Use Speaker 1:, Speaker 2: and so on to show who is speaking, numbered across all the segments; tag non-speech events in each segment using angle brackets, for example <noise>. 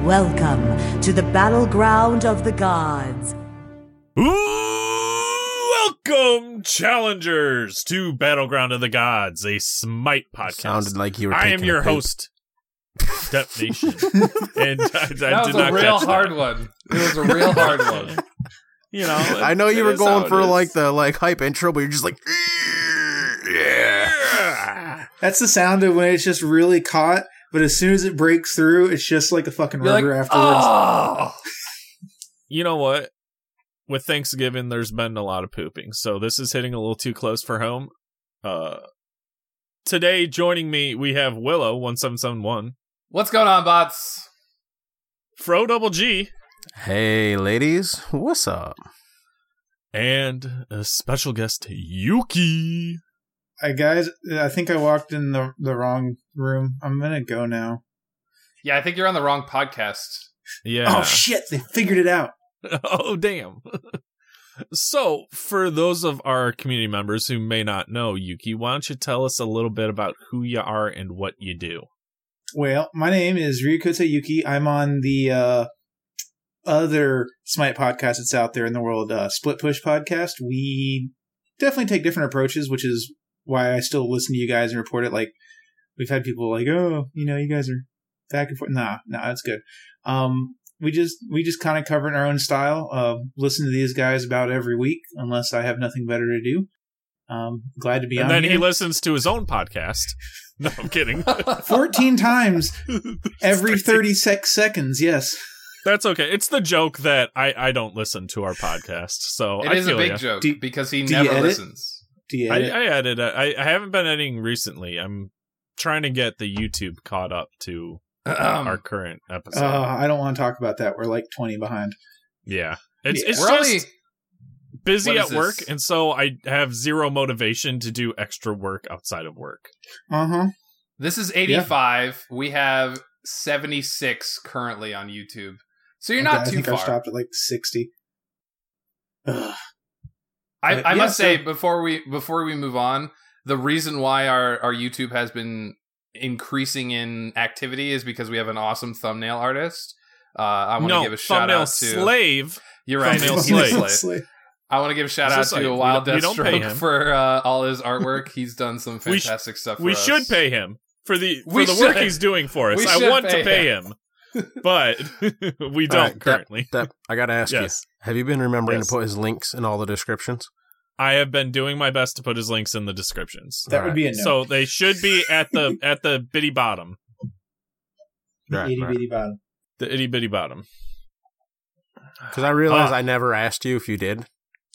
Speaker 1: Welcome to the battleground of the gods.
Speaker 2: Welcome, challengers, to Battleground of the Gods, a Smite podcast.
Speaker 3: Sounded like you were.
Speaker 2: I am
Speaker 3: taking a
Speaker 2: your
Speaker 3: poop.
Speaker 2: host, Step
Speaker 3: <laughs>
Speaker 2: Nation, and I, I
Speaker 4: that
Speaker 2: did
Speaker 4: was
Speaker 2: not
Speaker 4: a real
Speaker 2: catch
Speaker 4: hard
Speaker 2: that.
Speaker 4: one. It was a real hard
Speaker 2: <laughs>
Speaker 4: one.
Speaker 2: You know,
Speaker 3: I know you
Speaker 5: It
Speaker 3: were
Speaker 5: is
Speaker 3: going
Speaker 5: how it
Speaker 3: for
Speaker 5: is.
Speaker 3: like the like hype intro, but you're just like, yeah.
Speaker 2: yeah.
Speaker 6: That's the sound of when it's just really caught, but as soon as it breaks through, it's just like a fucking
Speaker 4: You're like,
Speaker 6: river afterwards.
Speaker 4: oh!
Speaker 2: you know what? With Thanksgiving, there's been a lot of pooping, so this is hitting a little too close for home. Uh, today, joining me, we have Willow one seven seven one,
Speaker 4: What's going on, bots?
Speaker 2: Fro Double G,
Speaker 3: Hey, ladies, what's up?
Speaker 2: and a special guest Yuki.
Speaker 3: Oh,
Speaker 6: I guys, I think I walked in the the wrong room. I'm gonna go now.
Speaker 4: Yeah, I think you're on the wrong podcast.
Speaker 2: <laughs> Yeah.
Speaker 6: Oh shit! They figured it out.
Speaker 2: <laughs> oh damn so for those of our community members who may not know yuki why don't you tell us a little bit about who you are and what you do
Speaker 6: Well, my name is Ryukota Yuki. I'm on the uh, other Smite podcast that's out there in the world, uh, Split Push podcast. We definitely take different approaches, which is why I still listen to you guys and report it. Like we've had people like, "Oh, you know, you guys are back and forth." Nah, nah, that's good. Um, we just we just kind of cover it in our own style. Uh, listen to these guys about every week, unless I have nothing better to do. Um, glad to be
Speaker 2: and
Speaker 6: on.
Speaker 2: then he
Speaker 6: here.
Speaker 2: listens to his own
Speaker 4: <laughs>
Speaker 2: podcast no i'm kidding <laughs>
Speaker 6: 14 times every 36 seconds, yes.
Speaker 2: that's okay it's the joke that i i don't listen to our podcast so
Speaker 4: It
Speaker 2: I
Speaker 4: is a
Speaker 2: feel
Speaker 4: big
Speaker 2: ya.
Speaker 4: joke
Speaker 6: Do-
Speaker 4: because he
Speaker 6: do you
Speaker 4: never
Speaker 6: edit?
Speaker 4: listens.
Speaker 6: Do you
Speaker 2: I,
Speaker 6: edit?
Speaker 2: I added a, I, I haven't been editing recently i'm trying to get the youtube caught up to
Speaker 4: Um,
Speaker 2: our current episode
Speaker 6: Uh, I don't want to talk about that. We're like 20 behind.
Speaker 2: yeah it's, it's
Speaker 4: we're
Speaker 2: just
Speaker 4: only
Speaker 2: busy
Speaker 4: What
Speaker 2: at
Speaker 4: is
Speaker 2: work
Speaker 4: this?
Speaker 2: and so i have zero motivation to do extra work outside of work
Speaker 6: Uh huh.
Speaker 4: this is 85. We have 76 currently on YouTube, so you're not too
Speaker 6: I think
Speaker 4: far.
Speaker 6: I stopped at like 60. Ugh.
Speaker 4: I,
Speaker 6: But
Speaker 4: I
Speaker 6: yeah,
Speaker 4: must say
Speaker 6: so-
Speaker 4: before we before we move on, the reason why our our YouTube has been increasing in activity is because we have an awesome thumbnail artist. Uh, I want to
Speaker 2: no
Speaker 4: give a shout
Speaker 2: thumbnail
Speaker 4: out to
Speaker 2: slave
Speaker 4: you're right, <laughs>
Speaker 6: <laughs>
Speaker 2: thumbnail
Speaker 4: he's a
Speaker 2: slave.
Speaker 4: slave. I want to give a shout
Speaker 2: He's a
Speaker 4: out
Speaker 2: slave.
Speaker 4: to
Speaker 2: We
Speaker 4: Wild
Speaker 2: don't- we don't pay him.
Speaker 4: Deathstroke for uh, all his artwork. He's done some
Speaker 2: We sh-
Speaker 4: fantastic stuff. For
Speaker 2: we
Speaker 4: us.
Speaker 2: should pay him for the for
Speaker 4: We
Speaker 2: the work
Speaker 4: should.
Speaker 2: he's doing for us
Speaker 4: We
Speaker 2: i
Speaker 4: should
Speaker 2: want to
Speaker 4: pay
Speaker 2: pay him, but
Speaker 4: <laughs>
Speaker 2: we don't
Speaker 3: right, that-
Speaker 2: currently
Speaker 3: That I gotta ask
Speaker 2: Yes.
Speaker 3: you: Have you been remembering
Speaker 2: Yes.
Speaker 3: to put his links in all the descriptions?
Speaker 2: i have been doing my best to put his links in the descriptions
Speaker 6: That
Speaker 3: Alright.
Speaker 6: would be a no.
Speaker 2: so they should be at the at the bitty bottom
Speaker 3: Right,
Speaker 6: itty bitty bottom.
Speaker 2: the itty bitty bottom
Speaker 3: Because I realized
Speaker 2: Ah.
Speaker 3: I never asked you if you did.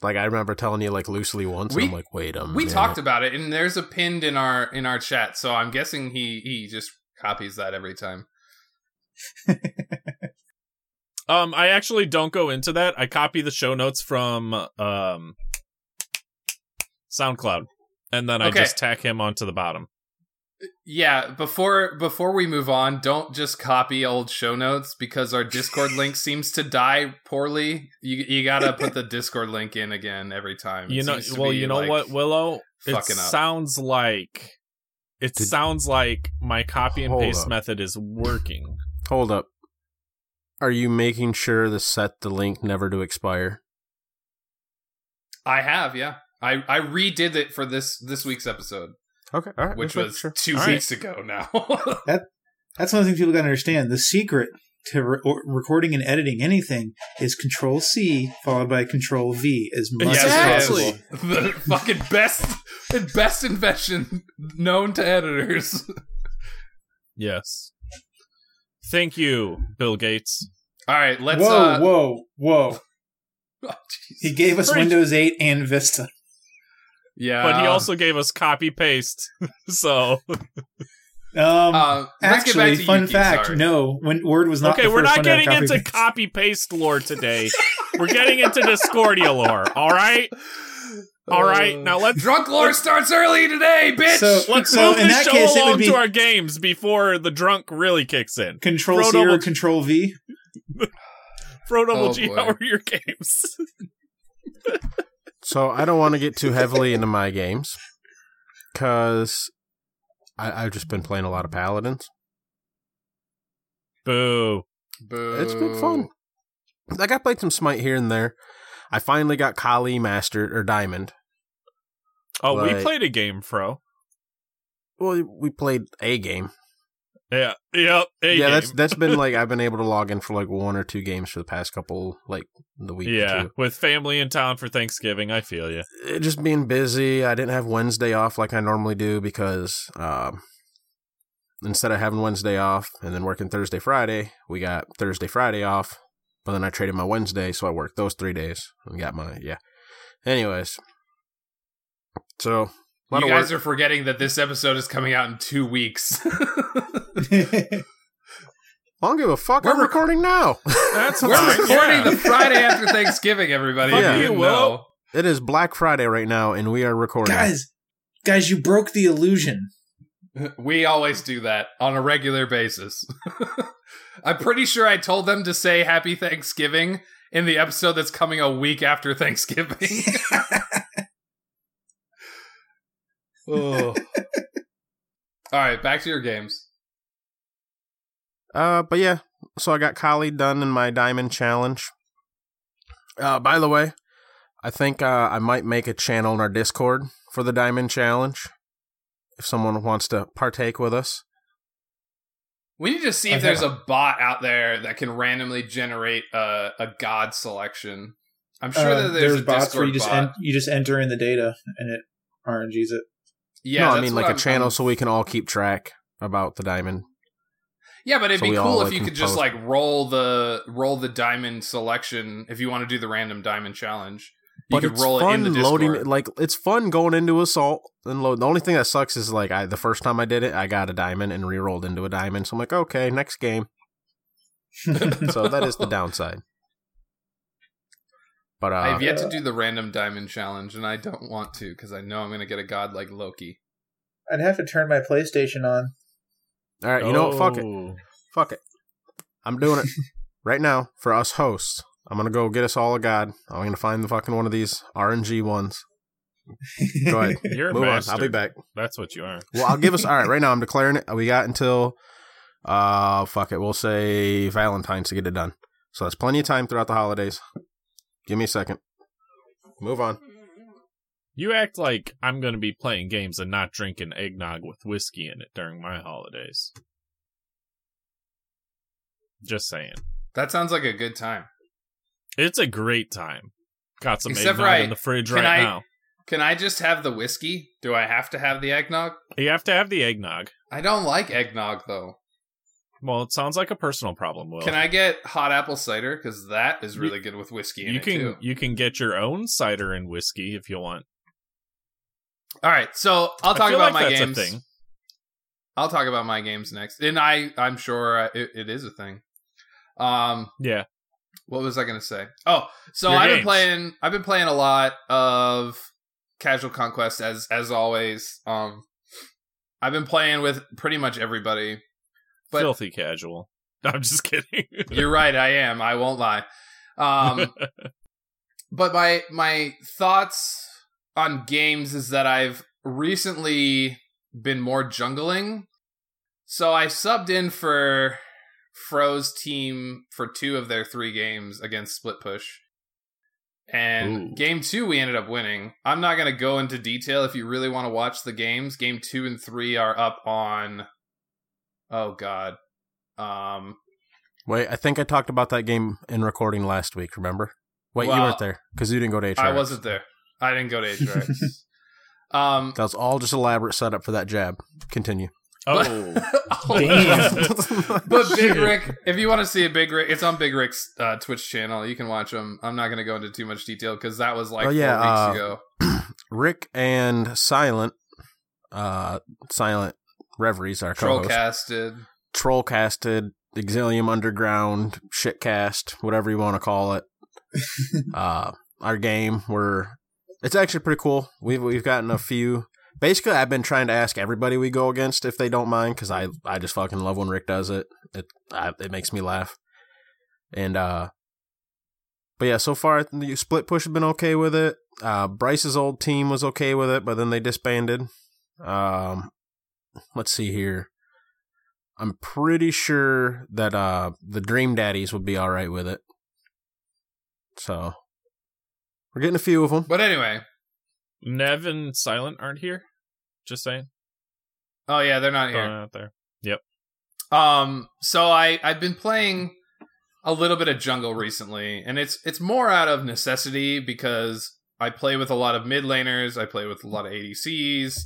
Speaker 3: Like I remember telling you like loosely once.
Speaker 4: We-
Speaker 3: and I'm like, wait a minute.
Speaker 4: We talked about it, and there's a pinned in our in our chat. So I'm guessing he he just copies that every time.
Speaker 2: um i actually don't go into that i copy the show notes from um soundcloud and then i
Speaker 4: Okay.
Speaker 2: just tack him onto the bottom
Speaker 4: Yeah, before before we move on, don't just copy old show notes because our
Speaker 2: <laughs>
Speaker 4: Discord link seems to die poorly. You you gotta put the Discord link in again every time.
Speaker 2: you
Speaker 4: It
Speaker 2: know
Speaker 4: seems to
Speaker 2: well
Speaker 4: be,
Speaker 2: you know
Speaker 4: like,
Speaker 2: what willow it
Speaker 4: fucking up.
Speaker 2: sounds like it
Speaker 3: Did-
Speaker 2: sounds like my copy and
Speaker 3: Hold
Speaker 2: paste
Speaker 3: up.
Speaker 2: method is working
Speaker 3: Hold up. Are you making sure to set the link never to expire?
Speaker 4: I have, yeah. I I redid it for this this week's episode,
Speaker 3: Okay, all right.
Speaker 4: which
Speaker 3: just making
Speaker 4: was
Speaker 3: sure.
Speaker 4: two
Speaker 2: All right.
Speaker 4: weeks ago now. <laughs>
Speaker 6: That's one of the things people got to understand. The secret to re- or- recording and editing anything is Control C followed by Control V as much as
Speaker 2: Exactly.
Speaker 6: possible.
Speaker 4: the fucking best the best invention known to editors.
Speaker 2: yes thank you bill gates
Speaker 4: All right, let's.
Speaker 6: whoa,
Speaker 4: uh,
Speaker 6: whoa, whoa.
Speaker 4: <laughs> oh, jeez.
Speaker 6: He gave us
Speaker 2: Pretty-
Speaker 6: Windows 8 and Vista.
Speaker 4: yeah,
Speaker 2: but he also gave us copy paste <laughs> so
Speaker 6: Um,
Speaker 4: Uh, let's get back
Speaker 6: actually,
Speaker 4: to
Speaker 6: fun
Speaker 4: Yuki,
Speaker 6: fact
Speaker 4: sorry.
Speaker 6: no, when Word was not
Speaker 2: okay
Speaker 6: the
Speaker 2: we're not
Speaker 6: first one to
Speaker 2: getting
Speaker 6: have copy
Speaker 2: into
Speaker 6: paste.
Speaker 2: copy paste lore today we're getting into discordia lore all right all right
Speaker 4: Uh,
Speaker 2: now let's <laughs>
Speaker 4: Drunk lore starts early today, bitch.
Speaker 6: So-
Speaker 2: let's
Speaker 6: so
Speaker 2: move
Speaker 6: in
Speaker 2: this
Speaker 6: that
Speaker 2: show
Speaker 6: case, it would
Speaker 2: along
Speaker 6: be-
Speaker 2: to our games before the drunk really kicks in
Speaker 6: Control
Speaker 2: Throw
Speaker 6: C or
Speaker 2: double-
Speaker 6: Control V.
Speaker 2: Fro double
Speaker 4: Oh,
Speaker 2: G,
Speaker 4: boy.
Speaker 2: how are your games? <laughs>
Speaker 3: So I don't want to get too heavily into my games because I've just been playing a lot of paladins.
Speaker 2: Boo.
Speaker 4: Boo.
Speaker 3: It's been fun.
Speaker 2: Uh.
Speaker 3: Like I played some Smite here and there. I finally got Kali mastered or diamond.
Speaker 2: Oh, we
Speaker 3: Like-
Speaker 2: played a game, Fro.
Speaker 3: Well, we played a game.
Speaker 2: Yeah. Yep. A
Speaker 3: yeah,
Speaker 2: game.
Speaker 3: that's
Speaker 2: <laughs>
Speaker 3: that's been like I've been able to log in for like one or two games for the past couple like the week. Or
Speaker 2: yeah.
Speaker 3: two.
Speaker 2: With family in town for Thanksgiving, I feel you.
Speaker 3: It eh, just being busy. I didn't have Wednesday off like I normally do because um, instead of having Wednesday off and then working Thursday Friday, we got Thursday Friday off. But then I traded my Wednesday, so I worked those three days and got my yeah. Anyways, so a lot
Speaker 4: You
Speaker 3: of work.
Speaker 4: guys are forgetting that this episode is coming out in two <laughs> weeks.
Speaker 3: I don't give a fuck.
Speaker 4: We're
Speaker 3: I'm recording now. <laughs>
Speaker 2: That's
Speaker 4: We're
Speaker 2: fine,
Speaker 4: recording
Speaker 2: yeah.
Speaker 4: the Friday after Thanksgiving, everybody.
Speaker 2: Fuck
Speaker 4: if
Speaker 2: you,
Speaker 4: didn't
Speaker 2: Will.
Speaker 4: know.
Speaker 3: it is Black Friday right now, and we are recording.
Speaker 6: guys, guys, you broke the illusion.
Speaker 4: We always do that on a regular basis. <laughs> I'm pretty sure I told them to say Happy Thanksgiving in the episode that's coming a week after <laughs> Thanksgiving. oh. All right, back to your games.
Speaker 3: Uh, but yeah, so I got Kali done in my diamond challenge. Uh, by the way, I think uh, I might make a channel in our Discord for the diamond challenge. If someone wants to partake with us,
Speaker 4: We need to see if there's a bot out there that can randomly generate a, a god selection. I'm sure
Speaker 6: Uh,
Speaker 4: that there's, a
Speaker 6: bots
Speaker 4: Discord
Speaker 6: where you just
Speaker 4: bot.
Speaker 6: en- you just enter in the data and it RNGs it.
Speaker 4: yeah,
Speaker 3: no, I
Speaker 4: that's
Speaker 3: mean
Speaker 4: what
Speaker 3: like
Speaker 4: I'm-
Speaker 3: a channel
Speaker 4: I'm-
Speaker 3: so we can all keep track about the diamond.
Speaker 4: Yeah, but it'd
Speaker 3: So
Speaker 4: be
Speaker 3: we all,
Speaker 4: cool if
Speaker 3: like,
Speaker 4: you
Speaker 3: can
Speaker 4: could just
Speaker 3: post-
Speaker 4: like roll the roll the diamond selection if you want to do the random diamond challenge. You
Speaker 3: But
Speaker 4: could
Speaker 3: it's
Speaker 4: roll it
Speaker 3: fun
Speaker 4: in the Discord.
Speaker 3: loading. Like it's fun going into assault and load. The only thing that sucks is like I the first time I did it, I got a diamond and re-rolled into a diamond. So I'm like, okay, next game. <laughs> So that is the downside. But uh,
Speaker 4: I've yet to do the random diamond challenge, and I don't want to because I know I'm going to get a god like Loki.
Speaker 6: I'd have to turn my PlayStation on.
Speaker 3: All right, you know what? Fuck it.
Speaker 2: Oh.
Speaker 3: Fuck it. I'm
Speaker 2: <laughs>
Speaker 3: doing it right now for us hosts. I'm gonna go get us all a god. I'm gonna find the fucking one of these RNG ones. Go ahead.
Speaker 2: <laughs> You're a
Speaker 3: Move on.
Speaker 2: bastard.
Speaker 3: I'll be back.
Speaker 2: That's what you are.
Speaker 3: Well, I'll give us all right. Right now, I'm declaring it. We got until uh, fuck it. We'll say Valentine's to get it done. So that's plenty of time throughout the holidays. Give me a second. Move on.
Speaker 2: You act like I'm going to be playing games and not drinking eggnog with whiskey in it during my holidays. Just saying.
Speaker 4: That sounds like a good time.
Speaker 2: It's a great time. Got some
Speaker 4: Except for
Speaker 2: eggnog
Speaker 4: I-
Speaker 2: in the fridge
Speaker 4: can
Speaker 2: right
Speaker 4: I-
Speaker 2: now.
Speaker 4: Can I just have the whiskey? Do I have to have the eggnog?
Speaker 2: You have to have the eggnog.
Speaker 4: I don't like eggnog though.
Speaker 2: Well, it sounds like a personal problem, Will.
Speaker 4: Can I get hot apple cider? Because that is really good with whiskey. In
Speaker 2: you
Speaker 4: it,
Speaker 2: can
Speaker 4: too.
Speaker 2: you can get your own cider and whiskey if you want.
Speaker 4: All right, so I'll
Speaker 2: I
Speaker 4: talk
Speaker 2: feel like
Speaker 4: about my
Speaker 2: that's a
Speaker 4: games.
Speaker 2: thing.
Speaker 4: I'll talk about my games next, and I I'm sure uh, it, it is a thing. Um,
Speaker 2: Yeah.
Speaker 4: what was I gonna say? Oh, so
Speaker 2: Your
Speaker 4: I've been
Speaker 2: games.
Speaker 4: playing. I've been playing a lot of Casual Conquest as as always. Um, I've been playing with pretty much everybody. But-
Speaker 2: Filthy casual. <laughs> I'm just kidding. <laughs>
Speaker 4: You're right, I am. I won't lie. Um, but my my thoughts on games is that I've recently been more jungling. So I subbed in for Fro's team for two of their three games against Split Push. And
Speaker 2: Ooh.
Speaker 4: game two, we ended up winning. I'm not going to go into detail if you really want to watch the games. Game two and three are up on. Oh, God. Um,
Speaker 3: Wait, I think I talked about that game in recording last week. Remember? Wait, you
Speaker 4: Well,
Speaker 3: weren't there because you didn't go to HR.
Speaker 4: I wasn't there. I didn't go to HRX.
Speaker 3: <laughs>
Speaker 4: um,
Speaker 3: That was all just elaborate setup for that jab. Continue.
Speaker 2: oh.
Speaker 4: <laughs> Damn. <laughs> but Big
Speaker 2: Shit.
Speaker 4: Rick, if you want to see a Big Rick, it's on Big Rick's uh, Twitch channel. You can watch him. I'm not going to go into too much detail because that was like
Speaker 3: Oh, yeah,
Speaker 4: four weeks
Speaker 3: uh,
Speaker 4: ago.
Speaker 3: Rick and Silent, uh, Silent Reveries, our co-host,
Speaker 4: Trollcasted.
Speaker 3: Trollcasted, Exilium Underground, Shitcast, whatever you want to call it. uh, our game, we're it's actually pretty cool. We've we've gotten a few. Basically, I've been trying to ask everybody we go against if they don't mind because I I just fucking love when Rick does it. It I, it makes me laugh. And uh, but yeah, so far the split push has been okay with it. Uh, Bryce's old team was okay with it, but then they disbanded. Um, let's see here. I'm pretty sure that uh the Dream Daddies would be all right with it. So we're getting a few of them.
Speaker 4: But anyway,
Speaker 2: Nev and Silent aren't here. Just saying.
Speaker 4: oh yeah, they're not
Speaker 2: Throwing
Speaker 4: here.
Speaker 2: it out there.
Speaker 4: Um, so I I've been playing a little bit of jungle recently, and it's it's more out of necessity because I play with a lot of mid laners, I play with a lot of ADCs,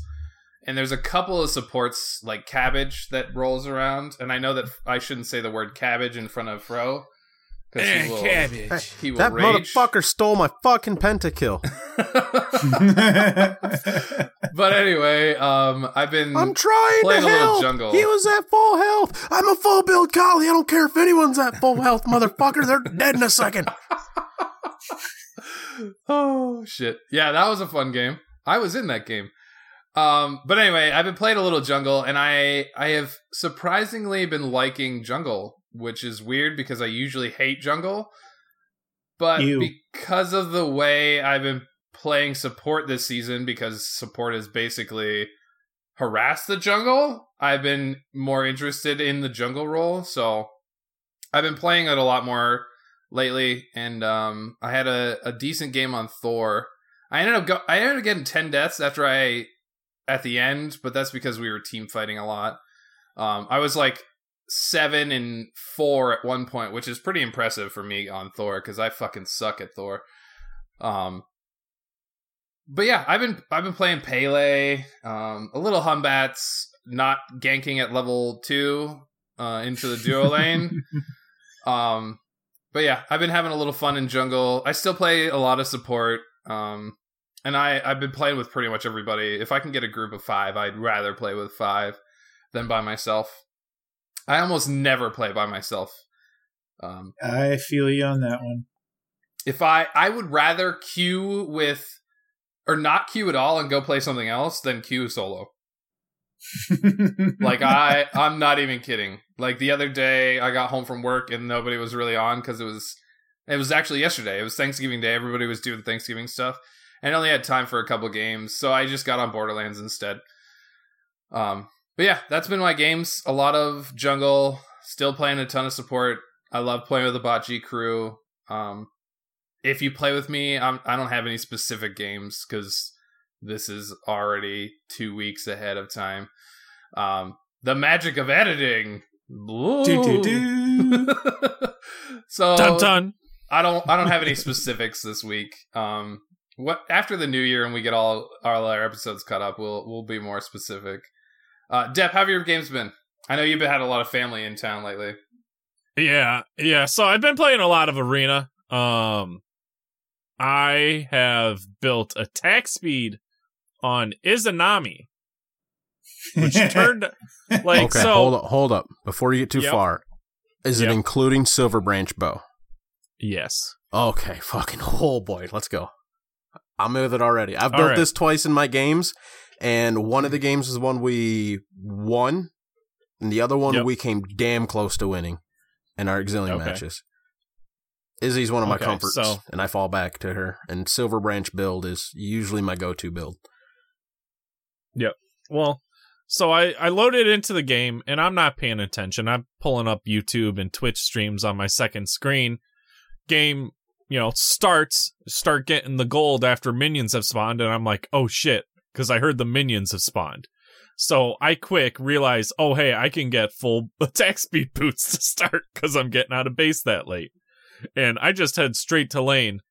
Speaker 4: and there's a couple of supports like cabbage that rolls around, and I know that I shouldn't say the word cabbage in front of Fro because he will
Speaker 3: Hey,
Speaker 4: he will
Speaker 3: that
Speaker 4: rage.
Speaker 3: motherfucker stole my fucking pentakill.
Speaker 4: <laughs> but anyway, um, I've been
Speaker 3: I'm trying
Speaker 4: Playing
Speaker 3: to
Speaker 4: a little
Speaker 3: help.
Speaker 4: jungle.
Speaker 3: He was at full health. I'm a full build collie. I don't care if anyone's at full health, motherfucker. They're dead in a second.
Speaker 4: oh shit yeah that was a fun game i was in that game um but anyway i've been playing a little jungle and i i have surprisingly been liking jungle which is weird because i usually hate jungle but
Speaker 6: Ew.
Speaker 4: because of the way i've been playing support this season because support is basically harass the jungle i've been more interested in the jungle role so i've been playing it a lot more lately, and um, I had a, a decent game on Thor. I ended up go- I ended up getting ten deaths after I at the end, but that's because we were team fighting a lot. Um, I was like seven and four at one point, which is pretty impressive for me on Thor because I fucking suck at Thor. Um, but yeah, I've been I've been playing Pele, um, a little Humbats, not ganking at level two uh, into the duo lane. Um, but yeah, I've been having a little fun in jungle. I still play a lot of support. Um, and I I've been playing with pretty much everybody. If I can get a group of five, I'd rather play with five than by myself. I almost never play by myself. Um,
Speaker 6: <laughs> I feel you on
Speaker 2: <laughs>
Speaker 6: that one.
Speaker 4: if I I would rather queue with or not queue at all and go play something else than queue solo. like i i'm not even kidding like the other day i got home from work and nobody was really on because it was it was actually yesterday it was thanksgiving day everybody was doing thanksgiving stuff and i only had time for a couple games so i just got on borderlands instead um but yeah that's been my games a lot of jungle still playing a ton of support i love playing with the bocce crew um if you play with me I'm, i don't have any specific games because this is already two weeks ahead of time um, the magic of editing.
Speaker 6: Do, do, do.
Speaker 4: <laughs> so
Speaker 2: Dun dun.
Speaker 4: I don't I don't have any specifics this week. Um, what after the new year and we get all all our episodes caught up, we'll we'll be more specific. Uh, Depp, how have your games been? I know you've had a lot of family in town lately.
Speaker 2: Yeah, yeah. So I've been playing a lot of Arena. Um, I have built attack speed on Izanami,
Speaker 6: <laughs>
Speaker 2: which turned like
Speaker 3: okay,
Speaker 2: so.
Speaker 3: hold up, hold up. Before you get too
Speaker 2: Yep.
Speaker 3: far, is
Speaker 2: Yep.
Speaker 3: it including Silver Branch Bow?
Speaker 2: Yes.
Speaker 3: Okay, <laughs> fucking oh boy, let's go. I'm with it already. I've
Speaker 2: All
Speaker 3: built
Speaker 2: right. Mm-hmm.
Speaker 3: this twice in my games, and one of the games was one we won, and the other one
Speaker 2: Yep.
Speaker 3: we came damn close to winning in our Exilium
Speaker 2: Okay.
Speaker 3: matches. Izzy's one of my
Speaker 2: Okay,
Speaker 3: comforts,
Speaker 2: so-
Speaker 3: and I fall back to her. And Silver Branch build is usually my go-to build.
Speaker 2: <laughs> Well, so I I loaded into the game and I'm not paying attention. I'm pulling up YouTube and Twitch streams on my second screen. Game, you know, starts start getting the gold after minions have spawned and I'm like, "Oh shit," cuz I heard the minions have spawned. So I quick realize, "Oh hey, I can get full <laughs> attack speed boots to start cuz I'm getting out of base that late." And I just head straight to lane.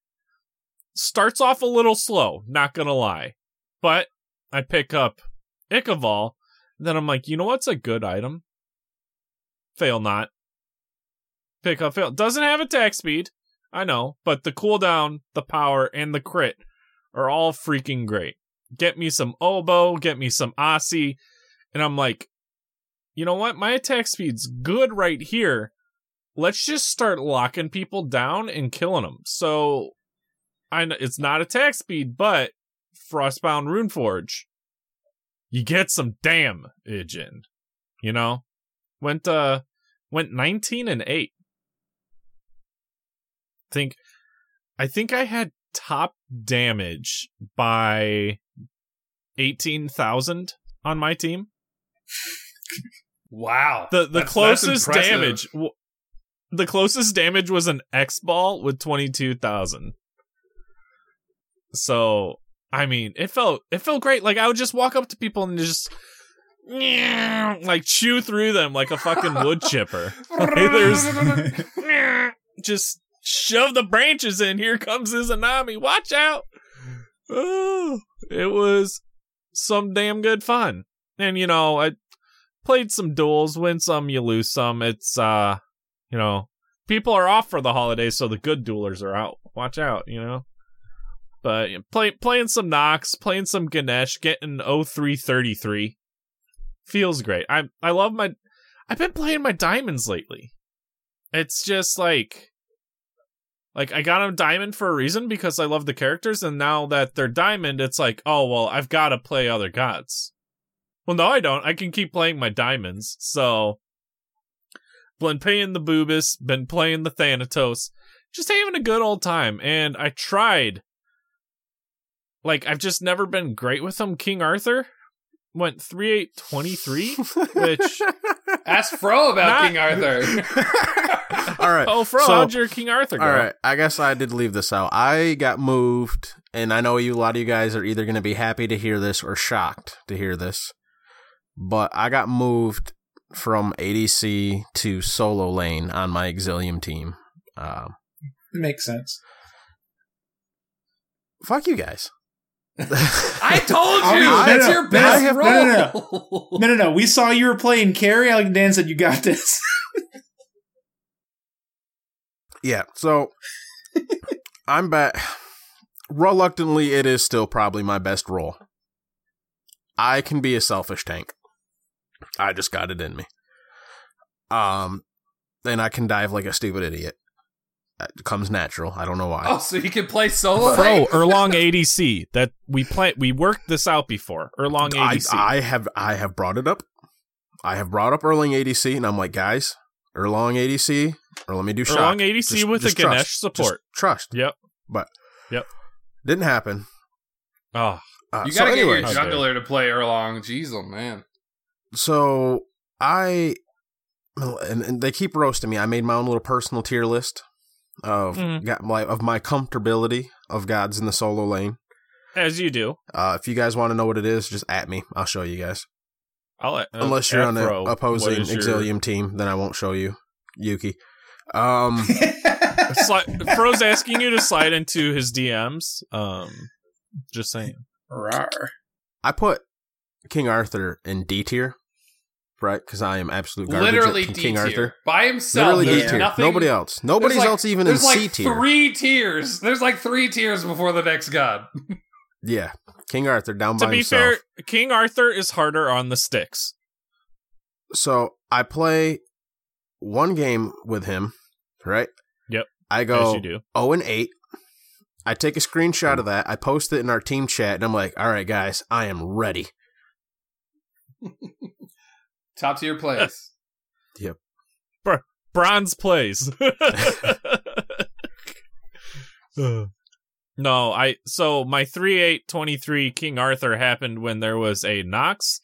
Speaker 2: Starts off a little slow, not going to lie. But I pick up Icaval, then I'm like, you know what's a good item? Fail not. Pick up fail. Doesn't have attack speed. I know, but the cooldown, the power, and the crit are all freaking great. Get me some oboe, get me some Aussie, and I'm like, you know what? My attack speed's good right here. Let's just start locking people down and killing them. So, I know it's not attack speed, but Frostbound Runeforge you get some damn in. You know? Went uh went nineteen and eight. Think I think I had top damage by eighteen thousand on my team.
Speaker 4: Wow.
Speaker 2: The the
Speaker 4: That's- that's
Speaker 2: closest
Speaker 4: impressive.
Speaker 2: damage w- the closest damage was an X ball with 22,000. So, I mean, it felt it felt great. Like I would just walk up to people and just like chew through them like a fucking
Speaker 4: <laughs>
Speaker 2: wood chipper. Like, there's just shove the branches in. Here comes Izanami. Watch out. Oh, it was some damn good fun. And you know, I played some duels, win some, you lose some. It's uh, you know, people are off for the holidays, so the good duelers are out. Watch out, you know. But yeah, play, playing some Nox, playing some Ganesh, getting 0333 feels great. I I love my I've been playing my diamonds lately. It's just like like I got a diamond for a reason because I love the characters and now that they're diamond it's like, oh well, I've got to play other gods. Well, no, I don't. I can keep playing my diamonds. So, been playing the Boobus, been playing the Thanatos, just having a good old time. And I tried. Like, I've just never been great with them. King Arthur went
Speaker 3: <laughs>
Speaker 2: 3823, which.
Speaker 4: Ask Fro about
Speaker 2: Not-
Speaker 4: King Arthur.
Speaker 3: All right.
Speaker 2: Oh, Fro,
Speaker 3: So-
Speaker 2: how'd your King Arthur go?
Speaker 3: All right, I guess I did leave this out. I got moved, and I know you. A lot of you guys are either going to be happy to hear this or shocked to hear this, but I got moved from ADC to solo lane on my Exilium team. Um,
Speaker 6: Makes sense.
Speaker 3: fuck you guys.
Speaker 4: <laughs>
Speaker 3: <laughs>
Speaker 4: I told
Speaker 6: I'll
Speaker 4: you
Speaker 6: be- no,
Speaker 4: that's
Speaker 6: no,
Speaker 4: your
Speaker 6: no,
Speaker 4: best
Speaker 6: I have-
Speaker 4: role.
Speaker 6: no, no, No, no, no. We saw you were playing Carrie. Like Dan said, you got this.
Speaker 3: Yeah. So I'm back. Reluctantly, it is still probably my best role. I can be a selfish tank. I just got it in me. Um, and I can dive like a stupid idiot. It comes natural. I don't know why.
Speaker 4: <laughs> Oh, so you can play solo?
Speaker 2: Fro, Erlong ADC. That we play, we worked this out before. Erlong
Speaker 3: I,
Speaker 2: ADC.
Speaker 3: I have I have brought it up. I have brought up Erlang ADC, and I'm like, guys, Erlang ADC, or let me do shock.
Speaker 2: Erlong ADC
Speaker 3: Just-
Speaker 2: with
Speaker 3: just
Speaker 2: a Ganesh
Speaker 3: trust.
Speaker 2: support.
Speaker 3: Just trust.
Speaker 2: Yep.
Speaker 3: But
Speaker 2: Yep.
Speaker 3: didn't happen.
Speaker 2: Oh,
Speaker 3: Uh,
Speaker 4: You
Speaker 3: so
Speaker 4: gotta
Speaker 3: anyways,
Speaker 4: get your jungler to play Erlong. Jeez, oh man.
Speaker 3: so I and, and they keep roasting me. I made my own little personal tier list of
Speaker 4: Mm-hmm.
Speaker 2: Mhm.
Speaker 3: got my of my comfortability of gods in the solo lane.
Speaker 2: as you do.
Speaker 3: Uh, if you guys want to know what it is, just at me. I'll show you guys.
Speaker 2: I'll let- uh,
Speaker 3: Unless you're on an
Speaker 2: Afro, what
Speaker 3: opposing
Speaker 2: is your-
Speaker 3: Exilium team, then I won't show you Yuki. Um,
Speaker 4: <laughs>
Speaker 2: Sli- Fro's asking you to slide into his DMs. Um, just saying.
Speaker 6: Rawr.
Speaker 3: I put King Arthur in D tier, right? Because I am absolute garbage. at
Speaker 4: Literally
Speaker 3: King
Speaker 4: D
Speaker 3: King Arthur.
Speaker 4: tier. By himself.
Speaker 3: Literally
Speaker 6: there's
Speaker 3: D tier.
Speaker 4: Nothing,
Speaker 3: Nobody else. Nobody's
Speaker 4: there's like-
Speaker 3: else even in
Speaker 4: There's like
Speaker 3: C tier.
Speaker 4: three tiers. There's like three tiers before the next god.
Speaker 3: Yeah, King Arthur down
Speaker 2: To
Speaker 3: by
Speaker 2: be
Speaker 3: himself.
Speaker 2: fair, King Arthur is harder on the sticks.
Speaker 3: so I play one game with him, right?
Speaker 2: Yep.
Speaker 3: I
Speaker 2: As
Speaker 3: go
Speaker 2: you do.
Speaker 3: zero and eight. I take a screenshot of that. I post it in our team chat, and I'm like, "All right, guys, I am ready."
Speaker 4: Top
Speaker 3: <laughs>
Speaker 4: tier plays.
Speaker 2: Bronze plays. <laughs> no, I so my three eight twenty three King Arthur happened when there was a Nox,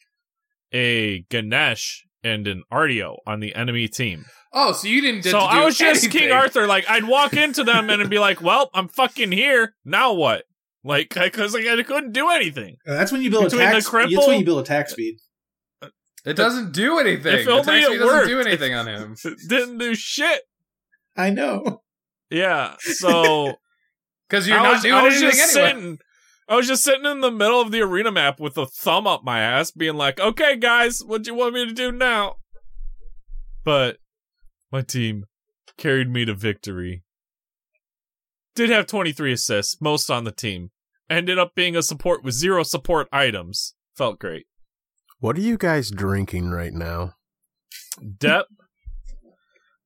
Speaker 2: a Ganesh, and an Ardeo on the enemy team.
Speaker 4: Oh, so you didn't. get
Speaker 2: so
Speaker 4: to do
Speaker 2: I was just
Speaker 4: anything.
Speaker 2: King Arthur. Like I'd walk into them and be like, "Well, I'm fucking here now. What?" Like because like, I couldn't do anything.
Speaker 6: Uh, That's when you build
Speaker 2: Between
Speaker 6: attack.
Speaker 2: the
Speaker 6: speed. That's
Speaker 2: cripple-
Speaker 6: when you build attack speed.
Speaker 4: It doesn't do anything.
Speaker 2: If only
Speaker 4: the taxi
Speaker 2: it
Speaker 4: doesn't do
Speaker 2: worked.
Speaker 4: anything on him.
Speaker 2: Didn't do shit.
Speaker 6: I know. <laughs>
Speaker 2: Yeah. So
Speaker 4: Because you're
Speaker 2: I
Speaker 4: not
Speaker 2: was,
Speaker 4: doing
Speaker 2: I was
Speaker 4: anything
Speaker 2: just
Speaker 4: anyway.
Speaker 2: sitting. I was just sitting in the middle of the arena map with a thumb up my ass, being like, "Okay, guys, what do you want me to do now?" But my team carried me to victory. Did have 23 assists, most on the team. Ended up being a support with zero support items. Felt great.
Speaker 3: What are you guys drinking right now?
Speaker 2: Depp.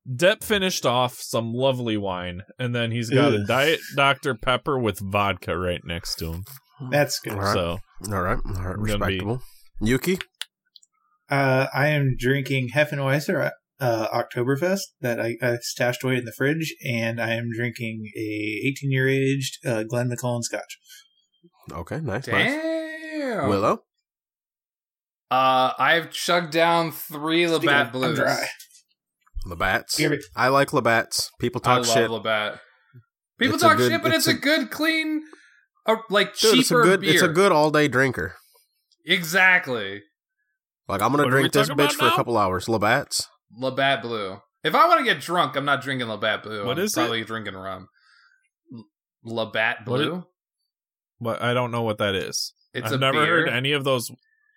Speaker 2: Depp finished off some lovely wine, and then he's got a
Speaker 6: Ew.
Speaker 2: diet Dr Pepper with vodka right next to him.
Speaker 6: That's good.
Speaker 3: All right.
Speaker 2: So
Speaker 3: All right, all right,
Speaker 2: Gonna be-
Speaker 3: respectable. Yuki,
Speaker 6: Uh, I am drinking Heffenweiser uh, Oktoberfest that I, I stashed away in the fridge, and I am drinking a 18 year aged uh, Glen McCullen Scotch.
Speaker 3: okay, nice, nice.
Speaker 4: Damn.
Speaker 3: Willow,
Speaker 4: Uh, I've chugged down three
Speaker 6: Speaking
Speaker 4: Labatt
Speaker 6: of- I'm
Speaker 4: Blues.
Speaker 6: dry.
Speaker 3: Labats.
Speaker 6: Here we-
Speaker 3: I like Labats. People
Speaker 4: I
Speaker 3: talk
Speaker 4: love
Speaker 3: shit.
Speaker 4: Labatt. People
Speaker 3: It's a
Speaker 4: talk
Speaker 3: good-
Speaker 4: shit, but it's,
Speaker 3: it's
Speaker 4: a,
Speaker 3: a-
Speaker 4: good, clean, uh, like
Speaker 3: Dude,
Speaker 4: cheaper
Speaker 3: it's a good.
Speaker 4: beer.
Speaker 3: It's a good all day drinker.
Speaker 4: exactly
Speaker 3: Like I'm gonna
Speaker 2: What are we
Speaker 3: drink this
Speaker 2: talking
Speaker 3: bitch
Speaker 2: about
Speaker 3: for a
Speaker 2: now?
Speaker 3: couple hours. Labats.
Speaker 4: Labatt Blue. If I want to get drunk, I'm not drinking Labatt Blue.
Speaker 2: What
Speaker 4: I'm
Speaker 2: is it?
Speaker 4: probably drinking rum. L- Labatt
Speaker 2: What
Speaker 4: Blue.
Speaker 2: But I don't know what that is.
Speaker 4: it's
Speaker 2: I've
Speaker 4: a
Speaker 2: never
Speaker 4: beer.
Speaker 2: heard any of those.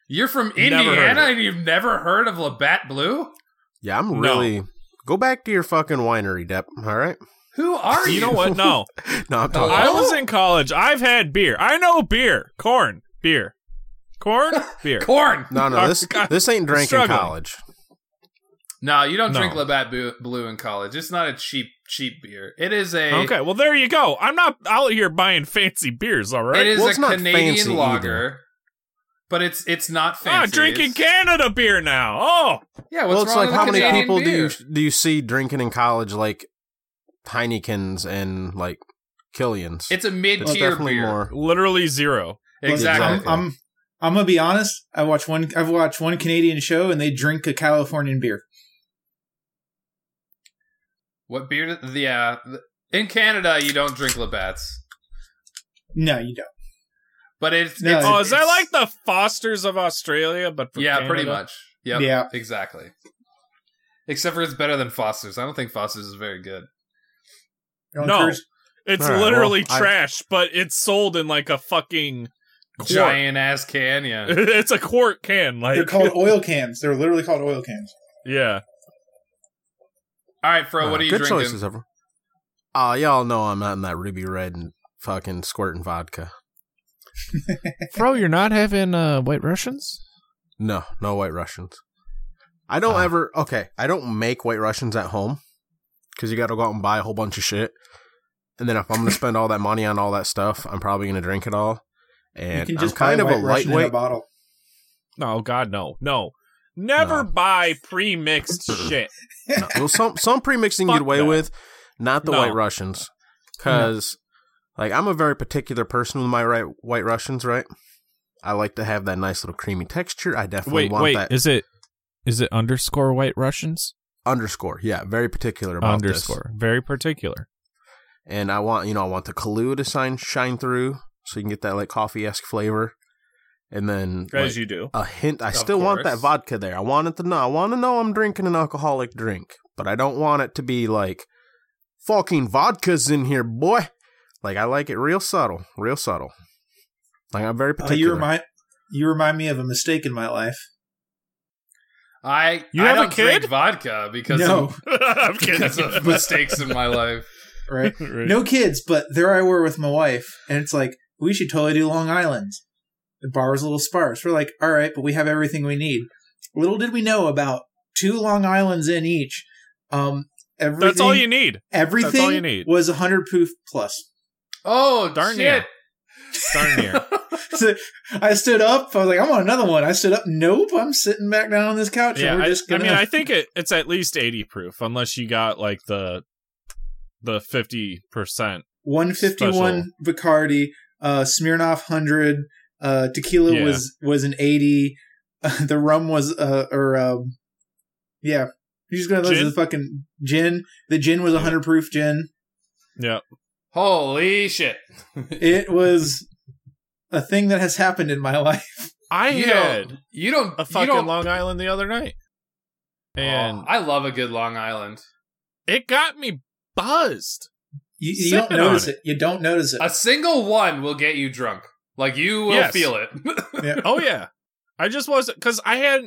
Speaker 4: You're from
Speaker 2: Never heard of
Speaker 4: Indiana
Speaker 2: it.
Speaker 4: and you've never heard of Labatt Blue?
Speaker 3: Yeah, I'm
Speaker 2: No.
Speaker 3: really. Go back to your fucking winery, Depp. All right.
Speaker 4: Who are you?
Speaker 2: You know what?
Speaker 3: <laughs>
Speaker 2: No,
Speaker 3: No, I'm talking.
Speaker 2: I was in college. I've had beer. I know beer, corn, beer,
Speaker 3: <laughs>
Speaker 2: corn, beer.
Speaker 4: Corn.
Speaker 3: No, no, this this ain't drink in
Speaker 2: Struggling.
Speaker 3: college.
Speaker 4: No, you don't
Speaker 2: No.
Speaker 4: drink Labatt Bu- Blue in college. It's not a cheap cheap beer. It is a
Speaker 2: Okay, well there you go. I'm not out here buying fancy beers. All
Speaker 4: It
Speaker 2: right,
Speaker 4: is
Speaker 3: Well,
Speaker 4: a
Speaker 3: it's not
Speaker 4: Canadian
Speaker 3: fancy
Speaker 4: lager,
Speaker 3: either.
Speaker 4: but it's it's not
Speaker 2: ah,
Speaker 4: fancy.
Speaker 2: drinking
Speaker 4: It's-
Speaker 2: Canada beer now. Oh,
Speaker 4: Yeah, what's
Speaker 3: Well, it's
Speaker 4: wrong
Speaker 3: like
Speaker 4: with
Speaker 3: how
Speaker 4: a
Speaker 3: many
Speaker 4: Canadian
Speaker 3: people do
Speaker 4: beer?
Speaker 3: you do you see drinking in college like Heinekens and like Killians?
Speaker 4: It's a mid
Speaker 3: It's
Speaker 4: tier
Speaker 3: definitely
Speaker 4: beer.
Speaker 3: more.
Speaker 2: literally zero.
Speaker 4: Exactly.
Speaker 3: Exactly.
Speaker 6: I'm, I'm I'm gonna be honest. I watch one. I've watched one Canadian show, and they drink a Californian beer.
Speaker 4: What beer? did- Yeah, th- in Canada you don't drink Labatt's,
Speaker 6: No, you don't.
Speaker 4: but it's,
Speaker 6: No,
Speaker 4: it's
Speaker 2: Oh, is that
Speaker 4: it's-
Speaker 2: like the Fosters of Australia? But for
Speaker 4: yeah, pretty
Speaker 2: Canada?
Speaker 4: much. Yep,
Speaker 6: Yeah.
Speaker 4: exactly. Except for it's better than Foster's. I don't think Foster's is very good.
Speaker 6: I don't
Speaker 2: No.
Speaker 6: encourage-
Speaker 2: It's
Speaker 3: All right,
Speaker 2: literally
Speaker 3: well, I-
Speaker 2: trash, but it's sold in like a fucking <laughs> quart.
Speaker 4: Giant ass can, yeah.
Speaker 2: <laughs> it's a quart can, like <laughs>
Speaker 6: they're called oil cans. They're literally called oil cans.
Speaker 2: yeah.
Speaker 4: All right, Fro, what
Speaker 3: Uh,
Speaker 4: are you
Speaker 3: good
Speaker 4: drinking?
Speaker 3: choices, everyone. Uh, y'all know I'm not in that ruby red and fucking squirting vodka.
Speaker 2: Bro, you're not having uh, White Russians?
Speaker 3: No, no White Russians. I don't
Speaker 2: Ah.
Speaker 3: ever. Okay, I don't make White Russians at home because you got to go out and buy a whole bunch of shit, and then if I'm gonna spend all that money on all that stuff, I'm probably gonna drink it all. And
Speaker 6: you can
Speaker 3: I'm
Speaker 6: just
Speaker 3: kind
Speaker 6: buy
Speaker 3: of a
Speaker 6: White Russian in a
Speaker 3: lightweight.
Speaker 6: bottle.
Speaker 2: No, Oh, God, no, no. Never
Speaker 3: No.
Speaker 2: buy pre-mixed shit.
Speaker 3: No, well, some some pre-mixing you
Speaker 2: Fuck
Speaker 3: get away
Speaker 2: that.
Speaker 3: with, not the
Speaker 2: No.
Speaker 3: White Russians, because like I'm a very particular person with my right White Russians. Right, I like to have that nice little creamy texture. I definitely want that
Speaker 2: is it is it underscore White Russians?
Speaker 3: underscore. Yeah, very particular about this.
Speaker 2: very particular.
Speaker 3: and I want you know I want the Kahlua to shine shine through, so you can get that like coffee esque flavor, and then
Speaker 2: As
Speaker 3: like,
Speaker 2: you do. <laughs>
Speaker 3: a hint. I
Speaker 4: Of
Speaker 3: still want that
Speaker 4: course.
Speaker 3: vodka there. I want it to know. I want to know I'm drinking an alcoholic drink, but I don't want it to be like fucking vodka's in here, boy. Like I like it real subtle, real subtle. Like I'm very
Speaker 6: Uh,
Speaker 3: particular.
Speaker 6: you remind you remind me of a mistake in my life.
Speaker 4: I
Speaker 2: You
Speaker 4: I
Speaker 2: have a
Speaker 4: don't drink
Speaker 2: kid?
Speaker 4: vodka because
Speaker 6: No,
Speaker 4: of,
Speaker 2: I'm kidding. <laughs>
Speaker 4: because <laughs> of mistakes in my life.
Speaker 6: <laughs> right?
Speaker 2: Right.
Speaker 6: No kids, but there I were with my wife, and it's like we should totally do Long Island. The bar was a little sparse. We're like, all right, but we have everything we need. Little did we know about two Long Islands in each. Um,
Speaker 2: <laughs>
Speaker 6: everything,
Speaker 2: That's all you need.
Speaker 6: Everything
Speaker 2: that's all you need.
Speaker 6: was hundred proof plus. <laughs>
Speaker 4: Oh
Speaker 2: Darn
Speaker 4: shit!
Speaker 2: Darn <laughs> near.
Speaker 6: So I stood up. I was like, I want another one. I stood up. Nope, I'm sitting back down on this couch.
Speaker 2: yeah,
Speaker 6: and we're
Speaker 2: I,
Speaker 6: just
Speaker 2: I
Speaker 6: gonna,
Speaker 2: mean, I think it, it's at least eighty proof, unless you got like the the fifty percent.
Speaker 6: 151 Bacardi, uh, Smirnoff 100, uh, tequila
Speaker 2: Yeah.
Speaker 6: was was an 80, uh, <laughs> the rum was uh, or um, yeah, you're just gonna listen to
Speaker 2: Gin?
Speaker 6: the fucking gin. The gin was 100
Speaker 2: <laughs>
Speaker 6: proof gin.
Speaker 2: Yeah,
Speaker 4: Holy shit!
Speaker 6: It was a thing that has happened in my <laughs> life.
Speaker 2: I
Speaker 4: You
Speaker 2: had
Speaker 4: don't. You don't.
Speaker 2: a
Speaker 4: you
Speaker 2: fucking
Speaker 4: don't,
Speaker 2: Long Island the other night, and
Speaker 4: Oh, I love a good Long Island.
Speaker 2: it got me buzzed.
Speaker 6: You, you don't
Speaker 2: Sipping on
Speaker 6: notice
Speaker 2: it.
Speaker 6: it. You don't notice it.
Speaker 4: A single one will get you drunk. Like you will
Speaker 2: Yes.
Speaker 4: feel it. <laughs>
Speaker 2: oh yeah, I just wasn't because I had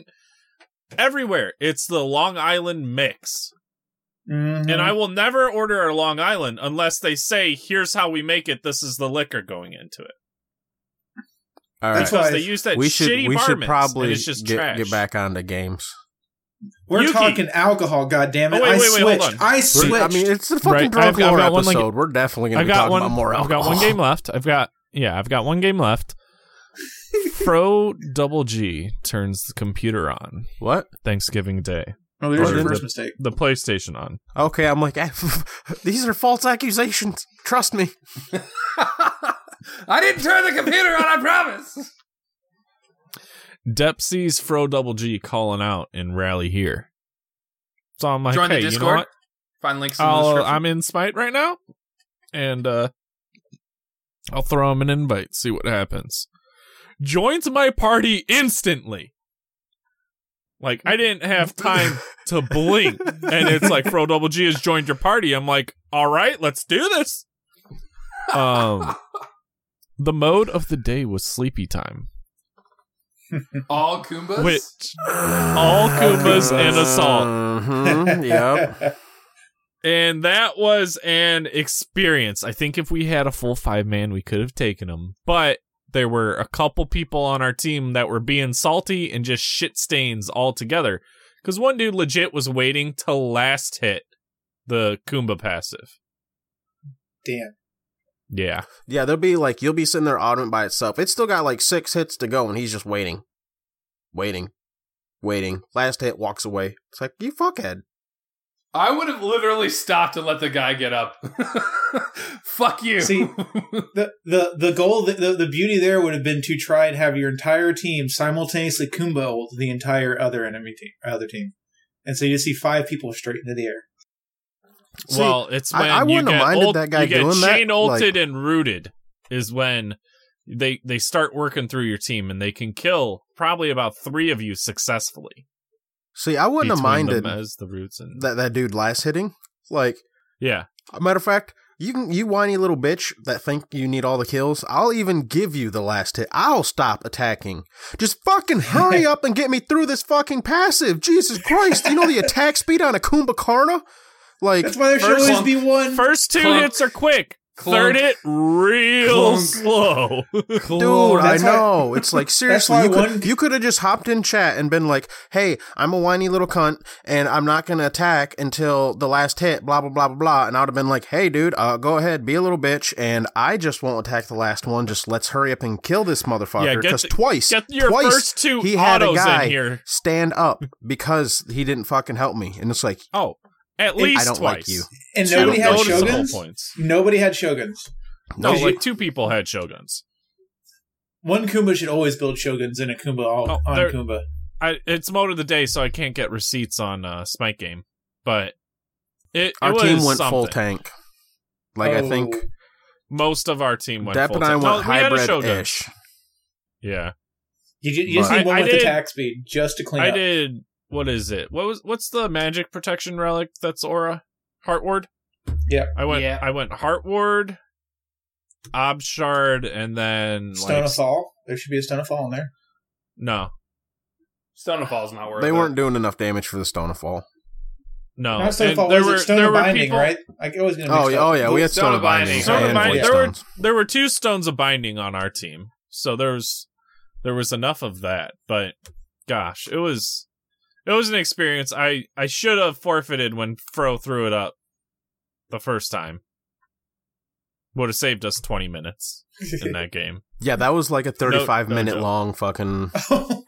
Speaker 2: everywhere. It's the Long Island mix,
Speaker 6: Mhm.
Speaker 2: and I will never order a Long Island unless they say, "Here's how we make it. This is the liquor going into it."
Speaker 3: All
Speaker 6: That's
Speaker 3: right.
Speaker 2: Because
Speaker 6: why
Speaker 2: they use that
Speaker 3: we
Speaker 2: shitty
Speaker 3: should we
Speaker 2: bar
Speaker 3: should
Speaker 2: mix,
Speaker 3: probably
Speaker 2: and it's just
Speaker 3: get,
Speaker 2: trash.
Speaker 3: get back onto games.
Speaker 6: We're
Speaker 2: Yuki.
Speaker 6: talking alcohol. God damn it!
Speaker 2: Oh, wait,
Speaker 6: I
Speaker 2: wait, wait, hold
Speaker 6: switched.
Speaker 2: on.
Speaker 6: I
Speaker 3: We're-
Speaker 6: switched.
Speaker 3: I mean, it's the
Speaker 2: Right,
Speaker 3: fucking drunk
Speaker 2: I've got- I've
Speaker 3: lore
Speaker 2: got one
Speaker 3: episode.
Speaker 2: like-
Speaker 3: We're definitely gonna
Speaker 2: I've
Speaker 3: be
Speaker 2: got
Speaker 3: talking
Speaker 2: one.
Speaker 3: about more
Speaker 2: I've got
Speaker 3: alcohol.
Speaker 2: one game left. I've got yeah. I've got one game left. Fro Double G turns the computer on
Speaker 3: <laughs> What?
Speaker 2: Thanksgiving Day.
Speaker 6: oh, there's
Speaker 2: Or
Speaker 6: your
Speaker 2: the-
Speaker 6: first mistake.
Speaker 2: The PlayStation on.
Speaker 3: Okay, I'm like, <laughs> these are false accusations. Trust me.
Speaker 4: I didn't turn the computer on, I promise.
Speaker 2: Dep sees Fro Double G calling out and rally here. So I'm like,
Speaker 4: Join
Speaker 2: hey,
Speaker 4: the
Speaker 2: you know
Speaker 4: Discord.
Speaker 2: what?
Speaker 4: Find links in the
Speaker 2: I'll,
Speaker 4: description.
Speaker 2: I'm in Smite right now, and uh, I'll throw him an invite, see what happens. Joins my party instantly. Like I didn't have time to blink, and it's like Fro Double G has joined your party. I'm like, all right, let's do this. Um, the mode of the day was sleepy time,
Speaker 4: All Goombas?
Speaker 2: which all Koopas
Speaker 3: <laughs>
Speaker 2: and assault.
Speaker 3: Mm-hmm. Yep.
Speaker 2: And that was an experience. I think if we had a full five man, we could have taken him. But there were a couple people on our team that were being salty and just shit stains all together. Because one dude legit was waiting to last hit the Kumba passive.
Speaker 6: Damn.
Speaker 2: Yeah.
Speaker 3: Yeah, there'll be like you'll be sitting there autumn by itself. It's still got like six hits to go, and he's just waiting, waiting, waiting. Last hit walks away. It's like you fuckhead.
Speaker 4: I would have literally stopped and let the guy get up. <laughs> Fuck you.
Speaker 6: See- The, the the goal the, the, the beauty there would have been to try and have your entire team simultaneously kumbo the entire other enemy team other team. And so you see five people straight into the air.
Speaker 3: See,
Speaker 2: well, it's
Speaker 3: I-
Speaker 2: when
Speaker 3: I
Speaker 2: you
Speaker 3: wouldn't have
Speaker 2: get
Speaker 3: minded
Speaker 2: ult-
Speaker 3: that guy
Speaker 2: you get
Speaker 3: doing that,
Speaker 2: chain
Speaker 3: like-
Speaker 2: ulted and rooted is when they they start working through your team and they can kill probably about three of you successfully.
Speaker 3: See, I wouldn't have
Speaker 2: between
Speaker 3: minded
Speaker 2: them as the roots and
Speaker 3: that that dude last hitting. Like,
Speaker 2: yeah.
Speaker 3: matter of fact, you can you whiny little bitch that think you need all the kills. I'll even give you the last hit. I'll stop attacking. Just fucking hurry up and get me through this fucking passive. Jesus Christ! You know the attack speed on a Kumbakarna. Like
Speaker 6: That's why there should
Speaker 4: First
Speaker 6: always
Speaker 4: one-
Speaker 6: be one.
Speaker 2: First two
Speaker 4: Clunk.
Speaker 2: hits are quick.
Speaker 4: Clunk.
Speaker 2: Third hit real
Speaker 4: Clunk.
Speaker 2: slow.
Speaker 3: Dude, I
Speaker 6: <laughs> that's why-
Speaker 3: know. it's like seriously,
Speaker 6: why
Speaker 3: you could,
Speaker 6: one-
Speaker 3: you could have just hopped in chat and been like, "Hey, I'm a whiny little cunt, and I'm not gonna attack until the last hit." Blah blah blah blah blah. And I'd have been like, "Hey, dude, uh, go ahead, be a little bitch, and I just won't attack the last one. Just let's hurry up and kill this motherfucker
Speaker 2: Yeah, get
Speaker 3: because
Speaker 2: the-
Speaker 3: twice,
Speaker 2: get your
Speaker 3: twice
Speaker 2: first two
Speaker 3: he had a
Speaker 2: autos in
Speaker 3: guy
Speaker 2: here.
Speaker 3: stand up
Speaker 2: <laughs>
Speaker 3: because he didn't fucking help me, and it's like,
Speaker 2: oh, at
Speaker 3: I
Speaker 2: least
Speaker 3: don't
Speaker 2: twice.
Speaker 3: like you.
Speaker 6: and
Speaker 2: Two
Speaker 6: nobody had
Speaker 2: noticeable
Speaker 6: shoguns.
Speaker 2: points.
Speaker 6: Nobody had shoguns.
Speaker 2: No,
Speaker 6: Did you-
Speaker 2: like two people had shoguns.
Speaker 6: One Kumba should always build shoguns in a Kumba all,
Speaker 2: Oh,
Speaker 6: on
Speaker 2: there-
Speaker 6: Kumba.
Speaker 2: I, it's mode of the day, so I can't get receipts on uh, Smite Game, but it, it
Speaker 3: Our
Speaker 2: was
Speaker 3: team went
Speaker 2: something.
Speaker 3: full tank. Like I
Speaker 6: Oh,
Speaker 3: think
Speaker 2: Most of our team went
Speaker 3: Depp
Speaker 2: full
Speaker 3: and I
Speaker 2: tank.
Speaker 3: went
Speaker 2: no, Oh, we had a
Speaker 3: hybrid
Speaker 2: shogun.
Speaker 3: ish.
Speaker 2: Yeah,
Speaker 6: you, ju- you just
Speaker 2: But-
Speaker 6: need one
Speaker 2: I- I
Speaker 6: with
Speaker 2: did-
Speaker 6: attack speed just to clean
Speaker 2: I
Speaker 6: up.
Speaker 2: did. What is it? What was what's the magic protection relic that's aura? Heartward.
Speaker 6: Yeah.
Speaker 2: I went.
Speaker 4: Yeah.
Speaker 2: I went heartward, obshard, and then
Speaker 6: Stone
Speaker 2: like
Speaker 6: of Fall. There should be a Stone of Fall in there.
Speaker 2: no,
Speaker 4: Stonefall's not worth
Speaker 3: They
Speaker 4: it.
Speaker 3: weren't doing enough damage for the stone of fall.
Speaker 2: no.
Speaker 6: Not Stone of
Speaker 2: Oh, And
Speaker 6: Fall.
Speaker 2: there
Speaker 6: was
Speaker 2: were-
Speaker 6: it Stone
Speaker 2: there
Speaker 6: of
Speaker 2: were
Speaker 6: Binding,
Speaker 2: people-
Speaker 6: right? I I always get
Speaker 3: Oh,
Speaker 6: mixed
Speaker 3: yeah,
Speaker 6: up.
Speaker 3: oh yeah,
Speaker 6: <laughs>
Speaker 3: we had
Speaker 4: Stone
Speaker 3: Stone of
Speaker 4: of Binding.
Speaker 3: Binding.
Speaker 2: Stone of
Speaker 3: and
Speaker 2: Binding.
Speaker 3: Void
Speaker 2: There were-
Speaker 3: Stones.
Speaker 2: There were two stones of binding on our team, so there was there was enough of that. But gosh, it was it was an experience. I I should have forfeited when Fro threw it up the first time. Would have saved us twenty minutes in that game.
Speaker 3: Yeah, that was like a 35
Speaker 2: no
Speaker 3: minute
Speaker 2: joke.
Speaker 3: long fucking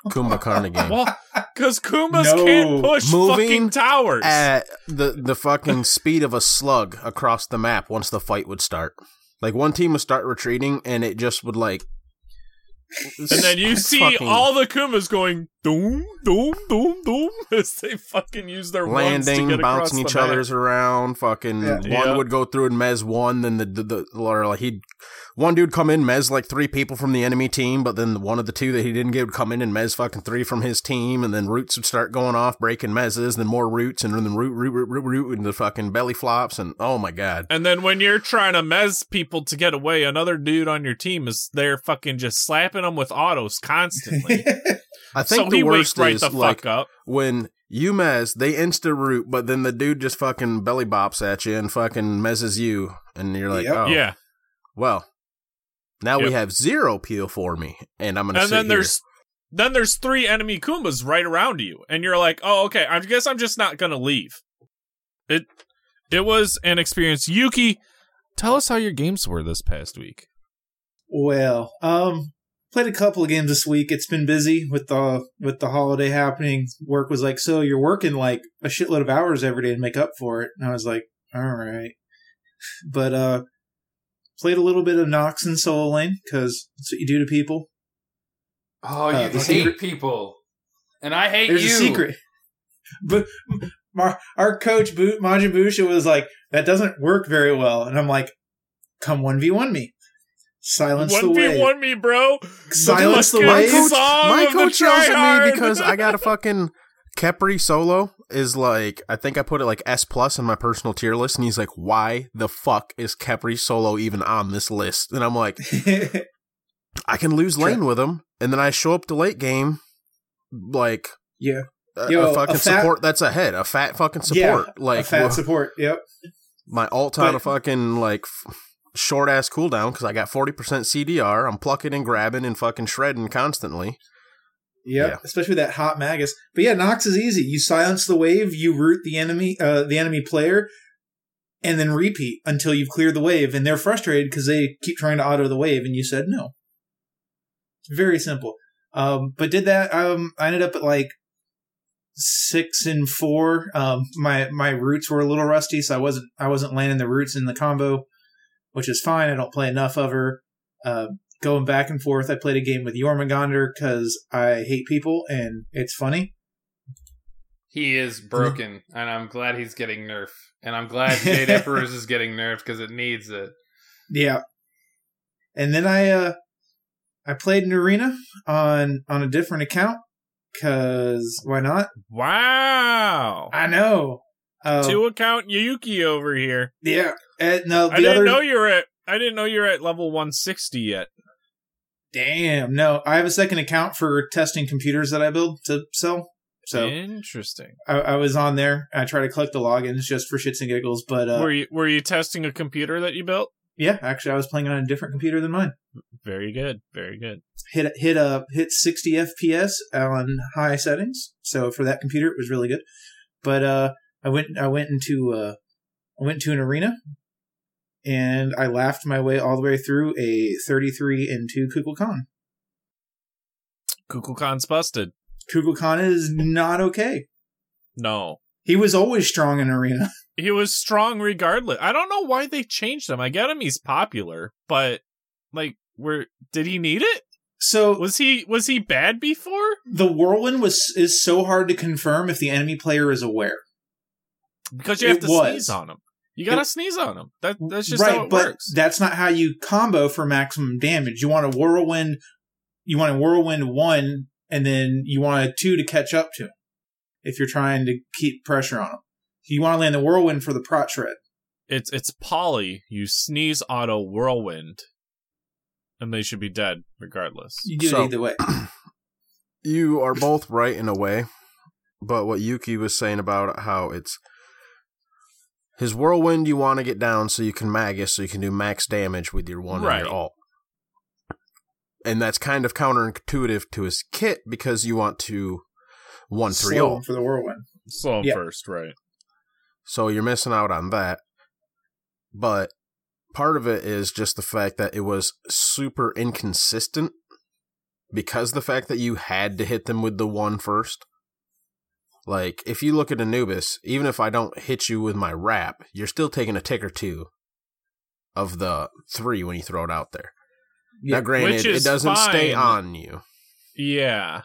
Speaker 3: Kumba Karna game.
Speaker 2: Well, because Kumas
Speaker 6: No.
Speaker 2: can't push
Speaker 3: Moving
Speaker 2: fucking towers.
Speaker 3: At Uh, the, the fucking speed of a slug across the map once the fight would start. Like one team would start retreating and it just would like.
Speaker 2: and then
Speaker 3: <laughs>
Speaker 2: you see
Speaker 3: fucking
Speaker 2: all the Kumas going doom, doom, doom, doom <laughs> as they fucking use their wands to
Speaker 3: landing,
Speaker 2: get across
Speaker 3: bouncing
Speaker 2: the
Speaker 3: each
Speaker 2: map.
Speaker 3: other's around. Fucking
Speaker 6: Yeah.
Speaker 3: one
Speaker 2: Yeah.
Speaker 3: would go through and mez one, then the the, the or like he'd one dude come in mez like three people from the enemy team, but then the one of the two that he didn't get would come in and mez fucking three from his team, and then roots would start going off, breaking mezzes, then more roots, and then root root root root root and the fucking belly flops, and oh my god,
Speaker 2: And then when you're trying to mez people to get away, another dude on your team is there fucking just slapping them with autos constantly.
Speaker 3: <laughs> I think
Speaker 2: so
Speaker 3: the
Speaker 2: he wakes
Speaker 3: worst
Speaker 2: right
Speaker 3: is
Speaker 2: the
Speaker 3: like
Speaker 2: fuck up.
Speaker 3: when. You mez, they insta root, but then the dude just fucking belly bops at you and fucking mezzes you, and you're like,
Speaker 6: Yep.
Speaker 3: oh,
Speaker 2: Yeah.
Speaker 3: Well, now we
Speaker 2: Yep.
Speaker 3: have zero peel for me, and I'm gonna.
Speaker 2: And
Speaker 3: sit
Speaker 2: then
Speaker 3: here.
Speaker 2: there's then there's three enemy Kumbas right around you. And you're like, oh okay, I guess I'm just not gonna leave. It it was an experience. Yuki, tell us how your games were this past week.
Speaker 6: Well, um, played a couple of games this week. It's been busy with the with the holiday happening. Work was like, so you're working like a shitload of hours every day to make up for it, and I was like, all right. But uh, played a little bit of Nox and Soul Lane because that's what you do to people.
Speaker 4: Oh,
Speaker 6: Uh,
Speaker 4: you
Speaker 6: the
Speaker 4: hate
Speaker 6: secret-
Speaker 4: people, and I hate
Speaker 6: There's
Speaker 4: you.
Speaker 6: a secret. <laughs> But our, our coach Bu- Majin Busha was like, "That doesn't work very well," and I'm like, "Come one v one me, silence the
Speaker 2: One
Speaker 6: wave,
Speaker 2: v <laughs> one me, bro.
Speaker 6: silence the
Speaker 2: Fucking
Speaker 3: My
Speaker 6: wave."
Speaker 3: coach,
Speaker 2: song
Speaker 3: my
Speaker 2: of the
Speaker 3: coach yells at me
Speaker 2: tryhard.
Speaker 3: because
Speaker 2: <laughs>
Speaker 3: I got a fucking Kepri solo is like I think I put it like S plus in my personal tier list, and he's like, "Why the fuck is Kepri solo even on this list?" And I'm like,
Speaker 6: <laughs>
Speaker 3: I can lose lane with him, and then I show up to late game, like
Speaker 6: yeah,
Speaker 3: a,
Speaker 6: Yo,
Speaker 3: a
Speaker 6: a
Speaker 3: fucking
Speaker 6: fat-
Speaker 3: support that's ahead, a fat fucking
Speaker 6: Yeah,
Speaker 3: support,
Speaker 6: like,
Speaker 3: like
Speaker 6: fat
Speaker 3: wha-
Speaker 6: support. Yep.
Speaker 3: my alt on
Speaker 6: But-
Speaker 3: a fucking like f- short ass cooldown because I got forty percent CDR. I'm plucking and grabbing and fucking shredding constantly.
Speaker 6: Yep.
Speaker 3: Yeah.
Speaker 6: Especially with that hot Magus. But yeah, Nox is easy. You silence the wave, you root the enemy uh, the enemy player, and then repeat until you've cleared the wave, and they're frustrated because they keep trying to auto the wave and you said no. It's very simple. Um, but did that um I ended up at like six and four. Um my my roots were a little rusty, so I wasn't I wasn't landing the roots in the combo, which is fine. I don't play enough of her. Uh, going back and forth. I played a game with Jormungandr because I hate people and it's funny.
Speaker 4: He is broken, and I'm glad he's getting nerfed. And I'm
Speaker 6: <laughs>
Speaker 4: glad Jade Emperors is getting nerfed because it needs it.
Speaker 6: Yeah. And then I uh I played an arena on on a different account because why not?
Speaker 2: Wow.
Speaker 6: I know. Uh,
Speaker 2: Two account Yuki over here.
Speaker 6: yeah. And no, the
Speaker 2: I didn't
Speaker 6: other
Speaker 2: know you were at. I didn't know you were at level 160 yet.
Speaker 6: damn no. I have a second account for testing computers that I build to sell. So
Speaker 2: Interesting.
Speaker 6: I, I was on there. I try to collect the logins just for shits and giggles. But uh,
Speaker 2: were you were you testing a computer that you built?
Speaker 6: yeah, actually, I was playing on a different computer than mine.
Speaker 2: Very good. Very good.
Speaker 6: hit hit uh hit 60 fps on high settings so for that computer it was really good but uh i went i went into uh i went to an arena and i laughed my way all the way through a 33 and 2 kukulkan
Speaker 2: Kukulkan's busted.
Speaker 6: kukulkan is not okay
Speaker 2: No.
Speaker 6: he was always strong in arena
Speaker 2: He was strong regardless. I don't know why they changed him. I get him he's popular, but like where did he need it?
Speaker 6: so
Speaker 2: Was he was he bad before?
Speaker 6: the whirlwind was is so hard to confirm if the enemy player is aware
Speaker 2: Because you have
Speaker 6: It
Speaker 2: to
Speaker 6: was.
Speaker 2: sneeze on him. You gotta
Speaker 6: It-
Speaker 2: sneeze on him. That that's just how it
Speaker 6: but
Speaker 2: works.
Speaker 6: that's not how you combo for maximum damage. You want a whirlwind, you want a whirlwind one, and then you want a two to catch up to him if you're trying to keep pressure on him. You want to land the whirlwind for the prot shred.
Speaker 2: it's it's poly. You sneeze auto whirlwind, and they should be dead regardless.
Speaker 6: You do
Speaker 3: So-
Speaker 6: it either way.
Speaker 3: You are both right in a way, but what Yuki was saying about how it's his whirlwind you want to get down so you can magus so you can do max damage with your one and
Speaker 2: Right.
Speaker 3: your alt. And that's kind of counterintuitive to his kit because you want to one three
Speaker 6: Slow
Speaker 3: alt.
Speaker 6: him for the whirlwind.
Speaker 2: Slow 'em
Speaker 6: Yeah.
Speaker 2: first, right?
Speaker 3: So you're missing out on that. But part of it is just the fact that it was super inconsistent because the fact that you had to hit them with the one first. Like, if you look at Anubis, even if I don't hit you with my wrap, you're still taking a tick or two of the three when you throw it out there.
Speaker 6: Yeah.
Speaker 3: Now, granted,
Speaker 2: Which
Speaker 3: it
Speaker 2: is
Speaker 3: doesn't stay
Speaker 2: fine.
Speaker 3: on you.
Speaker 2: Yeah,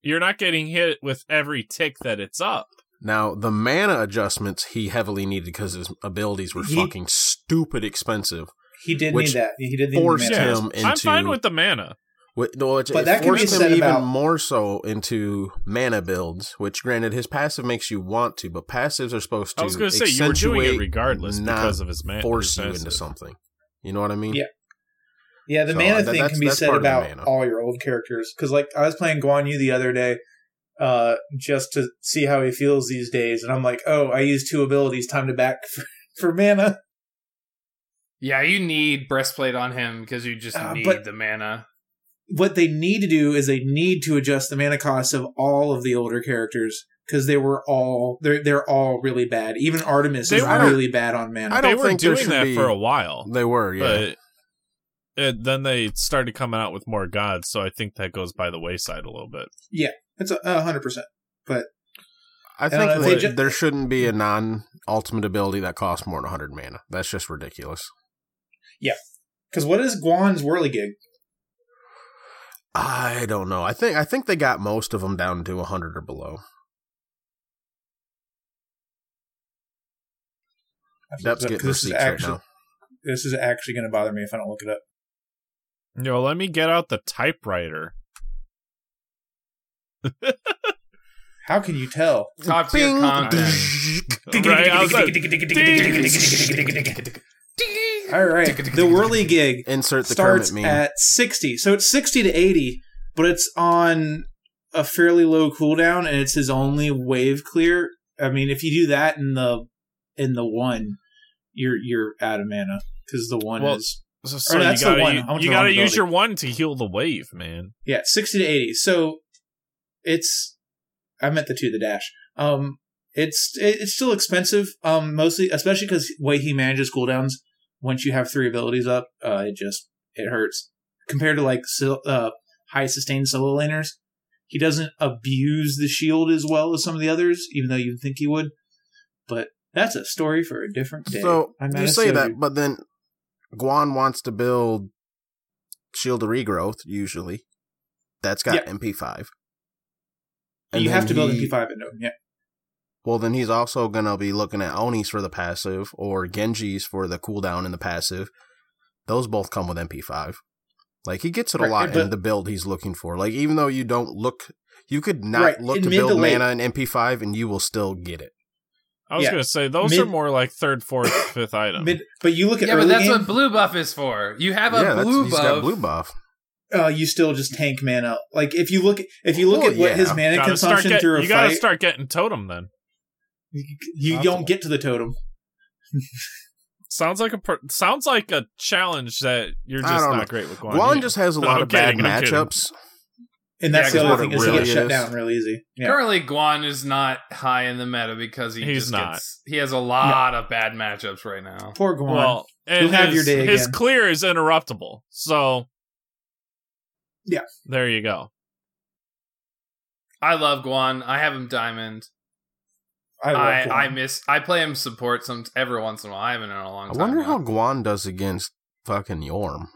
Speaker 2: you're not getting hit with every tick that it's up.
Speaker 3: Now, the mana adjustments he heavily needed because his abilities were
Speaker 6: He-
Speaker 3: fucking stupid expensive.
Speaker 6: He did
Speaker 3: Which
Speaker 6: need that. He did need the
Speaker 3: forced
Speaker 6: mana.
Speaker 2: Yeah.
Speaker 3: him into
Speaker 2: I'm fine with the mana.
Speaker 3: Wh- no, it,
Speaker 6: But
Speaker 3: it
Speaker 6: that can be
Speaker 3: forced him
Speaker 6: said
Speaker 3: even
Speaker 6: about-
Speaker 3: more so into mana builds, which granted his passive makes you want to, but passives are supposed to
Speaker 2: I was gonna say you were doing it
Speaker 3: accentuate,
Speaker 2: regardless
Speaker 3: not
Speaker 2: because of his mana.
Speaker 3: force you into something. You know what I mean?
Speaker 6: Yeah. Yeah, the
Speaker 3: So,
Speaker 6: mana
Speaker 3: that-
Speaker 6: thing
Speaker 3: that's-
Speaker 6: can be
Speaker 3: that's
Speaker 6: said
Speaker 3: part of the
Speaker 6: about
Speaker 3: mana.
Speaker 6: all your old characters. Because, like, I was playing Guan Yu the other day uh, just to see how he feels these days. And I'm like, oh, I used two abilities, time to back <laughs> for, for mana.
Speaker 4: Yeah, you need breastplate on him because you just
Speaker 6: Uh,
Speaker 4: need
Speaker 6: but-
Speaker 4: the mana.
Speaker 6: What they need to do is they need to adjust the mana costs of all of the older characters because they were all they're they're all really bad. Even Artemis
Speaker 2: They
Speaker 6: is
Speaker 2: were-
Speaker 6: really bad on mana.
Speaker 3: I
Speaker 2: They
Speaker 3: don't
Speaker 2: were
Speaker 3: think there
Speaker 2: doing
Speaker 3: should
Speaker 2: that
Speaker 3: be-
Speaker 2: for a while,
Speaker 3: They were, yeah.
Speaker 2: but it, then they started coming out with more gods. So I think that goes by the wayside a little bit.
Speaker 6: It's a hundred percent.
Speaker 3: I
Speaker 6: don't know,
Speaker 3: think
Speaker 6: they
Speaker 3: that
Speaker 6: ju-
Speaker 3: there shouldn't be a non ultimate ability that costs more than 100 mana. That's just ridiculous.
Speaker 6: Because what is Guan's whirligig?
Speaker 3: I don't know. I think I think they got most of them down to 100 or below. Dep's getting
Speaker 6: this is
Speaker 3: receipts
Speaker 6: actually
Speaker 3: right now.
Speaker 6: this is actually going to bother me if I don't look it up.
Speaker 2: Yo, let me get out the typewriter.
Speaker 6: How can you tell?
Speaker 4: Top tier
Speaker 3: Bing.
Speaker 4: content.
Speaker 2: Right? I was like,
Speaker 6: All right, the Whirly Gig
Speaker 3: <laughs> Insert the
Speaker 6: starts
Speaker 3: Kermit meme.
Speaker 6: at sixty, so it's sixty to eighty, but it's on a fairly low cooldown, and it's his only wave clear. I mean, if you do that in the in the one, you're you're out of mana because the one
Speaker 2: Well-
Speaker 6: is
Speaker 2: so, so
Speaker 6: Or
Speaker 2: you
Speaker 6: that's the
Speaker 2: gotta,
Speaker 6: one.
Speaker 2: u-
Speaker 6: I went to
Speaker 2: you
Speaker 6: the wrong
Speaker 2: gotta use
Speaker 6: ability.
Speaker 2: your one to heal the wave, man.
Speaker 6: yeah sixty to eighty. So it's I meant the two the dash. Um, it's it, it's still expensive. Um, mostly especially because way he manages cooldowns. Once you have three abilities up, uh, it just it hurts compared to like sil- uh, high sustained solo laners. He doesn't abuse the shield as well as some of the others, even though you'd think he would. But that's a story for a different day.
Speaker 3: So
Speaker 6: I'm not
Speaker 3: you
Speaker 6: a
Speaker 3: say
Speaker 6: savior.
Speaker 3: that, but then Guan wants to build Shield of Regrowth. Usually, that's got
Speaker 6: Yeah.
Speaker 3: MP5.
Speaker 6: you have
Speaker 3: then
Speaker 6: to build
Speaker 3: he-
Speaker 6: MP5 into him. Yeah,
Speaker 3: Well, then he's also gonna be looking at Oni's for the passive or Genji's for the cooldown and the passive. Those both come with MP5. Like he gets it a
Speaker 6: Right,
Speaker 3: lot
Speaker 6: but-
Speaker 3: in the build he's looking for. Like even though you don't look, you could not
Speaker 6: Right,
Speaker 3: look
Speaker 6: in
Speaker 3: to
Speaker 6: mid to
Speaker 3: build
Speaker 6: late.
Speaker 3: mana and MP5, and you will still get it.
Speaker 2: I was
Speaker 6: Yeah.
Speaker 2: gonna say those
Speaker 6: Mid-
Speaker 2: are more like third,
Speaker 6: <coughs>
Speaker 2: fourth, fifth item.
Speaker 6: Mid- but you look at
Speaker 4: Yeah,
Speaker 6: early
Speaker 4: but that's
Speaker 6: game,
Speaker 4: what blue buff is for. You have a
Speaker 3: yeah, that's,
Speaker 4: blue
Speaker 3: he's
Speaker 4: buff.
Speaker 3: got blue buff.
Speaker 6: uh, you still just tank mana. Like if you look if you look
Speaker 3: Well,
Speaker 6: at what
Speaker 3: yeah.
Speaker 6: his mana
Speaker 2: Gotta start
Speaker 6: consumption
Speaker 2: get-
Speaker 6: through a
Speaker 2: you gotta
Speaker 6: fight,
Speaker 2: start getting totem then.
Speaker 6: you don't get to the totem.
Speaker 2: Sounds like a per- sounds like a challenge that you're
Speaker 3: I
Speaker 2: just
Speaker 3: don't
Speaker 2: not
Speaker 3: know.
Speaker 2: great with Guan.
Speaker 3: Guan
Speaker 2: Yu.
Speaker 3: just has a
Speaker 2: No,
Speaker 3: lot
Speaker 2: I'm
Speaker 3: of bad
Speaker 2: kidding, I'm kidding.
Speaker 3: matchups.
Speaker 6: And
Speaker 4: Yeah,
Speaker 6: that's
Speaker 4: 'cause
Speaker 6: the
Speaker 4: what
Speaker 6: other thing
Speaker 3: it
Speaker 6: is he
Speaker 3: really
Speaker 6: gets shut
Speaker 3: is-
Speaker 6: down real easy. Yeah.
Speaker 4: Currently, Guan is not high in the meta because he
Speaker 2: He's
Speaker 4: just
Speaker 2: not.
Speaker 4: Gets, he has a lot of bad matchups right now.
Speaker 6: Poor Guan.
Speaker 2: well, and
Speaker 6: You'll have
Speaker 2: his,
Speaker 6: your day
Speaker 2: his
Speaker 6: again.
Speaker 2: clear is interruptible, so
Speaker 6: Yeah.
Speaker 2: there you go.
Speaker 4: I love Guan. I have him diamond.
Speaker 6: I, love
Speaker 4: I,
Speaker 6: Guan.
Speaker 4: I miss. I play him support some every once in a while. I haven't in a long
Speaker 3: I
Speaker 4: time.
Speaker 3: wonder
Speaker 4: now.
Speaker 3: how Guan does against fucking Yorm.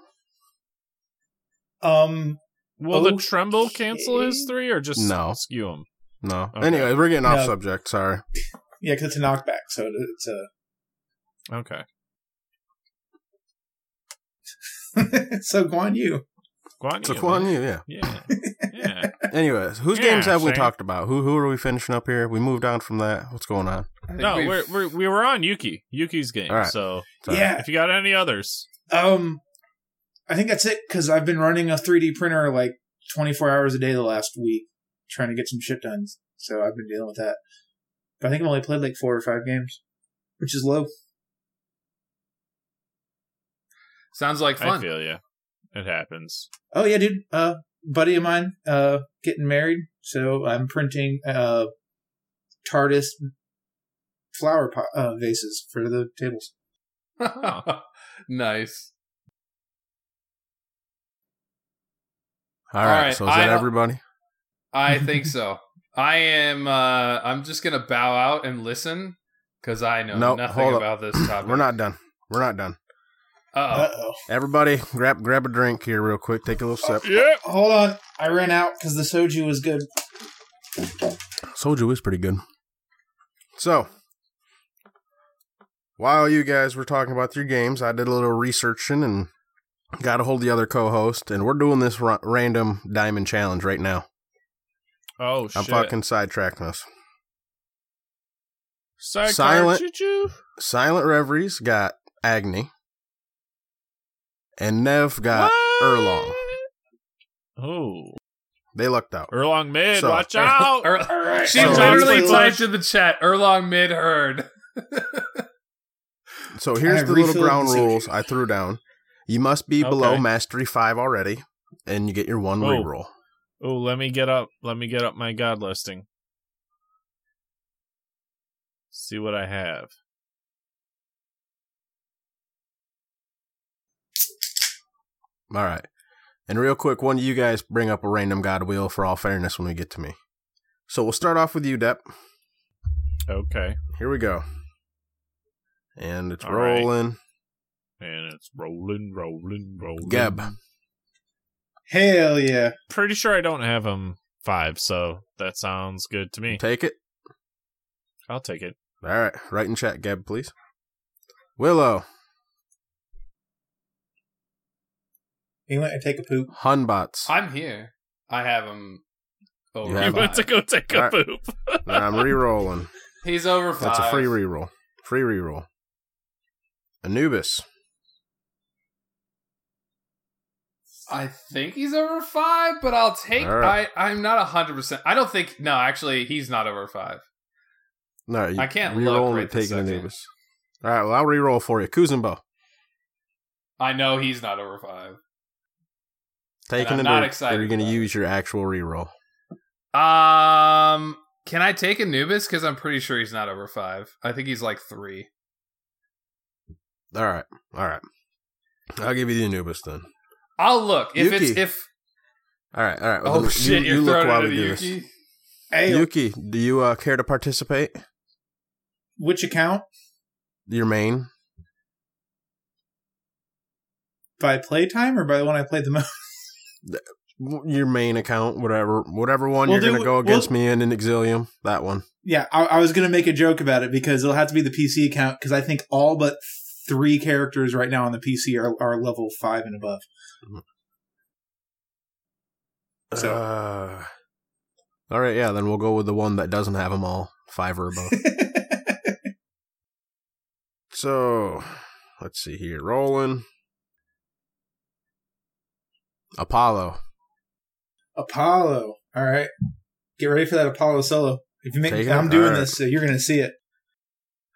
Speaker 6: um
Speaker 2: Will the
Speaker 6: Okay.
Speaker 2: tremble cancel his three or just
Speaker 3: No.
Speaker 2: skew him?
Speaker 3: No.
Speaker 2: Okay.
Speaker 3: Anyway, we're getting off
Speaker 6: No.
Speaker 3: subject. Sorry.
Speaker 6: yeah, 'cause it's a knockback, so it's a <laughs>
Speaker 2: Okay.
Speaker 6: so Guan Yu.
Speaker 2: Guan
Speaker 3: So
Speaker 2: Yu,
Speaker 3: Guan
Speaker 2: man.
Speaker 3: Yu, yeah.
Speaker 2: Yeah.
Speaker 6: <laughs>
Speaker 2: Yeah.
Speaker 3: Anyways, whose
Speaker 2: Yeah,
Speaker 3: games have we
Speaker 2: same.
Speaker 3: talked about? Who who are we finishing up here? We moved on from that. What's going on?
Speaker 4: I think
Speaker 2: no,
Speaker 4: we've-
Speaker 2: we're, we're we were on Yuki. Yuki's game.
Speaker 3: All right.
Speaker 2: So
Speaker 3: Sorry.
Speaker 6: Yeah.
Speaker 2: if you got any others,
Speaker 6: Um, I think that's it because I've been running a 3D printer like 24 hours a day the last week trying to get some shit done. So I've been dealing with that. But I think I've only played like four or five games, which is low.
Speaker 4: sounds like
Speaker 2: I
Speaker 4: <laughs> fun.
Speaker 2: feel you. It happens.
Speaker 6: Oh yeah, dude. Uh, buddy of mine, uh, getting married, so I'm printing uh, TARDIS flower pot, uh, vases for the tables.
Speaker 3: Oh.
Speaker 4: nice.
Speaker 3: All right.
Speaker 4: All right,
Speaker 3: So is
Speaker 4: I
Speaker 3: that
Speaker 4: don't-
Speaker 3: everybody?
Speaker 4: I
Speaker 3: <laughs>
Speaker 4: think so. I am. uh I'm just gonna bow out and listen because I know
Speaker 3: Nope,
Speaker 4: nothing
Speaker 3: hold up.
Speaker 4: about this topic.
Speaker 3: We're not done. We're not done.
Speaker 4: Uh
Speaker 6: oh.
Speaker 3: Everybody, grab grab a drink here real quick. Take a little sip.
Speaker 2: Yeah.
Speaker 6: Hold on, I ran out because the soju was good.
Speaker 3: Soju is pretty good. So, while you guys were talking about your games, I did a little researching and got a hold of the other co-host, and we're doing this ra- random diamond challenge right now.
Speaker 2: Oh shit.
Speaker 3: I'm fucking sidetracking us.
Speaker 2: Sidecar
Speaker 3: silent.
Speaker 2: choo-choo.
Speaker 3: Silent Reveries got Agni, and Nev got Erlong.
Speaker 2: Oh.
Speaker 3: They lucked out.
Speaker 2: Erlong mid,
Speaker 3: So- <laughs>
Speaker 2: watch out.
Speaker 4: Erl-
Speaker 6: <laughs> All right,
Speaker 4: Er, she
Speaker 3: So-
Speaker 4: literally
Speaker 2: Sounds like-
Speaker 4: typed in the chat Erlong mid herd.
Speaker 3: So here's
Speaker 6: have
Speaker 3: the little
Speaker 6: refilled
Speaker 3: ground
Speaker 6: the sushi.
Speaker 3: rules I threw down. You must be below
Speaker 2: Okay.
Speaker 3: mastery five already, and you get your one
Speaker 2: Oh.
Speaker 3: reroll.
Speaker 2: oh, let me get up. Let me get up my god listing. See what I have.
Speaker 3: All right. And real quick, one of you guys bring up a random god wheel for all fairness when we get to me. So we'll start off with you, Depp.
Speaker 2: Okay.
Speaker 3: Here we go. And it's
Speaker 2: All right.
Speaker 3: rolling.
Speaker 2: And it's rolling, rolling, rolling.
Speaker 3: Geb.
Speaker 6: Hell yeah.
Speaker 2: Pretty sure I don't have him five, so that sounds good to me.
Speaker 3: Take it.
Speaker 2: I'll take it.
Speaker 3: All right. Write in chat, Gab, please. Willow,
Speaker 6: He went and take a poop.
Speaker 3: Hunbots.
Speaker 4: I'm here. I have him over.
Speaker 3: You
Speaker 2: <laughs> You
Speaker 3: have
Speaker 2: went
Speaker 4: five.
Speaker 2: to go take a
Speaker 3: Alright.
Speaker 2: poop.
Speaker 3: <laughs> I'm re-rolling.
Speaker 4: He's over five.
Speaker 3: That's a free reroll. Free reroll. Anubis.
Speaker 4: I think he's over five, but I'll take.
Speaker 3: All right.
Speaker 4: I I'm not hundred percent. I don't think. No, actually, he's not over five.
Speaker 3: No, you
Speaker 4: I can't look
Speaker 3: re-roll
Speaker 4: right
Speaker 3: and
Speaker 4: this
Speaker 3: taking
Speaker 4: second.
Speaker 3: Anubis. All right. Well, I'll re-roll for you. Kuzumbo.
Speaker 4: I know he's not over five.
Speaker 3: Taking
Speaker 4: I'm
Speaker 3: it.
Speaker 4: not
Speaker 3: or-
Speaker 4: excited
Speaker 3: Are you going to
Speaker 4: about it.
Speaker 3: use your actual reroll?
Speaker 4: Um, can I take Anubis? Because I'm pretty sure he's not over five. I think he's like three.
Speaker 3: All right. All right. I'll give you the Anubis then.
Speaker 4: I'll look if it's
Speaker 3: Yuki.
Speaker 4: if.
Speaker 3: All right. All right. well,
Speaker 4: Oh
Speaker 3: then
Speaker 4: shit!
Speaker 3: you-
Speaker 4: You,
Speaker 3: you
Speaker 4: are
Speaker 3: look
Speaker 4: throwing
Speaker 3: while we
Speaker 4: it into
Speaker 3: do this.
Speaker 4: Yuki.
Speaker 6: Hey,
Speaker 3: Yuki, do you uh, care to participate?
Speaker 6: which account?
Speaker 3: Your main?
Speaker 6: By playtime or by the one I played the most? <laughs>
Speaker 3: Your main account, whatever whatever one
Speaker 6: We'll
Speaker 3: you're
Speaker 6: do-
Speaker 3: going to go
Speaker 6: we'll-
Speaker 3: against me in in Exilium, that one.
Speaker 6: Yeah, I, I was gonna make a joke about it because it'll have to be the PC account because I think all but three characters right now on the PC are, are level five and above. <laughs> So-
Speaker 3: Uh, all right, yeah, then we'll go with the one that doesn't have them all, five or
Speaker 6: <laughs>
Speaker 3: above. so, let's see here. Rolling. Apollo.
Speaker 6: Apollo. All right, get ready for that Apollo solo. If you make,
Speaker 3: Take it?
Speaker 6: I'm doing
Speaker 3: All right.
Speaker 6: this, so you're gonna see it.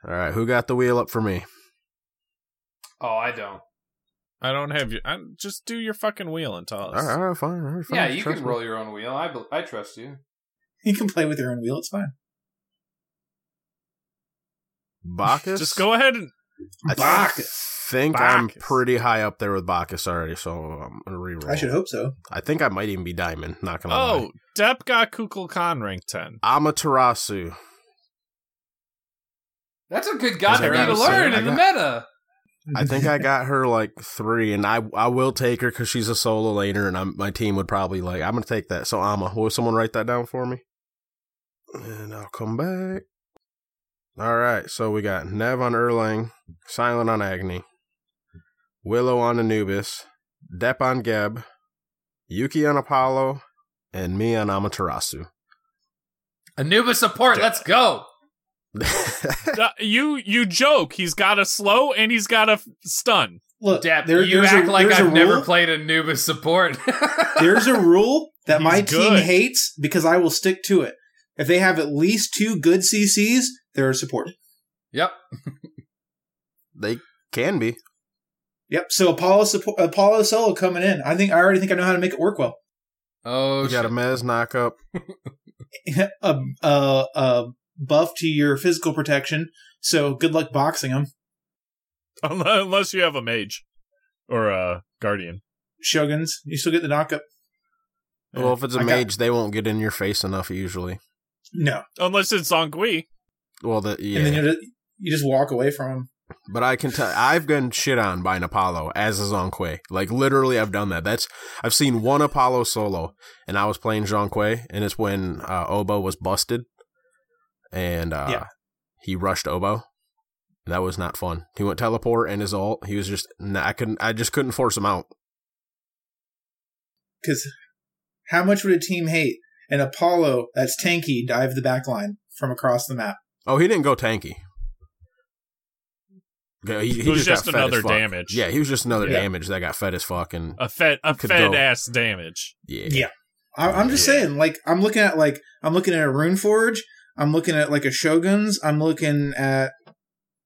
Speaker 3: All right, who got the wheel up for me?
Speaker 4: Oh, I don't.
Speaker 2: I don't have you. I'm just do your fucking wheel and tell
Speaker 3: All
Speaker 2: us.
Speaker 3: right, all right, fine. All right, fine
Speaker 4: Yeah, you
Speaker 3: trust
Speaker 4: can
Speaker 3: me.
Speaker 4: roll your own wheel. I bel- I trust you.
Speaker 6: You can play with your own wheel. It's fine.
Speaker 3: Bacchus?
Speaker 2: Just go ahead and
Speaker 3: I
Speaker 6: Bacchus.
Speaker 3: think I'm
Speaker 2: Bacchus.
Speaker 3: pretty high up there with Bacchus already, so I'm going to reroll.
Speaker 6: I should hope so.
Speaker 3: I think I might even be Diamond, not going to lie.
Speaker 2: oh, Depp got Kukul Khan rank ten.
Speaker 3: Amaterasu.
Speaker 4: That's a good
Speaker 3: Guess
Speaker 4: god
Speaker 3: I
Speaker 4: for you
Speaker 3: gotta
Speaker 4: to
Speaker 3: say,
Speaker 4: learn
Speaker 3: I
Speaker 4: in the
Speaker 3: got-
Speaker 4: meta.
Speaker 3: I think I got her like three, and I I will take her because she's a solo laner, and I'm, my team would probably like I'm gonna take that. So Ama, will someone write that down for me? And I'll come back. All right, so we got Nev on Erlang, Silent on Agni, Willow on Anubis, Dep on Geb, Yuki on Apollo, and me on Amaterasu. <laughs>
Speaker 4: Anubis support.
Speaker 2: Yeah.
Speaker 4: Let's go.
Speaker 2: Uh, you you joke. He's got a slow and he's got a f- stun. <laughs>
Speaker 6: Look,
Speaker 4: Dap,
Speaker 6: there-
Speaker 4: you
Speaker 6: there's a-
Speaker 4: act like
Speaker 6: there's a
Speaker 4: I've never
Speaker 6: rule-
Speaker 4: played <laughs> Anubis support.
Speaker 6: there's a rule that my
Speaker 2: He's
Speaker 6: team
Speaker 2: good.
Speaker 6: hates because I will stick to it. If they have at least two good CCs, they're a support.
Speaker 4: <laughs> yep.
Speaker 3: they can be.
Speaker 6: Yep. So Apollo support, Apollo solo coming in. I think I already think I know how to make it work well. <laughs>
Speaker 4: Oh,
Speaker 3: You
Speaker 4: shit.
Speaker 3: got a Mez knock up.
Speaker 6: a, a, Um, uh, a buff to your physical protection. So good luck boxing them,
Speaker 2: Unless, unless you have a mage or a guardian.
Speaker 6: Shoguns. You still get the knockup.
Speaker 3: Well, if it's a
Speaker 6: I got-
Speaker 3: mage, they won't get in your face enough usually.
Speaker 6: No,
Speaker 2: Unless it's Zongui.
Speaker 3: Well, the yeah,
Speaker 6: and then you just you just walk away from them.
Speaker 3: but I can tell I've been shit on by an Apollo as a Zonquay. Like literally, I've done that. That's I've seen one Apollo solo, and I was playing Zonquay, and it's when uh, Obo was busted, and uh,
Speaker 6: Yeah.
Speaker 3: he rushed Obo. That was not fun. He went teleport and his ult. He was just nah, I couldn't I just couldn't force him out.
Speaker 6: Because how much would a team hate an Apollo that's tanky dive the back line from across the map?
Speaker 3: Oh, he didn't go tanky. Yeah, He, he
Speaker 2: It was
Speaker 3: got
Speaker 2: just
Speaker 3: fed as
Speaker 2: another
Speaker 3: fuck.
Speaker 2: damage. Uh,
Speaker 3: Yeah, he was just another
Speaker 6: Yeah.
Speaker 3: damage that got fed as fuck, and
Speaker 2: A fed a
Speaker 3: Could
Speaker 2: fed
Speaker 3: go.
Speaker 2: ass
Speaker 3: <laughs>
Speaker 2: damage.
Speaker 3: yeah,
Speaker 6: Yeah. I, I'm just saying, like I'm looking at like I'm looking at a Rune Forge. I'm looking at like a Shoguns. I'm looking at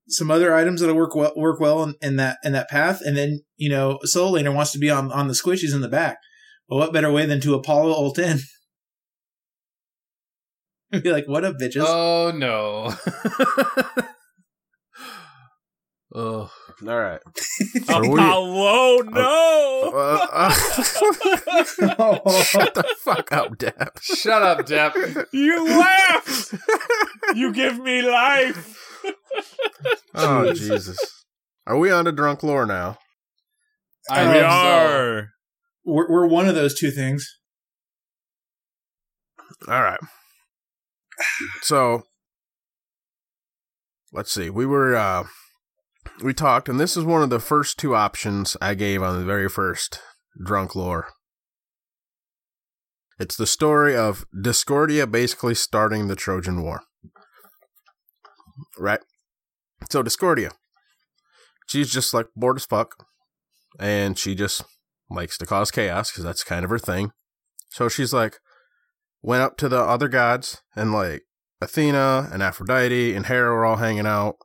Speaker 6: some other items that'll work well work well in, in that in that path. And then you know, a Soul Laner wants to be on on the squishies in the back. Well, what better way than to Apollo ult in? <laughs> be like, what up, bitches?
Speaker 4: Oh
Speaker 3: <laughs>
Speaker 4: no. oh.
Speaker 3: All right. So
Speaker 2: Oh,
Speaker 3: we-
Speaker 2: Apollo,
Speaker 3: Uh, <laughs> uh,
Speaker 2: no!
Speaker 6: <laughs>
Speaker 3: Shut the fuck up, Deb.
Speaker 4: Shut up, Depp.
Speaker 2: <laughs> you laugh. You give me life.
Speaker 3: <laughs> oh Jesus. Are we on to drunk lore now?
Speaker 4: I
Speaker 2: we
Speaker 4: hope so.
Speaker 2: are.
Speaker 6: We're, we're one of those two things.
Speaker 3: All right. So let's see. We were uh we talked and this is one of the first two options I gave on the very first drunk lore. It's the story of Discordia basically starting the Trojan War. Right? So Discordia. She's just like bored as fuck. And she just likes to cause chaos because that's kind of her thing. So she's like, went up to the other gods and like Athena and Aphrodite and Hera were all hanging out.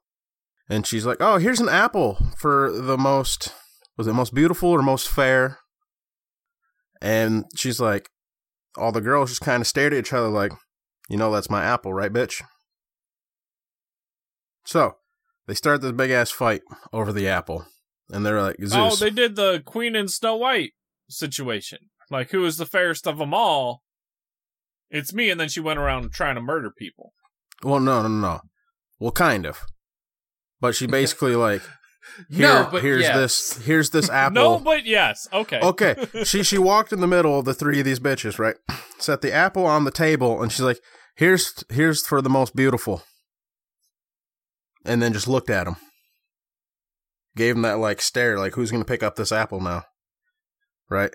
Speaker 3: And she's like, "Oh, here's an apple for the most was it most beautiful or most fair?" And she's like, all the girls just kind of stared at each other like, "You know that's my apple, right, bitch?" So, they start this big ass fight over the apple. And they're like, "Zeus."
Speaker 2: Oh, they did the Queen and Snow White situation. Like, who is the fairest of them all? It's me, and then she went around trying to murder people.
Speaker 3: Well, no, no, no. Well, kind of. But she basically like here,
Speaker 4: No, but
Speaker 3: here's
Speaker 4: yes.
Speaker 3: this here's
Speaker 4: <laughs>
Speaker 3: this apple.
Speaker 2: No, but yes. Okay.
Speaker 3: okay. She she walked in the middle of the three of these bitches, right? <clears throat> Set the apple on the table and she's like, "Here's here's for the most beautiful." And then just looked at him. Gave him that like stare like who's going to pick up this apple now? Right?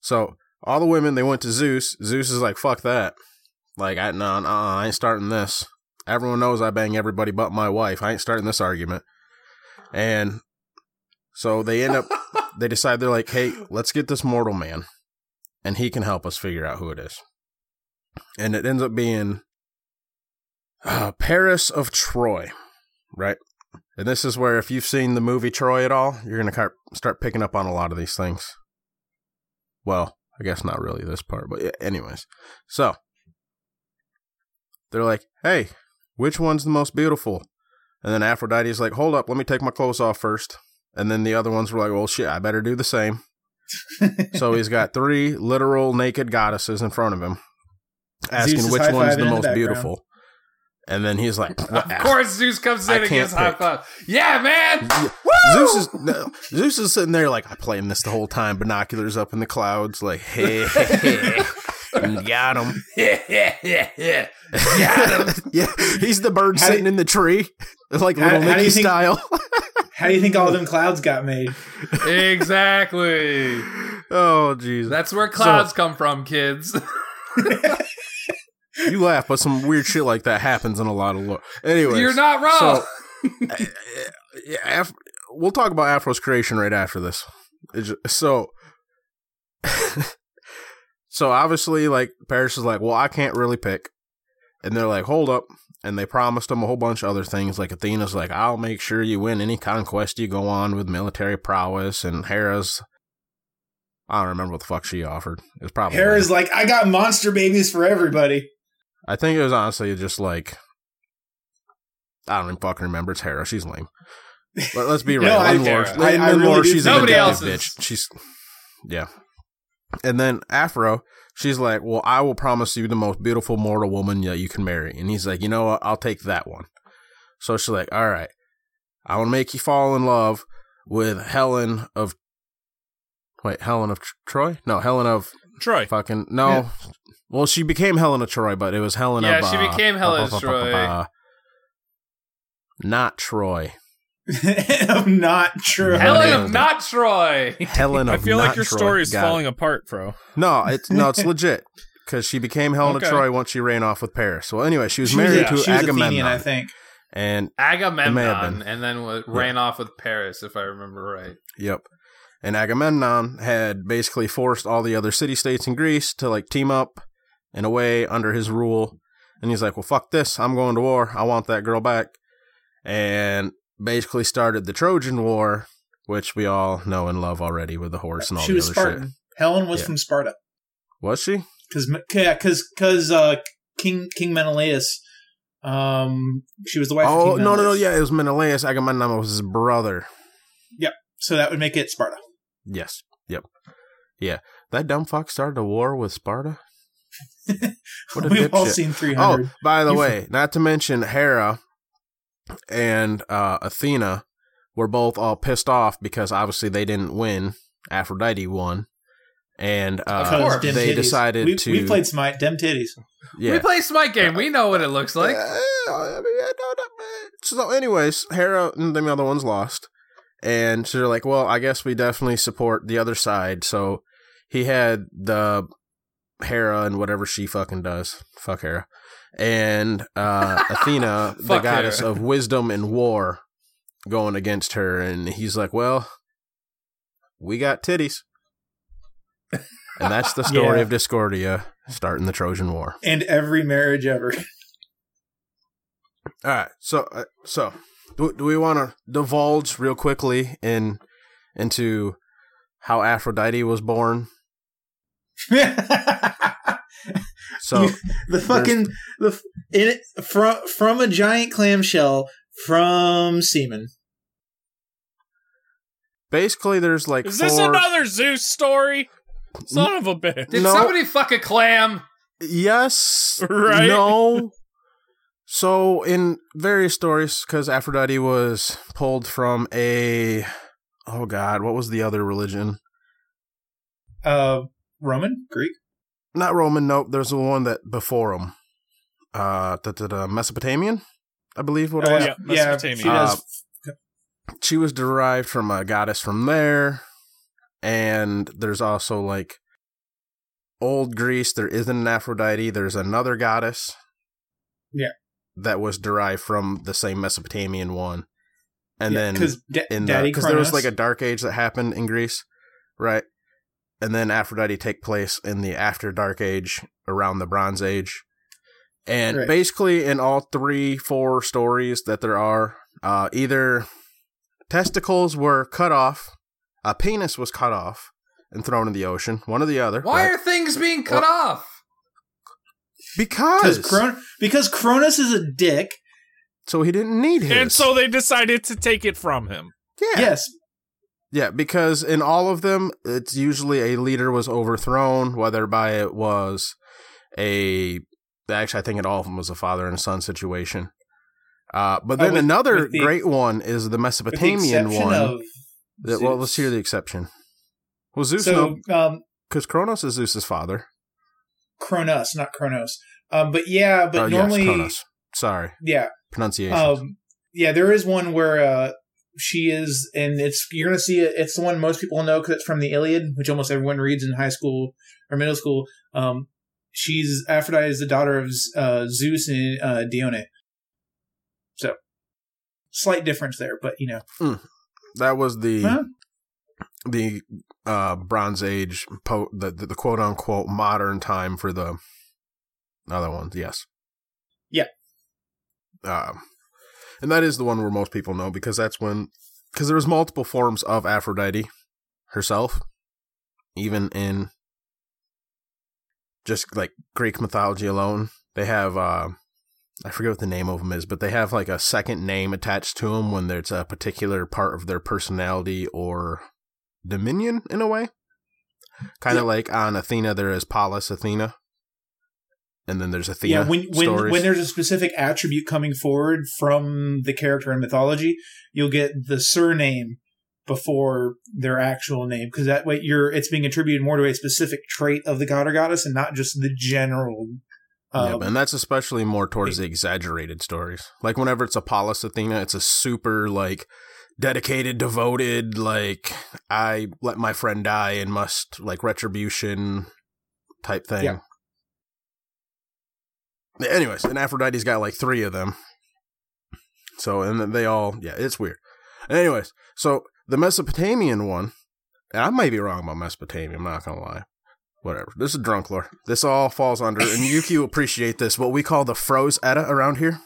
Speaker 3: So, all the women they went to Zeus. Zeus is like, "Fuck that." Like, I no, no, I ain't starting this. Everyone knows I bang everybody but my wife. I ain't starting this argument. And so they end up they decide they're like, hey, let's get this mortal man, and he can help us figure out who it is. And it ends up being uh, Paris of Troy, right? And this is where, if you've seen the movie Troy at all, you're gonna car- start picking up on a lot of these things. Well, I guess not really this part, but yeah, anyways. So they're like, hey, which one's the most beautiful? And then Aphrodite's like, hold up, let me take my clothes off first. And then the other ones were like, well, shit, I better do the same.
Speaker 6: <laughs>
Speaker 3: so he's got three literal naked goddesses in front of him, asking
Speaker 6: Zeus is
Speaker 3: which one's
Speaker 6: high-fiving
Speaker 3: the
Speaker 6: in the
Speaker 3: most
Speaker 6: background.
Speaker 3: beautiful. And then he's
Speaker 6: <laughs>
Speaker 3: like,
Speaker 4: Of course, Zeus comes
Speaker 3: Ah. I
Speaker 4: in and
Speaker 3: can't
Speaker 4: gets high
Speaker 3: pick.
Speaker 4: five. Yeah, man. <laughs>
Speaker 3: Zeus is no, Zeus is sitting there like I planned this the whole time, binoculars up in the clouds, like hey,
Speaker 6: <laughs>
Speaker 3: got him,
Speaker 4: Yeah, yeah, yeah, yeah.
Speaker 3: <laughs> yeah, he's the bird
Speaker 6: How do-
Speaker 3: sitting in the tree, <laughs> like
Speaker 6: How-
Speaker 3: little
Speaker 6: how do you
Speaker 3: Nicky
Speaker 6: think-
Speaker 3: style.
Speaker 6: <laughs>
Speaker 3: <laughs>
Speaker 6: How do you think all them clouds got made?
Speaker 4: Exactly.
Speaker 3: oh jeez,
Speaker 4: That's where clouds come from, kids. <laughs>
Speaker 3: you laugh, but some weird shit like that happens in a lot of lore. Anyways,
Speaker 4: You're not wrong.
Speaker 3: So, yeah, Af- we'll talk about Afro's creation right after this. It's ju- so, <laughs> so obviously, like Paris is like, well, I can't really pick, and they're like, hold up, and they promised him a whole bunch of other things. Like Athena's like, I'll make sure you win any conquest you go on with military prowess, and Hera's. I don't remember what the fuck she offered. It was probably
Speaker 6: Hera's like, I got monster babies for everybody. <laughs>
Speaker 3: I think it was honestly just like I don't even fucking remember. It's Hera. She's lame. But let's be
Speaker 6: <laughs> No,
Speaker 3: real.
Speaker 6: I-
Speaker 3: In lore-
Speaker 4: Hera.
Speaker 3: in
Speaker 6: I- I
Speaker 3: lore,
Speaker 6: really do
Speaker 3: she's
Speaker 4: think
Speaker 3: nobody
Speaker 4: that.
Speaker 3: else.
Speaker 4: Nobody else's.
Speaker 3: Bitch. She's yeah. And then Afro, she's like, "Well, I will promise you the most beautiful mortal woman that you can marry." And he's like, "You know what? I'll take that one." So she's like, "All right, I want to make you fall in love with Helen of." Wait, Helen of Tr- Troy? No, Helen of
Speaker 2: Troy.
Speaker 3: Fucking no.
Speaker 6: Yeah.
Speaker 3: Well, she became Helena Troy, but it was Helena.
Speaker 4: Yeah,
Speaker 3: bah,
Speaker 4: she became
Speaker 3: bah,
Speaker 4: Helena
Speaker 3: bah, bah,
Speaker 4: Troy.
Speaker 3: bah, bah. Not
Speaker 2: <laughs>
Speaker 3: Troy.
Speaker 6: I'm not true.
Speaker 4: Helen
Speaker 3: Yeah.
Speaker 4: of not Troy.
Speaker 3: Helen.
Speaker 2: I
Speaker 3: of
Speaker 2: feel like
Speaker 3: not
Speaker 2: your
Speaker 3: Troy.
Speaker 2: story is
Speaker 3: Got
Speaker 2: falling
Speaker 3: It.
Speaker 2: apart, bro.
Speaker 3: No, it's no,
Speaker 2: <laughs>
Speaker 3: it's legit because she became Helena
Speaker 2: Okay.
Speaker 3: Troy once she ran off with Paris. Well, anyway, she was
Speaker 6: She was-
Speaker 3: married
Speaker 6: yeah,
Speaker 3: to
Speaker 6: she was
Speaker 3: Agamemnon,
Speaker 6: Athenian, I think.
Speaker 3: and may have
Speaker 4: Agamemnon,
Speaker 3: been.
Speaker 4: and then wa- ran off with Paris, if I remember right.
Speaker 3: Yep. And Agamemnon had basically forced all the other city states in Greece to like team up and away under his rule. And he's like, well, fuck this. I'm going to war. I want that girl back. And basically started the Trojan War, which we all know and love already with the horse and all
Speaker 6: She
Speaker 3: the
Speaker 6: was
Speaker 3: other
Speaker 6: Spartan.
Speaker 3: shit.
Speaker 6: Helen was
Speaker 3: Yeah.
Speaker 6: from Sparta
Speaker 3: Was she?
Speaker 6: because yeah, because because uh, King King Menelaus, um, she was the wife.
Speaker 3: oh,
Speaker 6: of King
Speaker 3: no, no, no.
Speaker 6: Menelaus.
Speaker 3: Yeah, it was Menelaus. Agamemnon was his brother.
Speaker 6: So that would make it Sparta.
Speaker 3: Yes. Yep. Yeah. That dumb fuck started a war with Sparta? What a
Speaker 6: <laughs> We've all
Speaker 3: dipshit.
Speaker 6: seen three
Speaker 3: Oh,
Speaker 6: hundred.
Speaker 3: by the
Speaker 6: You
Speaker 3: way, not to mention Hera and uh, Athena were both all pissed off because obviously they didn't win. Aphrodite won, and uh,
Speaker 4: course.
Speaker 6: Cause dem
Speaker 3: they
Speaker 6: titties.
Speaker 3: decided
Speaker 6: we,
Speaker 3: to
Speaker 6: we played Smite dem titties.
Speaker 3: yeah.
Speaker 4: We play Smite game. We know what it looks like.
Speaker 3: Yeah, I mean, I know that, man. So, anyways, Hera and the other ones lost, and so they're like, "Well, I guess we definitely support the other side." So he had the Hera and whatever she fucking does, fuck Hera, and
Speaker 4: <laughs>
Speaker 3: uh, Athena, the
Speaker 4: Fuck
Speaker 3: goddess
Speaker 4: Hera.
Speaker 3: of wisdom and war, going against her, and he's like, "Well, we got titties." And that's
Speaker 4: <laughs>
Speaker 3: the story
Speaker 6: Yeah.
Speaker 3: of Discordia starting the Trojan War.
Speaker 6: and every marriage ever. <laughs>
Speaker 3: All right. So, uh, so do, do we want to divulge real quickly in into how Aphrodite was born?
Speaker 6: the
Speaker 2: <laughs>
Speaker 3: So,
Speaker 6: fucking the f- in it, from from a giant clamshell from semen.
Speaker 3: basically, there's like
Speaker 2: Is
Speaker 3: four.
Speaker 2: this another Zeus story? Son of a bitch.
Speaker 4: Did
Speaker 3: No.
Speaker 4: somebody fuck a clam?
Speaker 3: yes,
Speaker 2: <laughs> Right?
Speaker 3: No. So, in various stories, because Aphrodite was pulled from a, oh god, what was the other religion?
Speaker 6: Uh, Roman, Greek.
Speaker 3: Not Roman. Nope. There's the one that before him, uh, the, the, the Mesopotamian, I believe. What it
Speaker 6: Uh,
Speaker 3: was.
Speaker 2: Oh, yeah, Mesopotamia.
Speaker 6: She does.
Speaker 3: Uh, she was derived from a goddess from there and there's also like old greece there isn't an aphrodite there's another goddess
Speaker 6: Yeah.
Speaker 3: that was derived from the same mesopotamian one and
Speaker 6: yeah,
Speaker 3: then
Speaker 6: da-
Speaker 3: in
Speaker 6: Daddy
Speaker 3: because there was
Speaker 6: Kronos-
Speaker 3: like a dark age that happened in greece right and then aphrodite take place in the after dark age around the bronze age and
Speaker 6: Right.
Speaker 3: basically in all three four stories that there are uh, either testicles were cut off a penis was cut off and thrown in the ocean one or the other
Speaker 4: Why
Speaker 3: right?
Speaker 4: are things being cut off?
Speaker 3: because
Speaker 6: because Kron- because Cronus is a dick.
Speaker 3: so he didn't need his
Speaker 2: And so they decided to take it from him.
Speaker 3: yeah
Speaker 6: Yes,
Speaker 3: Yeah, because in all of them, it's usually a leader was overthrown, whether by it was a. Actually, I think in all of them was a father and son situation. Uh, but
Speaker 6: Oh,
Speaker 3: then
Speaker 6: with-
Speaker 3: another
Speaker 6: with the-
Speaker 3: great one is the
Speaker 6: with the
Speaker 3: Mesopotamian
Speaker 6: exception
Speaker 3: one.
Speaker 6: of
Speaker 3: that, well, let's hear the exception. Well, Zeus,
Speaker 6: so um,
Speaker 3: because Kronos is Zeus's father.
Speaker 6: Cronus, not Kronos. Um, but yeah, but
Speaker 3: Oh, yes,
Speaker 6: normally,
Speaker 3: Kronos. Sorry,
Speaker 6: yeah,
Speaker 3: pronunciation.
Speaker 6: Um, yeah, there is one where uh, she is, and it's you're gonna see it. It's the one most people know because it's from the Iliad, which almost everyone reads in high school or middle school. Um, she's Aphrodite is the daughter of Z- uh, Zeus and uh, Dione. So, slight difference there, but you know,
Speaker 3: that was the
Speaker 6: Huh?
Speaker 3: the uh, Bronze Age, po- the, the the quote unquote modern time for the other ones. Yes.
Speaker 6: Yeah.
Speaker 3: Um, and that is the one where most people know because that's when because there was multiple forms of Aphrodite herself, even in just like Greek mythology alone. They have uh, I forget what the name of them is, but they have like a second name attached to them when there's a particular part of their personality or dominion in a way. Kind of like on Athena, there is Pallas Athena, and then there's Athena.
Speaker 6: yeah. When when,
Speaker 3: uh, stories.
Speaker 6: when there's a specific attribute coming forward from the character in mythology, you'll get the surname before their actual name because that way you're it's being attributed more to a specific trait of the god or goddess and not just the general.
Speaker 3: yeah,
Speaker 6: Um,
Speaker 3: and that's especially more towards the exaggerated stories. Like whenever it's Apollos Athena, it's a super like dedicated, devoted, like I let my friend die and must like retribution type thing.
Speaker 6: Yeah.
Speaker 3: Anyways, and Aphrodite's got like three of them. So and then they all yeah, it's weird. Anyways, so the Mesopotamian one, and I might be wrong about Mesopotamia, I'm not gonna lie whatever. This is drunk lore. This all falls under, and
Speaker 4: <laughs>
Speaker 3: Yuki will appreciate this. What we call the froze etta around here.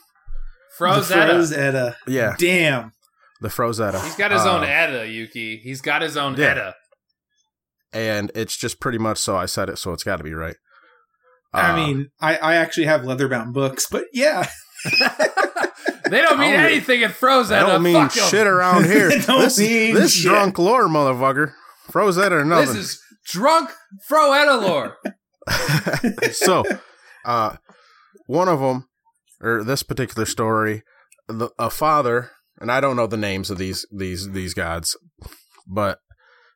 Speaker 6: the
Speaker 4: Frozetta.
Speaker 6: Frozetta.
Speaker 3: Yeah,
Speaker 6: Damn.
Speaker 3: the froze etta.
Speaker 4: He's got his
Speaker 3: Uh,
Speaker 4: own Edda, Yuki. He's got his own
Speaker 3: Yeah.
Speaker 4: Edda.
Speaker 3: and it's just pretty much so. I said it, so it's got to be right.
Speaker 6: I
Speaker 3: Uh,
Speaker 6: mean, I, I actually have leatherbound books, but yeah,
Speaker 4: They don't mean
Speaker 3: I don't-
Speaker 4: anything in Frozetta.
Speaker 3: I don't mean
Speaker 4: Fuck 'em.
Speaker 3: shit
Speaker 4: <laughs>
Speaker 3: around here.
Speaker 6: Don't
Speaker 3: this
Speaker 6: mean
Speaker 3: this
Speaker 6: shit.
Speaker 3: drunk lore, motherfucker. Froze etta or nothing.
Speaker 4: This is drunk Froetta
Speaker 3: <laughs>
Speaker 4: lore.
Speaker 3: so, uh, one of them, or this particular story, the, a father, and I don't know the names of these these these gods, but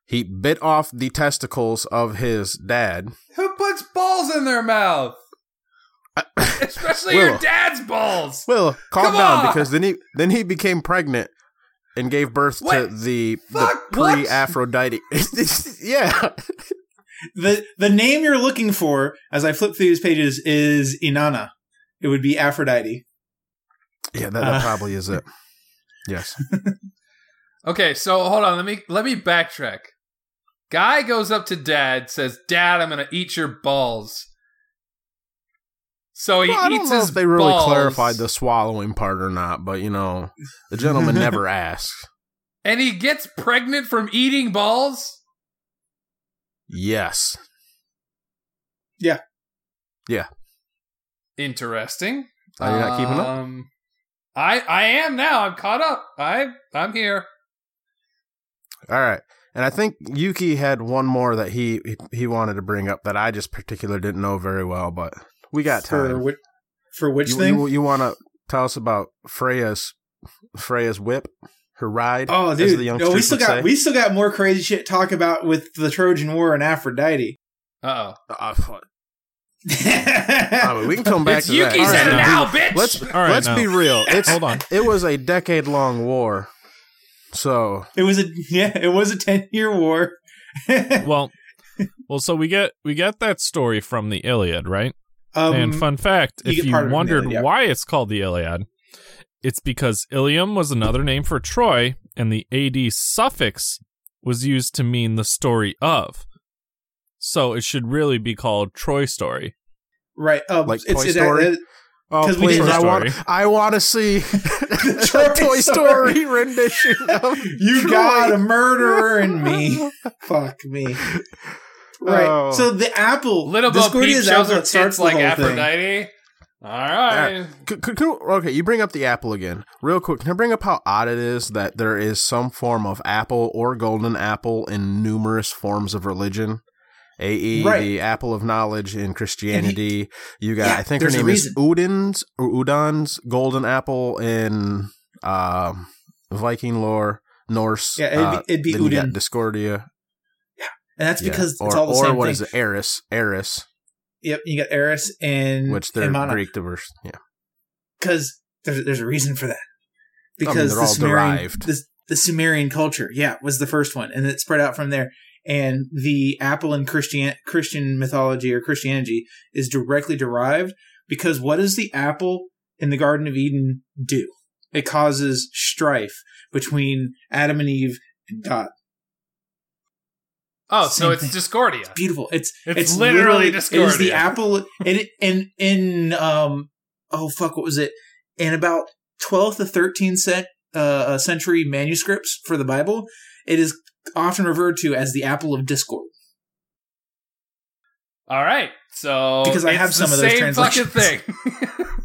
Speaker 3: He bit off the testicles of his dad.
Speaker 4: Who puts balls in their mouth?
Speaker 3: <laughs>
Speaker 4: Especially your
Speaker 3: Willow.
Speaker 4: dad's balls.
Speaker 3: Well, calm
Speaker 4: Come
Speaker 3: down
Speaker 4: on!
Speaker 3: because then he then he became pregnant and gave birth to
Speaker 4: What?
Speaker 3: the, the
Speaker 4: Fuck, what?
Speaker 3: pre-Aphrodite. <laughs> yeah,
Speaker 6: the the name you're looking for as I flip through these pages is Inanna. It would be Aphrodite.
Speaker 3: yeah, that, that
Speaker 6: Uh.
Speaker 3: probably is it. Yes.
Speaker 4: Okay, so hold on. Let me let me backtrack. Guy goes up to dad, says, "Dad, I'm gonna eat your balls." So he
Speaker 3: Well, I
Speaker 4: eats
Speaker 3: don't know
Speaker 4: his
Speaker 3: if they really
Speaker 4: balls,
Speaker 3: clarified the swallowing part or not, but you know, the gentleman
Speaker 4: <laughs>
Speaker 3: never asked.
Speaker 4: and he gets pregnant from eating balls.
Speaker 3: Yes.
Speaker 4: Interesting.
Speaker 3: Are you not keeping up?
Speaker 4: Um, I I am now. I'm caught up. I I'm here.
Speaker 3: All right. Uh, And I think Yuki had one more that he he- he wanted to bring up that I just particularly didn't know very well, but we got
Speaker 6: for
Speaker 3: time.
Speaker 6: Which, for which
Speaker 3: you,
Speaker 6: thing?
Speaker 3: you, you want to tell us about Freya's Freya's whip, her ride?
Speaker 6: oh,
Speaker 3: as
Speaker 6: dude!
Speaker 3: the
Speaker 6: no, we
Speaker 3: youngsters
Speaker 6: still
Speaker 3: would
Speaker 6: got
Speaker 3: say?
Speaker 6: we still got more crazy shit to talk about with the Trojan War and Aphrodite.
Speaker 4: Uh oh.
Speaker 3: Uh, fuck. I mean, Ah, we can come back
Speaker 4: It's
Speaker 3: to that.
Speaker 4: Yuki's
Speaker 2: All right,
Speaker 4: in
Speaker 2: now.
Speaker 4: it now, bitch.
Speaker 3: Let's
Speaker 2: All right,
Speaker 3: let's
Speaker 2: now.
Speaker 3: be real. It's
Speaker 2: Hold on.
Speaker 3: it was a decade long war, so
Speaker 6: <laughs> it was a yeah, it was a ten year war. <laughs> um, <laughs>
Speaker 2: Well, well, so we get we get that story from the Iliad, right? and fun fact,
Speaker 6: Um, you
Speaker 2: if
Speaker 6: get
Speaker 2: you
Speaker 6: part of it from the
Speaker 2: wondered
Speaker 6: Iliad, yeah.
Speaker 2: why it's called the Iliad, it's because Ilium was another name for Troy, and the AD suffix was used to mean the story of. So it should really be called Troy story.
Speaker 6: right? Um,
Speaker 3: Like
Speaker 6: it's,
Speaker 3: Toy
Speaker 6: it's,
Speaker 3: Story?
Speaker 6: it-
Speaker 3: Oh
Speaker 6: 'Cause we
Speaker 3: please!
Speaker 6: did
Speaker 3: I
Speaker 2: that.
Speaker 3: want I want to
Speaker 6: <laughs>
Speaker 3: see the
Speaker 6: Toy
Speaker 3: <laughs> Toy
Speaker 6: Story.
Speaker 3: Story rendition. Of <laughs>
Speaker 6: you
Speaker 3: Troy.
Speaker 6: got a murderer
Speaker 3: <laughs>
Speaker 6: in me. Fuck me. Right.
Speaker 3: Oh.
Speaker 6: So the apple,
Speaker 4: Little Bo
Speaker 6: Discordia's
Speaker 4: Peep shows
Speaker 6: apple
Speaker 4: her
Speaker 6: that starts
Speaker 4: tits
Speaker 6: the
Speaker 4: like
Speaker 6: whole thing.
Speaker 4: Aphrodite. All right.
Speaker 3: C- c- can- okay, you bring up the apple again, real quick. Can I bring up how odd it is that there is some form of apple or golden apple in numerous forms of religion? A.E.
Speaker 6: Right.
Speaker 3: the apple of knowledge in Christianity. you got,
Speaker 6: Yeah,
Speaker 3: I think her
Speaker 6: there's a
Speaker 3: name is
Speaker 6: reason.
Speaker 3: Udin's or Udon's golden apple in um, Viking lore, Norse.
Speaker 6: Yeah, it'd be- it'd be
Speaker 3: Uh, then you got
Speaker 6: Udin.
Speaker 3: Discordia.
Speaker 6: And that's
Speaker 3: Yeah,
Speaker 6: because
Speaker 3: or,
Speaker 6: it's all the
Speaker 3: or
Speaker 6: same
Speaker 3: what
Speaker 6: thing.
Speaker 3: is it? Eris, Eris,
Speaker 6: Yep, you got Eris and
Speaker 3: which they're
Speaker 6: and Mana
Speaker 3: Greek diverse. Yeah,
Speaker 6: because there's there's a reason for that.
Speaker 3: mean,
Speaker 6: Because
Speaker 3: they're
Speaker 6: the
Speaker 3: all
Speaker 6: Sumerian
Speaker 3: derived.
Speaker 6: the, the Sumerian culture, yeah, was the first one, and it spread out from there. And the apple in Christian Christian mythology or Christianity is directly derived because what does the apple in the Garden of Eden do? It causes strife between Adam and Eve and God.
Speaker 4: Oh, so
Speaker 6: Same
Speaker 4: it's
Speaker 6: thing.
Speaker 4: Discordia.
Speaker 6: Beautiful. It's
Speaker 4: It's literally
Speaker 6: It is the
Speaker 4: Discordia.
Speaker 6: apple and in in um oh fuck what was it in about twelfth to thirteenth cent, uh, uh, century manuscripts for the Bible it is often referred to as the apple of discord.
Speaker 4: All right. So
Speaker 6: Because I
Speaker 4: it's
Speaker 6: have some
Speaker 4: the
Speaker 6: of those
Speaker 4: same fucking thing.
Speaker 6: translations.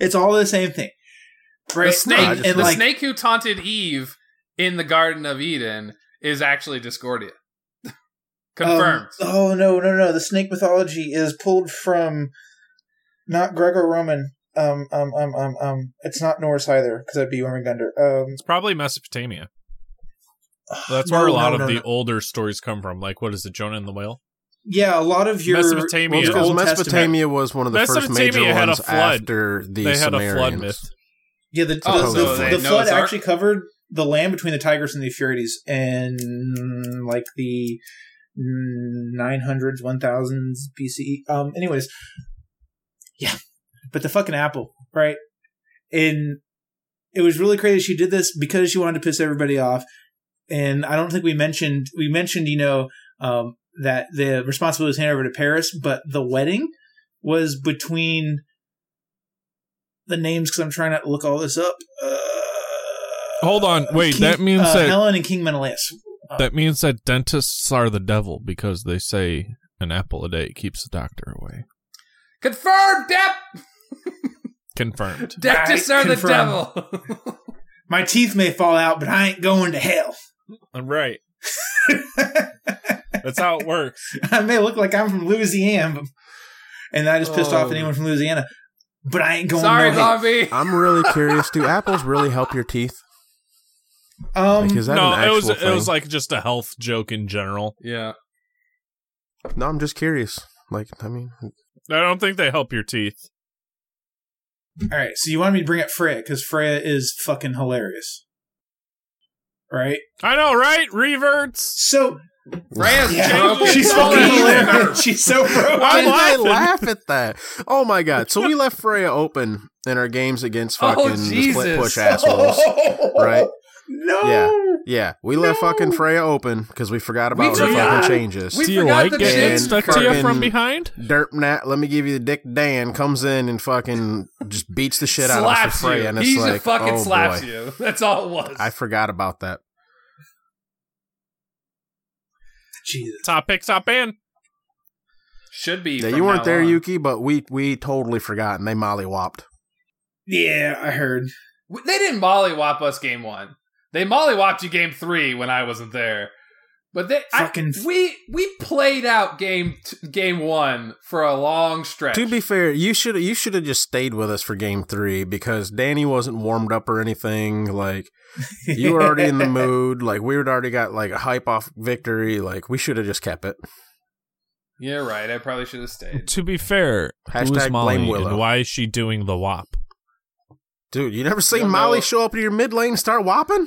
Speaker 6: It's all the same thing. Right?
Speaker 4: the snake,
Speaker 3: I just-
Speaker 4: the
Speaker 6: and like
Speaker 4: snake who taunted Eve in the Garden of Eden is actually Discordia.
Speaker 6: um,
Speaker 4: <laughs> Confirmed.
Speaker 6: oh no no no the snake mythology is pulled from not Greco-Roman. Um um um um um. It's not Norse either because that'd be Ormagundr. Um.
Speaker 2: It's probably Mesopotamia. That's where
Speaker 6: No,
Speaker 2: a lot
Speaker 6: no,
Speaker 2: of
Speaker 6: no,
Speaker 2: the
Speaker 6: no.
Speaker 2: older stories come from. Like, what is it, Jonah and the Whale?
Speaker 6: Yeah, a lot of your
Speaker 2: Mesopotamia. Yeah.
Speaker 3: Well, it's
Speaker 6: your
Speaker 3: because
Speaker 6: Old Testament-
Speaker 3: Mesopotamia was one of the first
Speaker 2: Mesopotamia
Speaker 3: major
Speaker 2: had a
Speaker 3: ones
Speaker 2: flood.
Speaker 3: after the
Speaker 2: they had
Speaker 3: Sumerians.
Speaker 2: a flood myth.
Speaker 6: Yeah, the,
Speaker 4: Oh,
Speaker 6: the,
Speaker 3: so
Speaker 6: the-
Speaker 3: they-
Speaker 6: the
Speaker 4: Noah's
Speaker 6: flood
Speaker 4: Ark?
Speaker 6: actually covered the land between the Tigris and the Euphrates in like the nine hundreds, one thousands BCE. Um, anyways, yeah, but the fucking apple, right? And it was really crazy. She did this because she wanted to piss everybody off, and I don't think we mentioned we mentioned you know um, that the responsibility was handed over to Paris, but the wedding was between the names because I'm trying not to look all this up. Uh,
Speaker 2: Hold on, wait.
Speaker 6: King-
Speaker 2: that means
Speaker 6: uh,
Speaker 2: that
Speaker 6: Helen and King Menelaus.
Speaker 2: that means that dentists are the devil because they say an apple a day keeps the doctor away.
Speaker 4: Confirmed. Dep- <laughs>
Speaker 2: Confirmed.
Speaker 4: Dentists are the
Speaker 6: confirmed. <laughs>
Speaker 4: devil.
Speaker 6: My teeth may fall out, but I ain't going to hell. <laughs>
Speaker 2: Right. That's how it <laughs> works.
Speaker 6: I may look like I'm from Louisiana, but, and I just pissed
Speaker 4: Oh.
Speaker 6: off anyone from Louisiana, but I ain't
Speaker 4: <laughs>
Speaker 6: going
Speaker 4: Sorry,
Speaker 6: to hell.
Speaker 4: Bobby.
Speaker 3: I'm really curious. Do apples really help your teeth?
Speaker 6: Um,
Speaker 3: Like, is that
Speaker 2: no,
Speaker 3: an
Speaker 2: it was
Speaker 3: actual
Speaker 2: it was
Speaker 3: thing?
Speaker 2: like just a health joke in general.
Speaker 4: Yeah.
Speaker 3: No, I'm just curious. Like, I mean,
Speaker 2: I don't think they help your teeth.
Speaker 6: all right, so you wanted me to bring up Freya because Freya is fucking hilarious, right?
Speaker 2: I know, right? Reverts.
Speaker 6: So
Speaker 4: Freya's
Speaker 6: Yeah.
Speaker 4: broken.
Speaker 6: she's
Speaker 2: Don't
Speaker 6: fucking <laughs>
Speaker 2: let her.
Speaker 6: hilarious.
Speaker 3: <laughs>
Speaker 6: She's so broke.
Speaker 2: Why I'm
Speaker 3: why did I
Speaker 2: laughing.
Speaker 3: laugh at that? Oh my god! So we left Freya open in our games against
Speaker 4: Oh,
Speaker 3: fucking the
Speaker 4: Jesus.
Speaker 3: split
Speaker 6: <laughs>
Speaker 3: push assholes. right?
Speaker 6: No.
Speaker 3: Yeah. Yeah, we left
Speaker 6: No.
Speaker 3: fucking Freya open because we forgot
Speaker 4: We
Speaker 3: about her
Speaker 4: forgot.
Speaker 3: fucking changes.
Speaker 4: We
Speaker 2: Do you
Speaker 4: forgot
Speaker 2: like
Speaker 4: that
Speaker 2: getting
Speaker 3: she
Speaker 2: stuck to you
Speaker 3: fucking-
Speaker 2: from behind?
Speaker 3: Derp Nat, let me give you the Dick Dan comes in and fucking just beats the shit out of us
Speaker 4: slaps
Speaker 3: for Freya,
Speaker 4: you.
Speaker 3: and it's
Speaker 4: He just
Speaker 3: like,
Speaker 4: fucking
Speaker 3: oh
Speaker 4: slaps
Speaker 3: boy,
Speaker 4: you. <laughs> That's all it was.
Speaker 3: I forgot about that.
Speaker 6: Jesus.
Speaker 2: Top pick, top ban.
Speaker 4: Should be.
Speaker 3: Yeah,
Speaker 4: from
Speaker 3: you weren't
Speaker 4: now
Speaker 3: there,
Speaker 4: on.
Speaker 3: Yuki, but we we totally forgot, and they mollywopped.
Speaker 6: Yeah, I heard.
Speaker 4: We- They didn't mollywop us game one. They mollywopped you game three when I wasn't there. But they I-
Speaker 6: Fucking f-
Speaker 4: we we played out game t- game one for a long stretch.
Speaker 3: To be fair, you should you should have just stayed with us for game three because Danny wasn't warmed up or anything. Like you were already
Speaker 6: <laughs>
Speaker 3: in the mood. Like we had already got like a hype off victory. Like we should have just kept it.
Speaker 4: you're right. I probably should have stayed.
Speaker 2: To be fair,
Speaker 3: Hashtag
Speaker 2: who's
Speaker 3: blame
Speaker 2: Molly
Speaker 3: Willow.
Speaker 2: and why is she doing the wop?
Speaker 3: Dude, you never seen
Speaker 4: Don't
Speaker 3: Molly
Speaker 4: know.
Speaker 3: show up in your mid lane and start whopping?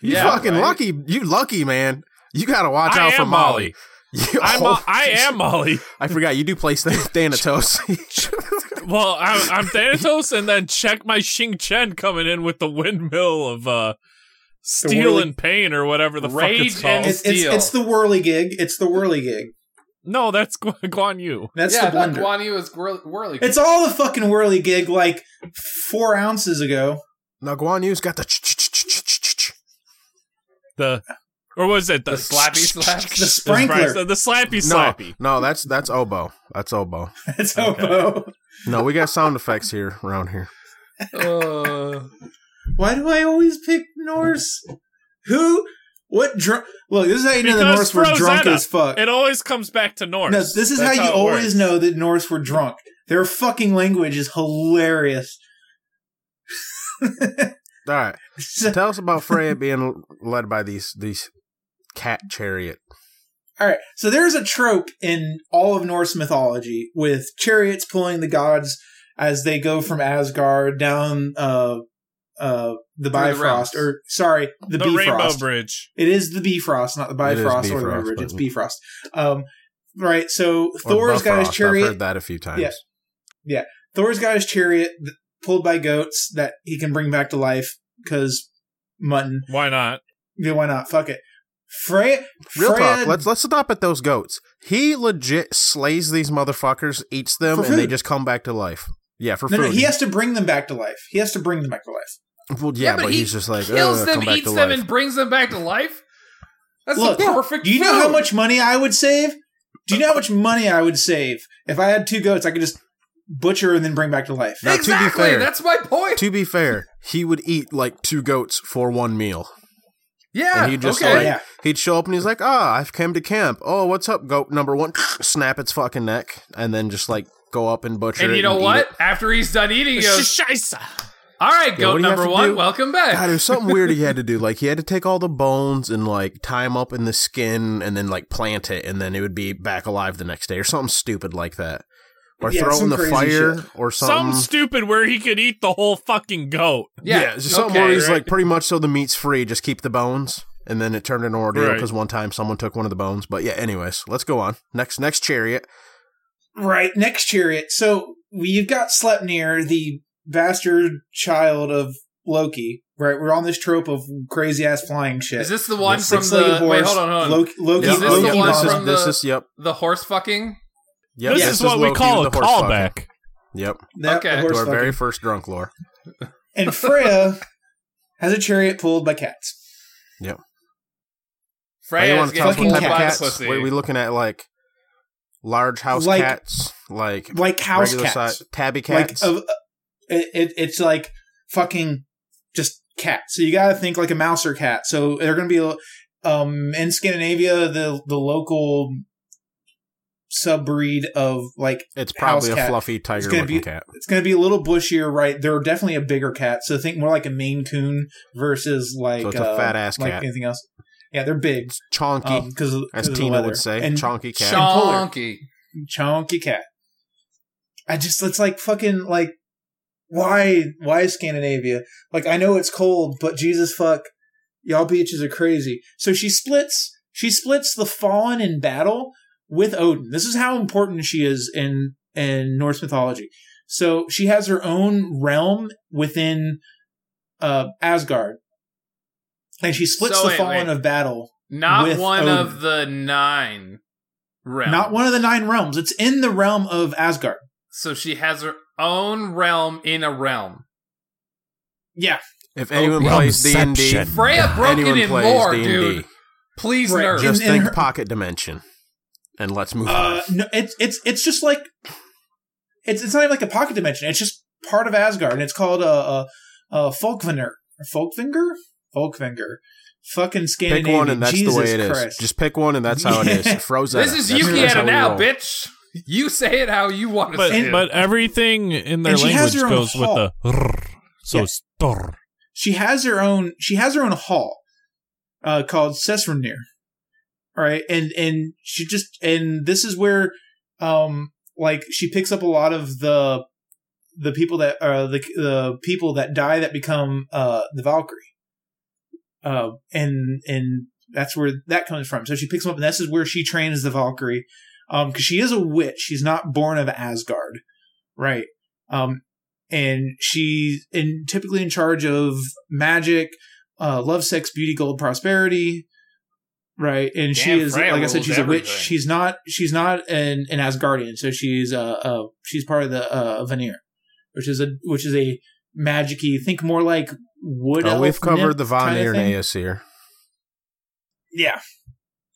Speaker 3: You
Speaker 4: Yeah,
Speaker 3: fucking
Speaker 4: right?
Speaker 3: lucky. You lucky, man. You gotta watch
Speaker 2: I
Speaker 3: out for
Speaker 2: am
Speaker 3: Molly. <laughs> You-
Speaker 2: I'm
Speaker 3: oh,
Speaker 2: Mo- I am Molly.
Speaker 3: I forgot you do play Th- Thanatos.
Speaker 2: Well, I'm, I'm Thanatos, and then check my Xing Chen coming in with the windmill of uh, steel
Speaker 6: whirly-
Speaker 2: and pain or whatever the fuck
Speaker 4: Rage
Speaker 2: it's called.
Speaker 4: and-
Speaker 6: It's, it's,
Speaker 4: Steal.
Speaker 6: it's the whirly gig. It's the whirly gig.
Speaker 2: no, that's Gu- Guan Yu.
Speaker 6: That's
Speaker 4: yeah,
Speaker 6: the blunder.
Speaker 4: that Guan Yu was whirl- whirly.
Speaker 6: it's all the fucking whirly gig like four ounces ago.
Speaker 3: <laughs> now Guan Yu's got the ch ch ch ch ch ch ch.
Speaker 2: The or was it the,
Speaker 4: the slappy slaps. <laughs>
Speaker 6: The sprinkler.
Speaker 2: The, the slappy
Speaker 6: <laughs>
Speaker 3: No,
Speaker 2: slappy.
Speaker 3: no, that's that's oboe. That's oboe.
Speaker 6: That's
Speaker 2: Okay.
Speaker 6: hobo.
Speaker 3: No, we got sound effects here around here.
Speaker 4: Uh,
Speaker 6: Why do I always pick Norse? Who? What drunk? Look, this is how you know the
Speaker 2: Because
Speaker 6: Norse were drunk
Speaker 2: Rosetta,
Speaker 6: as fuck.
Speaker 2: It always comes back to Norse.
Speaker 6: No, this is how
Speaker 2: That's
Speaker 6: you
Speaker 2: it
Speaker 6: always
Speaker 2: works.
Speaker 6: know that Norse were drunk. Their fucking language is hilarious. <laughs>
Speaker 3: All right, tell us about
Speaker 6: <laughs>
Speaker 3: Freya being led by these these cat chariot.
Speaker 6: All right. So there's a trope in all of Norse mythology with chariots pulling the gods as they go from Asgard down uh uh the
Speaker 4: Through the
Speaker 6: Bifrost
Speaker 4: realms.
Speaker 6: or sorry, the,
Speaker 2: the Rainbow
Speaker 6: Bifrost.
Speaker 2: Bridge.
Speaker 6: It is the Bifrost, not the
Speaker 3: It is
Speaker 6: Bifrost or the
Speaker 3: Bifrost,
Speaker 6: River It's
Speaker 3: but-
Speaker 6: Bifrost. Um right. So
Speaker 3: Or
Speaker 6: Thor's got
Speaker 3: Bifrost.
Speaker 6: his
Speaker 3: I've
Speaker 6: chariot
Speaker 3: heard that a few times.
Speaker 6: Yeah. Thor's got his chariot th- pulled by goats that he can bring back to life cuz mutton.
Speaker 2: Why not?
Speaker 6: Yeah, Why not? Fuck it. Freya
Speaker 3: Real
Speaker 6: Freya
Speaker 3: talk. Let's let's stop at those goats. He legit slays these motherfuckers, eats them,
Speaker 6: For
Speaker 3: and they
Speaker 6: food.
Speaker 3: just come back to life. Yeah, for
Speaker 6: No,
Speaker 3: food.
Speaker 6: no, he has to bring them back to life. He has to bring them back to life.
Speaker 3: <laughs> well, yeah, but, he's just like
Speaker 4: kills
Speaker 3: "Ugh,
Speaker 4: them,
Speaker 3: come back
Speaker 4: eats
Speaker 3: to
Speaker 4: them,
Speaker 3: life."
Speaker 4: and brings them back to life. That's
Speaker 6: Look,
Speaker 4: the perfect.
Speaker 6: Do you know how
Speaker 4: food.
Speaker 6: much money I would save? Do you know how much money I would save if I had two goats? I could just butcher and then bring back to life.
Speaker 3: Now, to be
Speaker 4: exactly.
Speaker 3: fair-
Speaker 4: that's my point.
Speaker 3: to be fair, he would eat like two goats for one meal.
Speaker 4: yeah.
Speaker 3: and he just
Speaker 4: okay.
Speaker 3: like
Speaker 6: Yeah.
Speaker 3: he'd show up and he's like, "Ah, I've come to camp. Oh, what's up, goat number one?" <sniffs> Snap its fucking neck, and then just like go up and butcher.
Speaker 4: and
Speaker 3: it
Speaker 4: you know
Speaker 3: eat
Speaker 4: what?
Speaker 3: it.
Speaker 4: After he's done
Speaker 2: <laughs>
Speaker 4: eating, he goes,
Speaker 2: Scheisse.
Speaker 4: "All right,
Speaker 3: what
Speaker 4: goat
Speaker 3: do you have
Speaker 4: number
Speaker 3: to
Speaker 4: one,
Speaker 3: do?
Speaker 4: welcome back."
Speaker 3: God, there's something weird he had to do. Like he had to take all the bones and like tie them up in the skin, and then like plant it, and then it would be back alive the next day, or something stupid like that, or
Speaker 6: Yeah,
Speaker 3: throw it in
Speaker 6: some
Speaker 3: the
Speaker 6: crazy
Speaker 3: fire,
Speaker 6: shit.
Speaker 3: or
Speaker 2: Something
Speaker 3: something.
Speaker 2: stupid where he could eat the whole fucking goat.
Speaker 3: yeah,
Speaker 4: yeah,
Speaker 3: just something
Speaker 4: okay,
Speaker 3: where he's
Speaker 4: right.
Speaker 3: like pretty much so the meat's free. Just keep the bones, and then it turned into an ordeal
Speaker 2: Right.
Speaker 3: because one time someone took one of the bones. But yeah, anyways, let's go on. Next, next chariot.
Speaker 6: Right, next chariot. So we've got Sleipnir, the bastard child of Loki. Right, we're on this trope of crazy ass flying shit.
Speaker 4: Is this the one
Speaker 3: The
Speaker 4: from the? Wait, hold on, hold on.
Speaker 6: Loki, Loki,
Speaker 4: Is this
Speaker 6: Loki
Speaker 4: the one
Speaker 3: Oh, this
Speaker 6: Mom.
Speaker 4: from
Speaker 3: is, this
Speaker 4: the-
Speaker 3: is yep.
Speaker 4: The horse fucking.
Speaker 3: Yep,
Speaker 2: this, is what we
Speaker 3: Loki
Speaker 2: call a
Speaker 3: with the horse
Speaker 2: callback.
Speaker 3: fucking. Yep,
Speaker 6: That-
Speaker 4: Okay.
Speaker 6: the
Speaker 3: to
Speaker 6: horse
Speaker 3: our
Speaker 6: fucking-
Speaker 3: very first drunk lore.
Speaker 6: and Freya has a chariot pulled by cats.
Speaker 3: Now, you
Speaker 4: Freya's
Speaker 3: want to tell
Speaker 4: getting
Speaker 3: us what type
Speaker 4: pulled
Speaker 3: of
Speaker 4: by the
Speaker 3: cats?
Speaker 4: pussy.
Speaker 3: What are we looking at? Like large house
Speaker 6: Like-
Speaker 3: cats, like
Speaker 6: Like house
Speaker 3: regular
Speaker 6: cats.
Speaker 3: size tabby cats.
Speaker 6: Like, of- uh, it, it, it's like fucking just cat. So you got to think like a mouser cat. So they're going to be um, in Scandinavia. The the local subbreed of like
Speaker 3: It's
Speaker 6: House
Speaker 3: probably a
Speaker 6: cat.
Speaker 3: fluffy tiger
Speaker 6: gonna
Speaker 3: looking
Speaker 6: be-
Speaker 3: cat.
Speaker 6: it's going to be a little bushier, right? They're definitely a bigger cat, so think more like a Maine Coon versus like
Speaker 3: So it's a
Speaker 6: uh,
Speaker 3: fat-ass
Speaker 6: like
Speaker 3: cat.
Speaker 6: anything else. Yeah, they're big um,
Speaker 3: It's chonky,
Speaker 6: because
Speaker 3: as Tina would say.
Speaker 6: and
Speaker 3: chonky cat.
Speaker 6: Chon-
Speaker 4: Chonky.
Speaker 6: chunky cat. I just it's like fucking like why why Scandinavia? Like I know it's cold, but Jesus fuck, y'all beaches are crazy. So she splits she splits the fallen in battle with Odin. This is how important she is in in Norse mythology. So she has her own realm within uh Asgard. And she splits
Speaker 4: So
Speaker 6: the
Speaker 4: wait,
Speaker 6: fallen
Speaker 4: wait.
Speaker 6: of battle.
Speaker 4: Not
Speaker 6: With
Speaker 4: one
Speaker 6: Odin.
Speaker 4: of the nine realms.
Speaker 6: Not one of the nine realms. It's in the realm of Asgard.
Speaker 4: So she has her own realm in a realm.
Speaker 6: Yeah.
Speaker 3: if anyone
Speaker 4: Okay.
Speaker 3: plays D and D,
Speaker 5: Realmception.
Speaker 4: Freya broke it
Speaker 3: anyone
Speaker 4: in
Speaker 3: plays
Speaker 4: lore,
Speaker 3: D and
Speaker 4: dude.
Speaker 3: D,
Speaker 4: Please,
Speaker 6: Right,
Speaker 4: nerd.
Speaker 3: just
Speaker 6: And- and
Speaker 3: think
Speaker 6: her-
Speaker 3: pocket dimension, and let's move
Speaker 6: Uh,
Speaker 3: on.
Speaker 6: no, it's it's it's just like it's it's not even like a pocket dimension. It's just part of Asgard, and it's called a uh, uh, uh, Folkvanger, Folkvinger, Folkvinger, fucking Scandinavian.
Speaker 3: Pick one, and that's
Speaker 6: Jesus
Speaker 3: the way it is.
Speaker 6: Christ.
Speaker 3: Just pick one, and that's how it
Speaker 6: <laughs>
Speaker 3: is. Frozen.
Speaker 4: this is
Speaker 3: That's-
Speaker 4: Yuki
Speaker 3: that's
Speaker 4: at
Speaker 3: how
Speaker 4: it
Speaker 3: we
Speaker 4: now,
Speaker 3: roll.
Speaker 4: bitch. You say it how you want to
Speaker 2: But
Speaker 4: say it.
Speaker 2: but everything in their
Speaker 6: And she has
Speaker 2: language
Speaker 6: her own
Speaker 2: goes with the
Speaker 5: Rrr. So
Speaker 6: Yeah.
Speaker 5: it's Thor.
Speaker 6: she has her own she has her own hall uh called Sesremnir. All right, and and she just and this is where um like she picks up a lot of the the people that uh the the people that die that become uh the Valkyrie. Uh and and that's where that comes from. So she picks them up and this is where she trains the Valkyrie. Um cuz she is a witch. She's not born of Asgard. Right. Um and she's in typically in charge of magic, uh, love, sex, beauty, gold, prosperity, right? And she
Speaker 4: Damn,
Speaker 6: is
Speaker 4: Freya
Speaker 6: like I said,
Speaker 4: rules
Speaker 6: she's a witch.
Speaker 4: everything.
Speaker 6: She's not she's not an, an Asgardian, so she's uh, uh she's part of the uh, veneer, which is a which is a magicy. Think more like wood.
Speaker 3: Oh,
Speaker 6: elf,
Speaker 3: we've covered
Speaker 6: nymph
Speaker 3: the Von
Speaker 6: kinda thing.
Speaker 3: Irnaeus here.
Speaker 6: Yeah,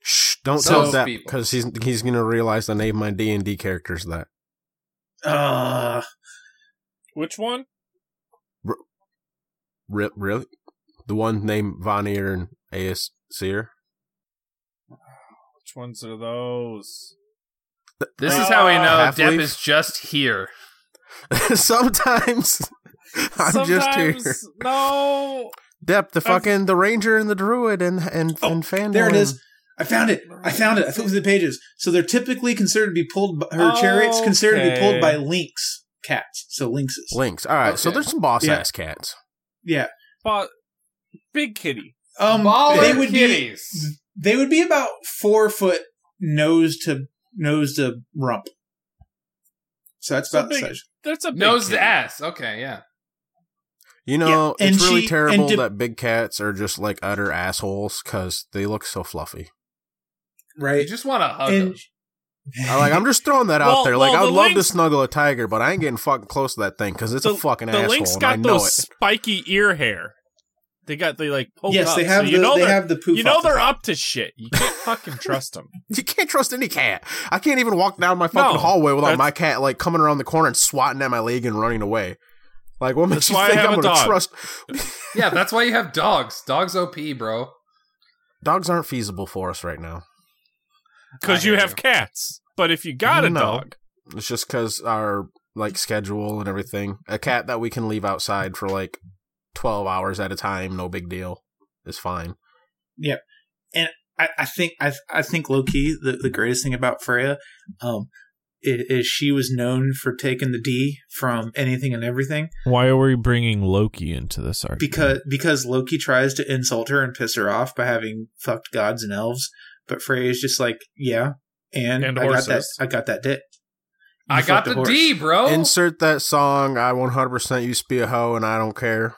Speaker 3: Shh, don't
Speaker 4: So-
Speaker 3: tell that because he's he's gonna realize the name of my D and D character's that.
Speaker 6: uh,
Speaker 2: Which one?
Speaker 3: Re- really, the one named Von Irnaeus Seer. <laughs>
Speaker 2: Which ones are those?
Speaker 4: this is how we know
Speaker 3: Uh, Half
Speaker 4: Depp
Speaker 3: Leaf?
Speaker 4: is just here.
Speaker 3: Sometimes <laughs> I'm just here.
Speaker 2: Sometimes- No.
Speaker 3: Depp, the
Speaker 2: I'm-
Speaker 3: fucking the ranger and the druid and and
Speaker 6: Oh,
Speaker 3: and Fandolin.
Speaker 6: there it is. I found it. I found it. I flipped through the pages. So they're typically considered to be pulled. By, her chariots considered to be
Speaker 2: Okay.
Speaker 6: pulled by lynx cats. So lynxes.
Speaker 3: Links. All right, so
Speaker 4: Okay.
Speaker 3: there's some boss
Speaker 6: Yeah.
Speaker 3: ass cats.
Speaker 6: Yeah.
Speaker 2: But big kitty.
Speaker 6: Um,
Speaker 4: Baller
Speaker 6: they would be
Speaker 4: kitties.
Speaker 6: they would be about four foot nose to nose to rump. So that's
Speaker 2: So
Speaker 6: about
Speaker 2: big-
Speaker 6: the size.
Speaker 2: That's
Speaker 6: <laughs>
Speaker 2: a big
Speaker 4: Knows the
Speaker 2: kitty.
Speaker 4: ass. Okay, yeah.
Speaker 3: You know,
Speaker 6: Yeah,
Speaker 3: it's
Speaker 6: and
Speaker 3: really
Speaker 6: she-
Speaker 3: terrible
Speaker 6: and de-
Speaker 3: that big cats are just like utter assholes because they look so fluffy.
Speaker 4: You
Speaker 6: right?
Speaker 4: just want to hug them.
Speaker 6: And
Speaker 3: I like. I'm just throwing that
Speaker 2: Well-
Speaker 3: out there. Like,
Speaker 2: well,
Speaker 3: I would
Speaker 2: the
Speaker 3: love
Speaker 2: lynx-
Speaker 3: to snuggle a tiger, but I ain't getting fucking close to that thing because it's a
Speaker 2: The-
Speaker 3: fucking
Speaker 2: The
Speaker 3: asshole.
Speaker 2: lynx
Speaker 3: and I
Speaker 2: got
Speaker 3: know
Speaker 2: those
Speaker 3: it. <laughs>
Speaker 2: spiky ear hair. They got they like pulled
Speaker 6: yes,
Speaker 2: up.
Speaker 6: they
Speaker 2: so
Speaker 6: have the
Speaker 2: you know
Speaker 6: they
Speaker 2: they're
Speaker 6: have the poof.
Speaker 2: you know
Speaker 6: off the
Speaker 2: they're
Speaker 6: top.
Speaker 2: up to shit. You can't fucking trust
Speaker 3: <laughs>
Speaker 2: them.
Speaker 3: You can't trust any cat. I can't even walk down my fucking
Speaker 2: No,
Speaker 3: hallway without
Speaker 2: that's-
Speaker 3: my cat like coming around the corner and swatting at my leg and running away. Like, what
Speaker 2: That's
Speaker 3: makes you
Speaker 2: why I
Speaker 3: think
Speaker 2: have
Speaker 3: I'm
Speaker 2: a
Speaker 3: going to
Speaker 2: dog.
Speaker 3: trust? <laughs>
Speaker 4: Yeah, that's why you have dogs. Dogs OP, bro.
Speaker 3: Dogs aren't feasible for us right now.
Speaker 2: Because
Speaker 4: I
Speaker 2: you
Speaker 4: hear
Speaker 2: have
Speaker 4: you.
Speaker 2: cats. But if you got a
Speaker 3: No.
Speaker 2: dog,
Speaker 3: It's just because our like schedule and everything. A cat that we can leave outside for like twelve hours at a time, no big deal, is fine.
Speaker 6: I, I think I I think low key the, the greatest thing about Freya, um, is, is she was known for taking the D from anything and everything
Speaker 2: why are we bringing Loki into this argument?
Speaker 6: because because Loki tries to insult her and piss her off by having fucked gods and elves, but Freya's just like yeah, and,
Speaker 2: And
Speaker 6: I got that
Speaker 2: horses.
Speaker 6: I got that dick. You
Speaker 4: I got
Speaker 6: fucked a
Speaker 4: the
Speaker 6: horse.
Speaker 4: D,
Speaker 2: Oh.
Speaker 4: bro.
Speaker 3: Insert that song. I 100% used to be a hoe, and I don't care.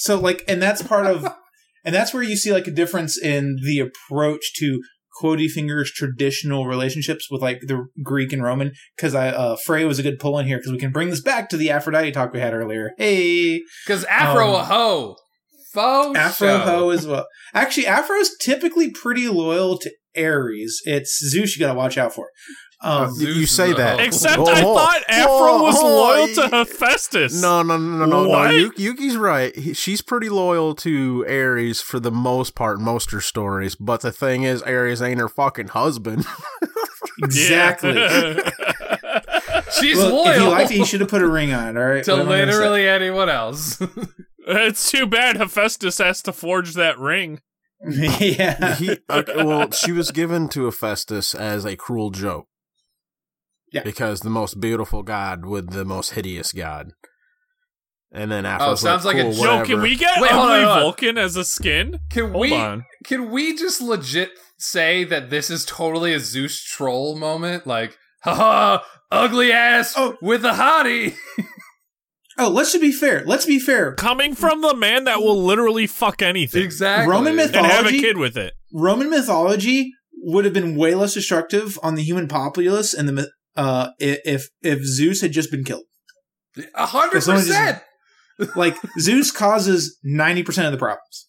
Speaker 6: So like, and that's part of,
Speaker 4: <laughs>
Speaker 6: and that's where you see like a difference in the approach to Quody Finger's traditional relationships with like the Greek and Roman. Because I uh, Frey was a good pull in here because we can bring this back to the Aphrodite talk we had earlier. Hey,
Speaker 4: Because Afro
Speaker 6: Um,
Speaker 4: a hoe. Faux
Speaker 6: Afro
Speaker 4: show.
Speaker 6: ho as well. Actually, Afro's typically pretty loyal to Aries. It's Zeus you got to watch out for.
Speaker 2: <laughs>
Speaker 6: Um,
Speaker 3: Uh, you, you
Speaker 4: Zeus
Speaker 3: say
Speaker 4: is a
Speaker 3: that.
Speaker 4: hoe.
Speaker 2: Except
Speaker 3: Oh,
Speaker 2: I
Speaker 3: oh,
Speaker 2: thought Afro
Speaker 3: oh,
Speaker 2: was
Speaker 3: oh,
Speaker 2: loyal to
Speaker 3: y-
Speaker 2: Hephaestus.
Speaker 3: No, no, no, no, no, no.
Speaker 2: What?
Speaker 3: Yu- Yuki's right. He, she's pretty loyal to Ares
Speaker 4: <laughs>
Speaker 3: for the most part, most of her stories. But the thing is, Ares ain't her fucking husband.
Speaker 6: Exactly.
Speaker 2: <laughs>
Speaker 4: She's
Speaker 6: Look, if you
Speaker 4: loyal
Speaker 6: liked it, you should have put a ring on it, all
Speaker 4: <laughs>
Speaker 6: right?
Speaker 4: to
Speaker 6: What am I gonna say? <laughs>
Speaker 4: literally anyone else. <laughs>
Speaker 2: it's too bad Hephaestus has to forge that ring.
Speaker 6: yeah.
Speaker 3: he, okay, well, she was given to Hephaestus as a cruel joke.
Speaker 6: Yeah.
Speaker 3: Because the most beautiful god with the most hideous god. And then after
Speaker 4: Oh, sounds like a
Speaker 3: cool,
Speaker 4: joke.
Speaker 2: Yo,
Speaker 3: whatever.
Speaker 2: can we get
Speaker 4: Wait, hold on,
Speaker 2: ugly
Speaker 4: hold on.
Speaker 2: Vulcan as a skin?
Speaker 4: Can
Speaker 2: Hold
Speaker 4: we
Speaker 2: on.
Speaker 4: can we just legit say that this is totally a Zeus troll moment? Like, haha, ugly ass
Speaker 6: Oh.
Speaker 4: with a hottie. <laughs>
Speaker 6: Oh, let's just be fair. Let's be fair.
Speaker 2: Coming from the man that will literally fuck anything
Speaker 4: Exactly.
Speaker 6: Roman myth-
Speaker 2: and have a
Speaker 6: Mythology?
Speaker 2: kid with it.
Speaker 6: Roman mythology would have been way less destructive on the human populace and the myth- uh i- if if Zeus had just been killed.
Speaker 4: A hundred
Speaker 6: As long as it's-
Speaker 4: percent.
Speaker 6: Like
Speaker 2: <laughs>
Speaker 6: Zeus causes 90% of the problems.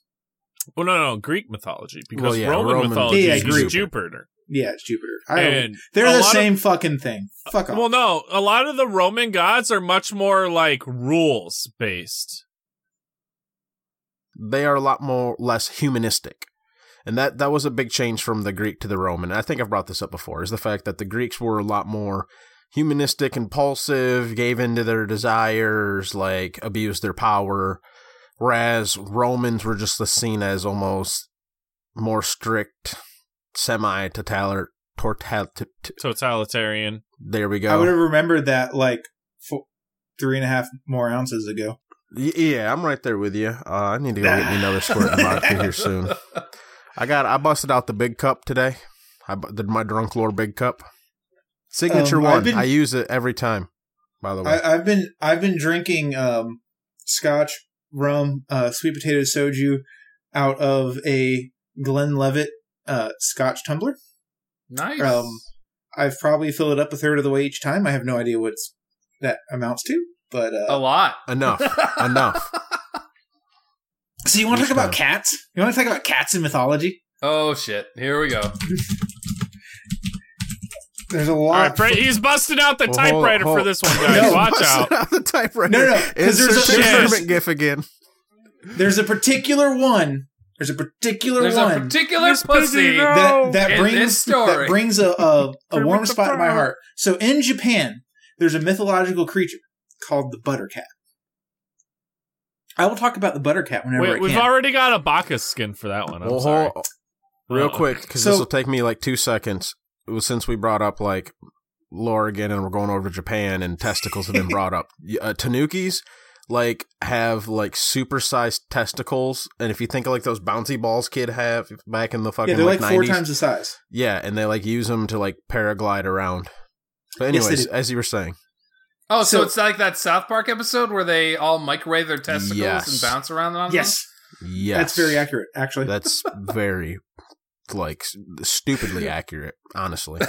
Speaker 2: Well, no, no, Greek mythology because
Speaker 3: Well, yeah,
Speaker 2: Roman,
Speaker 3: Roman-
Speaker 2: mythology
Speaker 6: Yeah,
Speaker 2: is
Speaker 6: Greek.
Speaker 2: Jupiter.
Speaker 6: Yeah, it's Jupiter. I don't,
Speaker 2: And
Speaker 6: they're
Speaker 2: a
Speaker 6: the
Speaker 2: lot of-
Speaker 6: same fucking thing. Fuck off.
Speaker 2: Well, no, a lot of the Roman gods are much more like rules based.
Speaker 3: they are a lot more less humanistic. And that, that was a big change from the Greek to the Roman. I think I've brought this up before, is the fact that the Greeks were a lot more humanistic, impulsive, gave into their desires, like abused their power. Whereas Romans were just seen as almost more strict, semi totalitarian.
Speaker 2: Totalitarian.
Speaker 3: There we
Speaker 6: I would
Speaker 3: go.
Speaker 6: have remembered that like four, three and a half more ounces ago.
Speaker 3: Y- Yeah, I'm right there with you. Uh, I need to go get me another squirt of vodka here soon. I got. I busted out the big cup today. I bu- did my drunk lore big cup. Signature
Speaker 6: Um, I've
Speaker 3: one.
Speaker 6: been-
Speaker 3: I use it every time. By the way,
Speaker 6: I, I've been I've been drinking um, scotch, rum, uh, sweet potato soju out of a Glenlivet uh, scotch tumbler.
Speaker 4: <laughs> Nice.
Speaker 6: Um, I've probably filled it up a third of the way each time. I have no idea what it's- that amounts to, but uh,
Speaker 4: a lot.
Speaker 6: <laughs>
Speaker 3: enough, enough.
Speaker 6: so you want to
Speaker 3: each
Speaker 6: talk about
Speaker 3: time.
Speaker 6: cats? You want to talk about cats in mythology?
Speaker 4: oh shit. Here we go.
Speaker 6: There's a
Speaker 2: All right,
Speaker 6: lot.
Speaker 2: Brett, he's busting out the
Speaker 3: Well, hold-
Speaker 2: typewriter
Speaker 3: hold-
Speaker 2: for this one,
Speaker 3: <laughs>
Speaker 2: guys.
Speaker 6: No,
Speaker 2: Watch
Speaker 3: Busted
Speaker 2: out.
Speaker 3: the typewriter.
Speaker 6: No, no, 'cause
Speaker 3: Insert
Speaker 6: there's
Speaker 2: a-
Speaker 3: the
Speaker 2: Yes.
Speaker 3: Kermit gif again.
Speaker 6: there's a particular one. There's a particular
Speaker 4: There's
Speaker 6: one.
Speaker 4: a particular
Speaker 2: Miss
Speaker 4: pussy.
Speaker 2: Piggy, no.
Speaker 6: that that
Speaker 4: in
Speaker 6: brings
Speaker 4: this story.
Speaker 6: that brings a a, a
Speaker 2: Kermit
Speaker 6: warm
Speaker 2: the
Speaker 6: spot in my
Speaker 2: Frog.
Speaker 6: heart. So in Japan, there's a mythological creature called the buttercat. I will talk about the buttercat whenever
Speaker 2: Wait,
Speaker 6: I
Speaker 2: we've
Speaker 6: can.
Speaker 2: already got a Bacchus skin for that one. I'm
Speaker 3: Well,
Speaker 2: sorry. Uh,
Speaker 3: hold, real
Speaker 2: Uh-oh.
Speaker 3: quick because
Speaker 6: So-
Speaker 3: this will take me like two seconds. It was since we brought up like lore again, and we're going over to Japan, and testicles
Speaker 6: <laughs>
Speaker 3: have been brought up. Y- Uh, tanukis like have like supersized testicles, and if you think of like those bouncy balls kid have back in the fucking
Speaker 6: yeah, they're like,
Speaker 3: like,
Speaker 6: four
Speaker 3: 90s,
Speaker 6: times the size.
Speaker 3: yeah, and they like use them to like paraglide around. But
Speaker 6: Yes, they
Speaker 3: anyways,
Speaker 6: do.
Speaker 3: as you were saying,
Speaker 4: Oh, so,
Speaker 6: So-
Speaker 4: it's like that South Park episode where they all microwave their testicles
Speaker 3: Yes.
Speaker 4: and bounce around on them?
Speaker 6: Yes,
Speaker 3: yes,
Speaker 6: that's
Speaker 3: <laughs>
Speaker 6: very accurate. Actually,
Speaker 3: That's very like s- <laughs> stupidly accurate, honestly.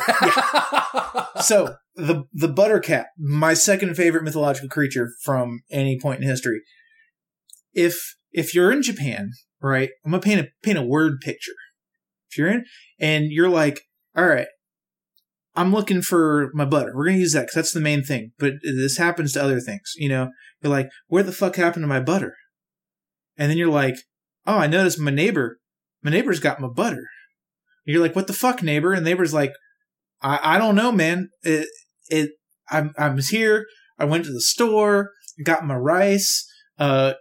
Speaker 6: so the the buttercat, my second favorite mythological creature from any point in history. If if you're in Japan, right, I'm gonna paint a paint a word picture. If you're in and you're like, all right, I'm looking for my butter. We're gonna use that because that's the main thing. But this happens to other things, you know. You're like, where the fuck happened to my butter? And then you're like, oh, I noticed my neighbor, my neighbor's got my butter. And you're like, what the fuck, neighbor? And neighbor's like, I, I don't know, man. It, it, I'm, I was here. I went to the store, got my rice, uh,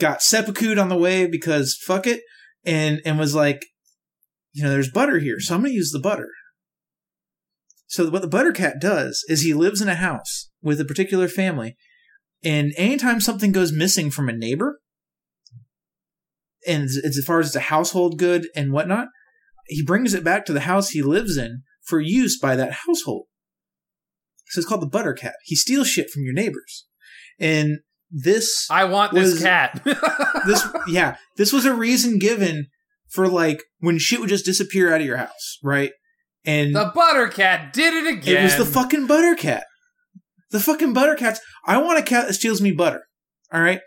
Speaker 6: got seppuku'd on the way because fuck it. And, and was like, you know, there's butter here. So I'm going to use the butter. So what the butter cat does is he lives in a house with a particular family. And anytime something goes missing from a neighbor, and as, as far as it's a household good and whatnot, he brings it back to the house he lives in for use by that household. So it's called the butter cat. He steals shit from your neighbors. And this
Speaker 4: <laughs> I want this
Speaker 6: Was-
Speaker 4: cat. <laughs>
Speaker 6: this yeah this was a reason given for like when shit would just disappear out of your house right and
Speaker 4: the butter cat did it again.
Speaker 6: it was the fucking butter cat the fucking butter cats i want a cat that steals me butter all right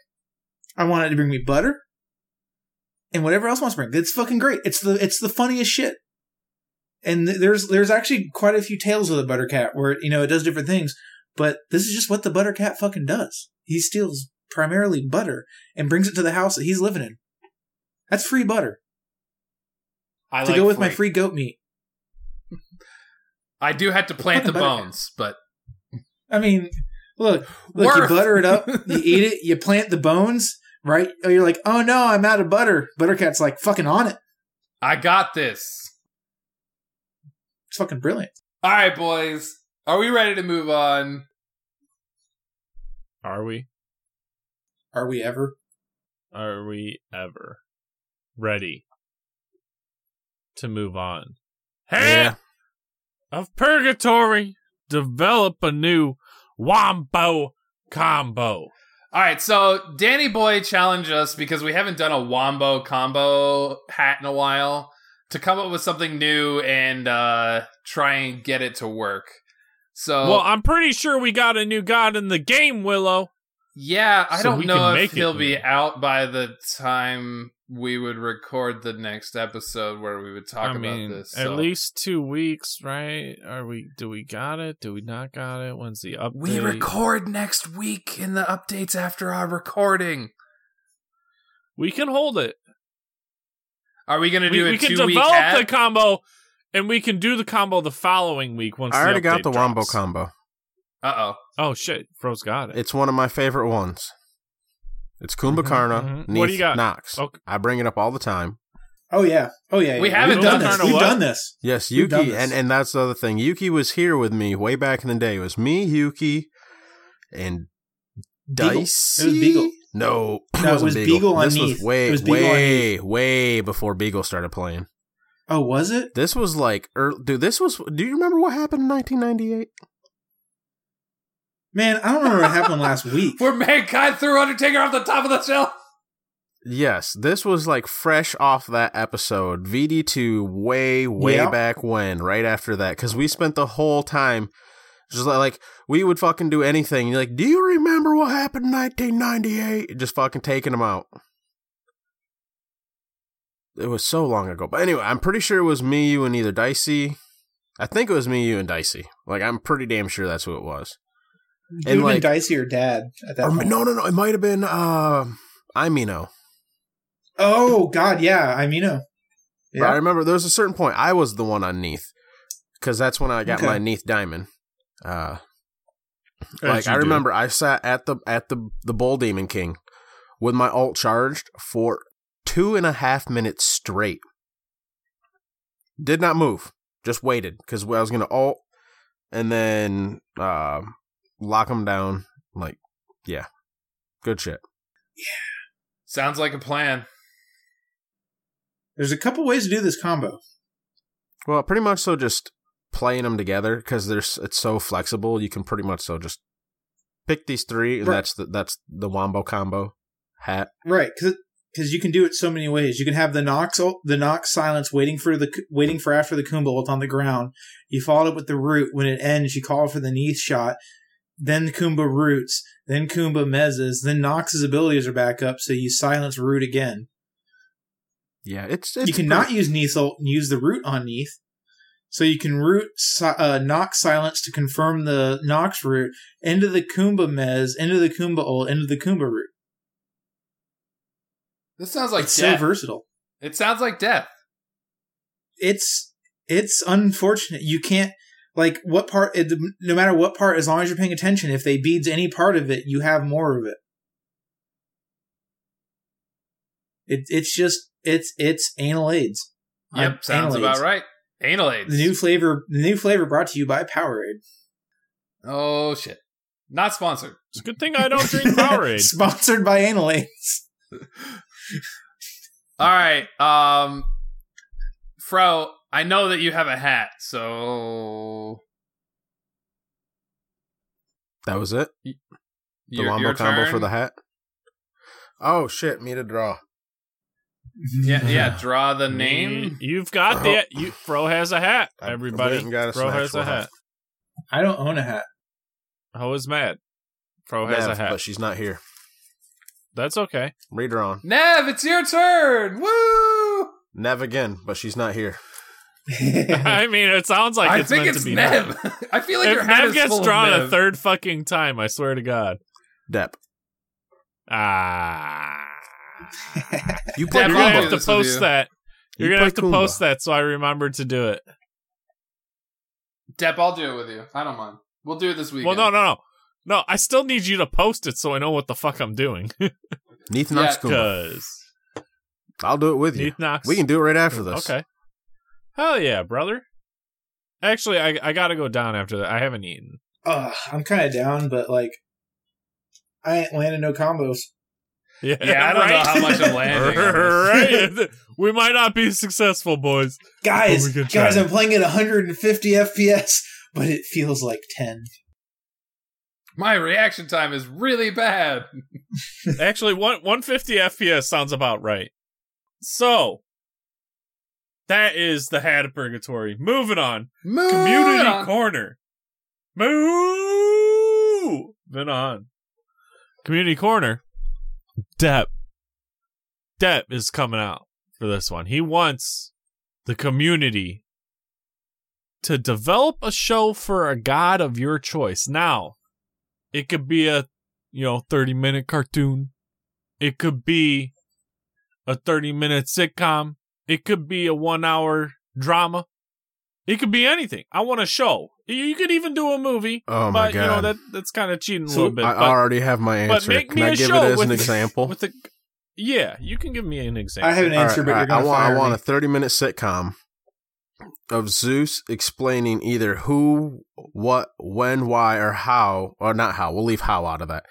Speaker 6: i want it to bring me butter and whatever else wants to bring it's fucking great it's the it's the funniest shit and th- there's there's actually quite a few tales of the butter cat where you know it does different things but this is just what the butter cat fucking does he steals primarily butter and brings it to the house that he's living in that's free butter
Speaker 2: I
Speaker 6: to
Speaker 2: like
Speaker 6: go with my
Speaker 2: freak.
Speaker 6: free goat meat
Speaker 4: I do have to plant the
Speaker 6: Fucking butter-
Speaker 4: bones, but
Speaker 6: I mean, look, look,
Speaker 4: Worth.
Speaker 6: you butter
Speaker 4: <laughs>
Speaker 6: it up, you eat it, you plant the bones, right? Or you're like, oh no, I'm out of butter. Buttercat's like, fucking on it.
Speaker 4: I got this.
Speaker 6: It's fucking brilliant.
Speaker 4: All right, boys. Are we ready to move on?
Speaker 2: Are we?
Speaker 6: Are we ever?
Speaker 2: Are we ever ready to move on? Hand of Purgatory, develop a new Wombo combo.
Speaker 4: All right, so Danny Boy challenged us because we haven't done a wombo combo hat in a while to come up with something new and uh, try and get it to work. So,
Speaker 2: Well, I'm pretty sure we got a new god in the game, Willow.
Speaker 4: yeah, I
Speaker 2: so we
Speaker 4: don't know
Speaker 2: can
Speaker 4: if
Speaker 2: make it
Speaker 4: he'll be
Speaker 2: new.
Speaker 4: out by the time we would record the next episode where we would talk
Speaker 2: I mean,
Speaker 4: about this.
Speaker 2: at
Speaker 4: so-
Speaker 2: least two weeks, right? Are we? Do we got it? Do we not got it? When's the update?
Speaker 4: we record next week in the updates after our recording.
Speaker 2: We can hold it.
Speaker 4: Are we going to
Speaker 2: We,
Speaker 4: do a
Speaker 2: we can
Speaker 4: two
Speaker 2: develop
Speaker 4: week hat?
Speaker 2: the combo, and we can do the combo the following week once.
Speaker 3: I already
Speaker 2: the
Speaker 3: got
Speaker 2: update
Speaker 3: the wombo
Speaker 2: drops.
Speaker 3: combo.
Speaker 4: Uh oh.
Speaker 2: Oh shit, Fro's got it.
Speaker 3: It's one of my favorite ones. It's Kumbakarna,
Speaker 2: Mhm, mhm.
Speaker 3: Neith,
Speaker 2: What do you got?
Speaker 3: Knox.
Speaker 2: Okay.
Speaker 3: I bring it up all the time.
Speaker 6: Oh yeah, oh yeah.
Speaker 4: We
Speaker 6: yeah.
Speaker 4: haven't
Speaker 6: We've
Speaker 4: done
Speaker 6: done, this.
Speaker 2: Turner
Speaker 6: We've
Speaker 2: what?
Speaker 6: done this.
Speaker 3: Yes,
Speaker 6: We've done
Speaker 3: Yuki,
Speaker 6: this.
Speaker 3: and, and that's the other thing. Yuki was here with me way back in the day. It was me, Yuki, and
Speaker 6: Beagle.
Speaker 3: Dice.
Speaker 6: It was Beagle.
Speaker 3: No, <clears throat>
Speaker 6: No, it
Speaker 3: wasn't
Speaker 6: was Beagle on
Speaker 3: This was
Speaker 6: Neith.
Speaker 3: way,
Speaker 6: It was Beagle on
Speaker 3: way, way before Beagle started playing.
Speaker 6: Oh, was it?
Speaker 3: This was like, early, dude. This was. Do you remember what happened in 1998?
Speaker 6: Man, I don't remember what happened last
Speaker 4: <laughs>
Speaker 6: week.
Speaker 4: Where mankind threw Undertaker off the top of the shelf.
Speaker 3: Yes, this was like fresh off that episode. VD2 way, way
Speaker 6: Yeah.
Speaker 3: back when, right after that. Because we spent the whole time just li- like, we would fucking do anything. You're like, do you remember what happened in 1998? Just fucking taking them out. It was so long ago. But anyway, I'm pretty sure it was me, you, and either Dicey. I think it was me, you, and Dicey. Like, I'm pretty damn sure that's who it was.
Speaker 6: It
Speaker 3: And
Speaker 6: would
Speaker 3: like,
Speaker 6: have been Dicey or Dad at that
Speaker 3: or,
Speaker 6: point.
Speaker 3: no, no, no. It might have been, uh, I Mino.
Speaker 6: Oh God, yeah, I mean, no.
Speaker 3: But I
Speaker 6: yeah.
Speaker 3: remember there was a certain point I was the one on Neath because that's when I got
Speaker 6: Okay.
Speaker 3: my Neath diamond. Uh,
Speaker 2: As
Speaker 3: like
Speaker 2: you
Speaker 3: I
Speaker 2: do.
Speaker 3: remember I sat at the at the the Bull Demon King with my alt charged for two and a half minutes straight. Did not move, just waited because I was gonna alt and then uh, lock him down. Like, yeah, good shit.
Speaker 4: Sounds like a plan.
Speaker 6: There's a couple ways to do this combo.
Speaker 3: Well, pretty much so just playing them together because there's it's so flexible. You can pretty much so just pick these three, and
Speaker 6: Right.
Speaker 3: that's the that's the wombo combo hat.
Speaker 6: Right, because you can do it so many ways. You can have the Nox the Nox silence waiting for the waiting for after the Kumbolt on the ground. You follow it with the root. When it ends, you call for the Neath shot. Then the Kumba roots. Then Kumba mezzes. Then Nox's abilities are back up, so you silence root again.
Speaker 3: Yeah, it's, it's
Speaker 6: you cannot
Speaker 3: pretty-
Speaker 6: use Neath ult and use the root on Neath. So you can root si- uh, Nox silence to confirm the Nox root into the Kumba mez, into the Kumba ult, into the Kumba root.
Speaker 4: This sounds like
Speaker 6: it's
Speaker 4: death.
Speaker 6: so versatile.
Speaker 4: It sounds like death.
Speaker 6: it's it's unfortunate. You can't like what part. it- No matter what part, as long as you're paying attention, if they beads any part of it, you have more of it. It it's just it's it's anal aids.
Speaker 4: Yep,
Speaker 6: Um,
Speaker 4: sounds
Speaker 6: anal
Speaker 4: about
Speaker 6: aids.
Speaker 4: right. Anal aids.
Speaker 6: The new flavor, the new flavor brought to you by Powerade.
Speaker 4: oh shit. Not sponsored.
Speaker 2: It's a good thing I don't
Speaker 4: <laughs>
Speaker 2: drink Powerade.
Speaker 6: <laughs> sponsored by anal aids.
Speaker 4: All right. Um Fro, I know that you have a hat, so
Speaker 3: That was it. The
Speaker 4: your,
Speaker 3: wombo
Speaker 4: your
Speaker 3: combo
Speaker 4: turn.
Speaker 3: for the hat. Oh shit! Me to draw. <laughs>
Speaker 4: Yeah, yeah, draw the name.
Speaker 2: You, have got the you, Fro has a hat.
Speaker 3: I
Speaker 2: Everybody,
Speaker 3: went and got us
Speaker 2: Fro
Speaker 3: an
Speaker 2: has
Speaker 3: actual
Speaker 2: a hat.
Speaker 3: hat.
Speaker 6: I don't own a hat.
Speaker 2: Ho is mad. Fro has a
Speaker 3: Bev,
Speaker 2: hat.
Speaker 3: but she's not here.
Speaker 2: That's
Speaker 4: <laughs>
Speaker 2: okay.
Speaker 3: Redrawn.
Speaker 4: Nev, it's your turn. Woo!
Speaker 3: Nev again, but she's not here.
Speaker 4: <laughs>
Speaker 2: I mean, it sounds like
Speaker 4: I
Speaker 2: it's
Speaker 4: think
Speaker 2: meant
Speaker 4: it's
Speaker 2: to be
Speaker 4: Nev.
Speaker 2: Nev.
Speaker 4: <laughs> I feel like your
Speaker 2: If
Speaker 4: hat
Speaker 2: Nev
Speaker 4: is
Speaker 2: gets
Speaker 4: full of
Speaker 2: drawn a
Speaker 4: Nev.
Speaker 2: third fucking time, I swear to God.
Speaker 3: Dep.
Speaker 2: Ah.
Speaker 3: You play
Speaker 4: Dep,
Speaker 2: You're gonna
Speaker 4: I'll
Speaker 2: have to
Speaker 3: Kumba.
Speaker 4: do this with
Speaker 2: post
Speaker 4: you.
Speaker 2: that. You're
Speaker 3: You
Speaker 2: gonna have to
Speaker 3: play Kumba.
Speaker 2: post that so I remember to do it.
Speaker 4: Depp, I'll do it with you. I don't mind. We'll do it this weekend.
Speaker 2: Well, no, no, no. No, I still need you to post it so I know what the fuck I'm doing.
Speaker 3: Neath
Speaker 4: Yeah,
Speaker 3: Knox
Speaker 2: Because.
Speaker 3: I'll do it with you.
Speaker 2: Neath Knox.
Speaker 3: We can do it right after this.
Speaker 2: Okay. Hell yeah, brother. Actually, I, I gotta go down after that. I haven't eaten.
Speaker 6: <laughs> Ugh, I'm kind of down, but like, I ain't landing no combos.
Speaker 2: <laughs> Yeah,
Speaker 4: Yeah, I don't know how much I'm landing. on this. <laughs>
Speaker 2: right? We might not be successful, boys.
Speaker 6: Guys,
Speaker 2: we can try
Speaker 6: guys,
Speaker 2: it.
Speaker 6: I'm playing at 150 FPS, but it feels like 10.
Speaker 4: My reaction time is really bad.
Speaker 2: Actually, one 150 FPS sounds about right. So, that is the Hat of Purgatory. Moving on.
Speaker 4: Move
Speaker 2: Community
Speaker 4: on.
Speaker 2: Corner. Moving on. Community Corner. Depp. Depp is coming out for this one. He wants the community to develop a show for a god of your choice. Now, it could be a, you know, 30 minute cartoon. It could be a 30 minute sitcom. It could be a one hour drama. It could be anything. I want a show. You- You could even do a movie.
Speaker 3: Oh my
Speaker 2: but, you know,
Speaker 3: God.
Speaker 2: that that's kind of cheating
Speaker 6: So
Speaker 2: a little bit.
Speaker 3: I
Speaker 2: but,
Speaker 3: already have my
Speaker 2: but
Speaker 3: answer.
Speaker 2: make
Speaker 3: Can
Speaker 2: me
Speaker 3: I
Speaker 2: a
Speaker 3: give it
Speaker 2: show
Speaker 3: as an
Speaker 2: with-
Speaker 3: example?
Speaker 2: with a, yeah, you can give me an example.
Speaker 6: I have an
Speaker 3: All right,
Speaker 6: answer, but
Speaker 3: all
Speaker 6: you're
Speaker 3: right, I
Speaker 6: going to
Speaker 3: want,
Speaker 6: fire
Speaker 3: I want
Speaker 6: me.
Speaker 3: a 30 minute sitcom of Zeus explaining either who, what, when, why, or how, or not how. We'll leave how out of that.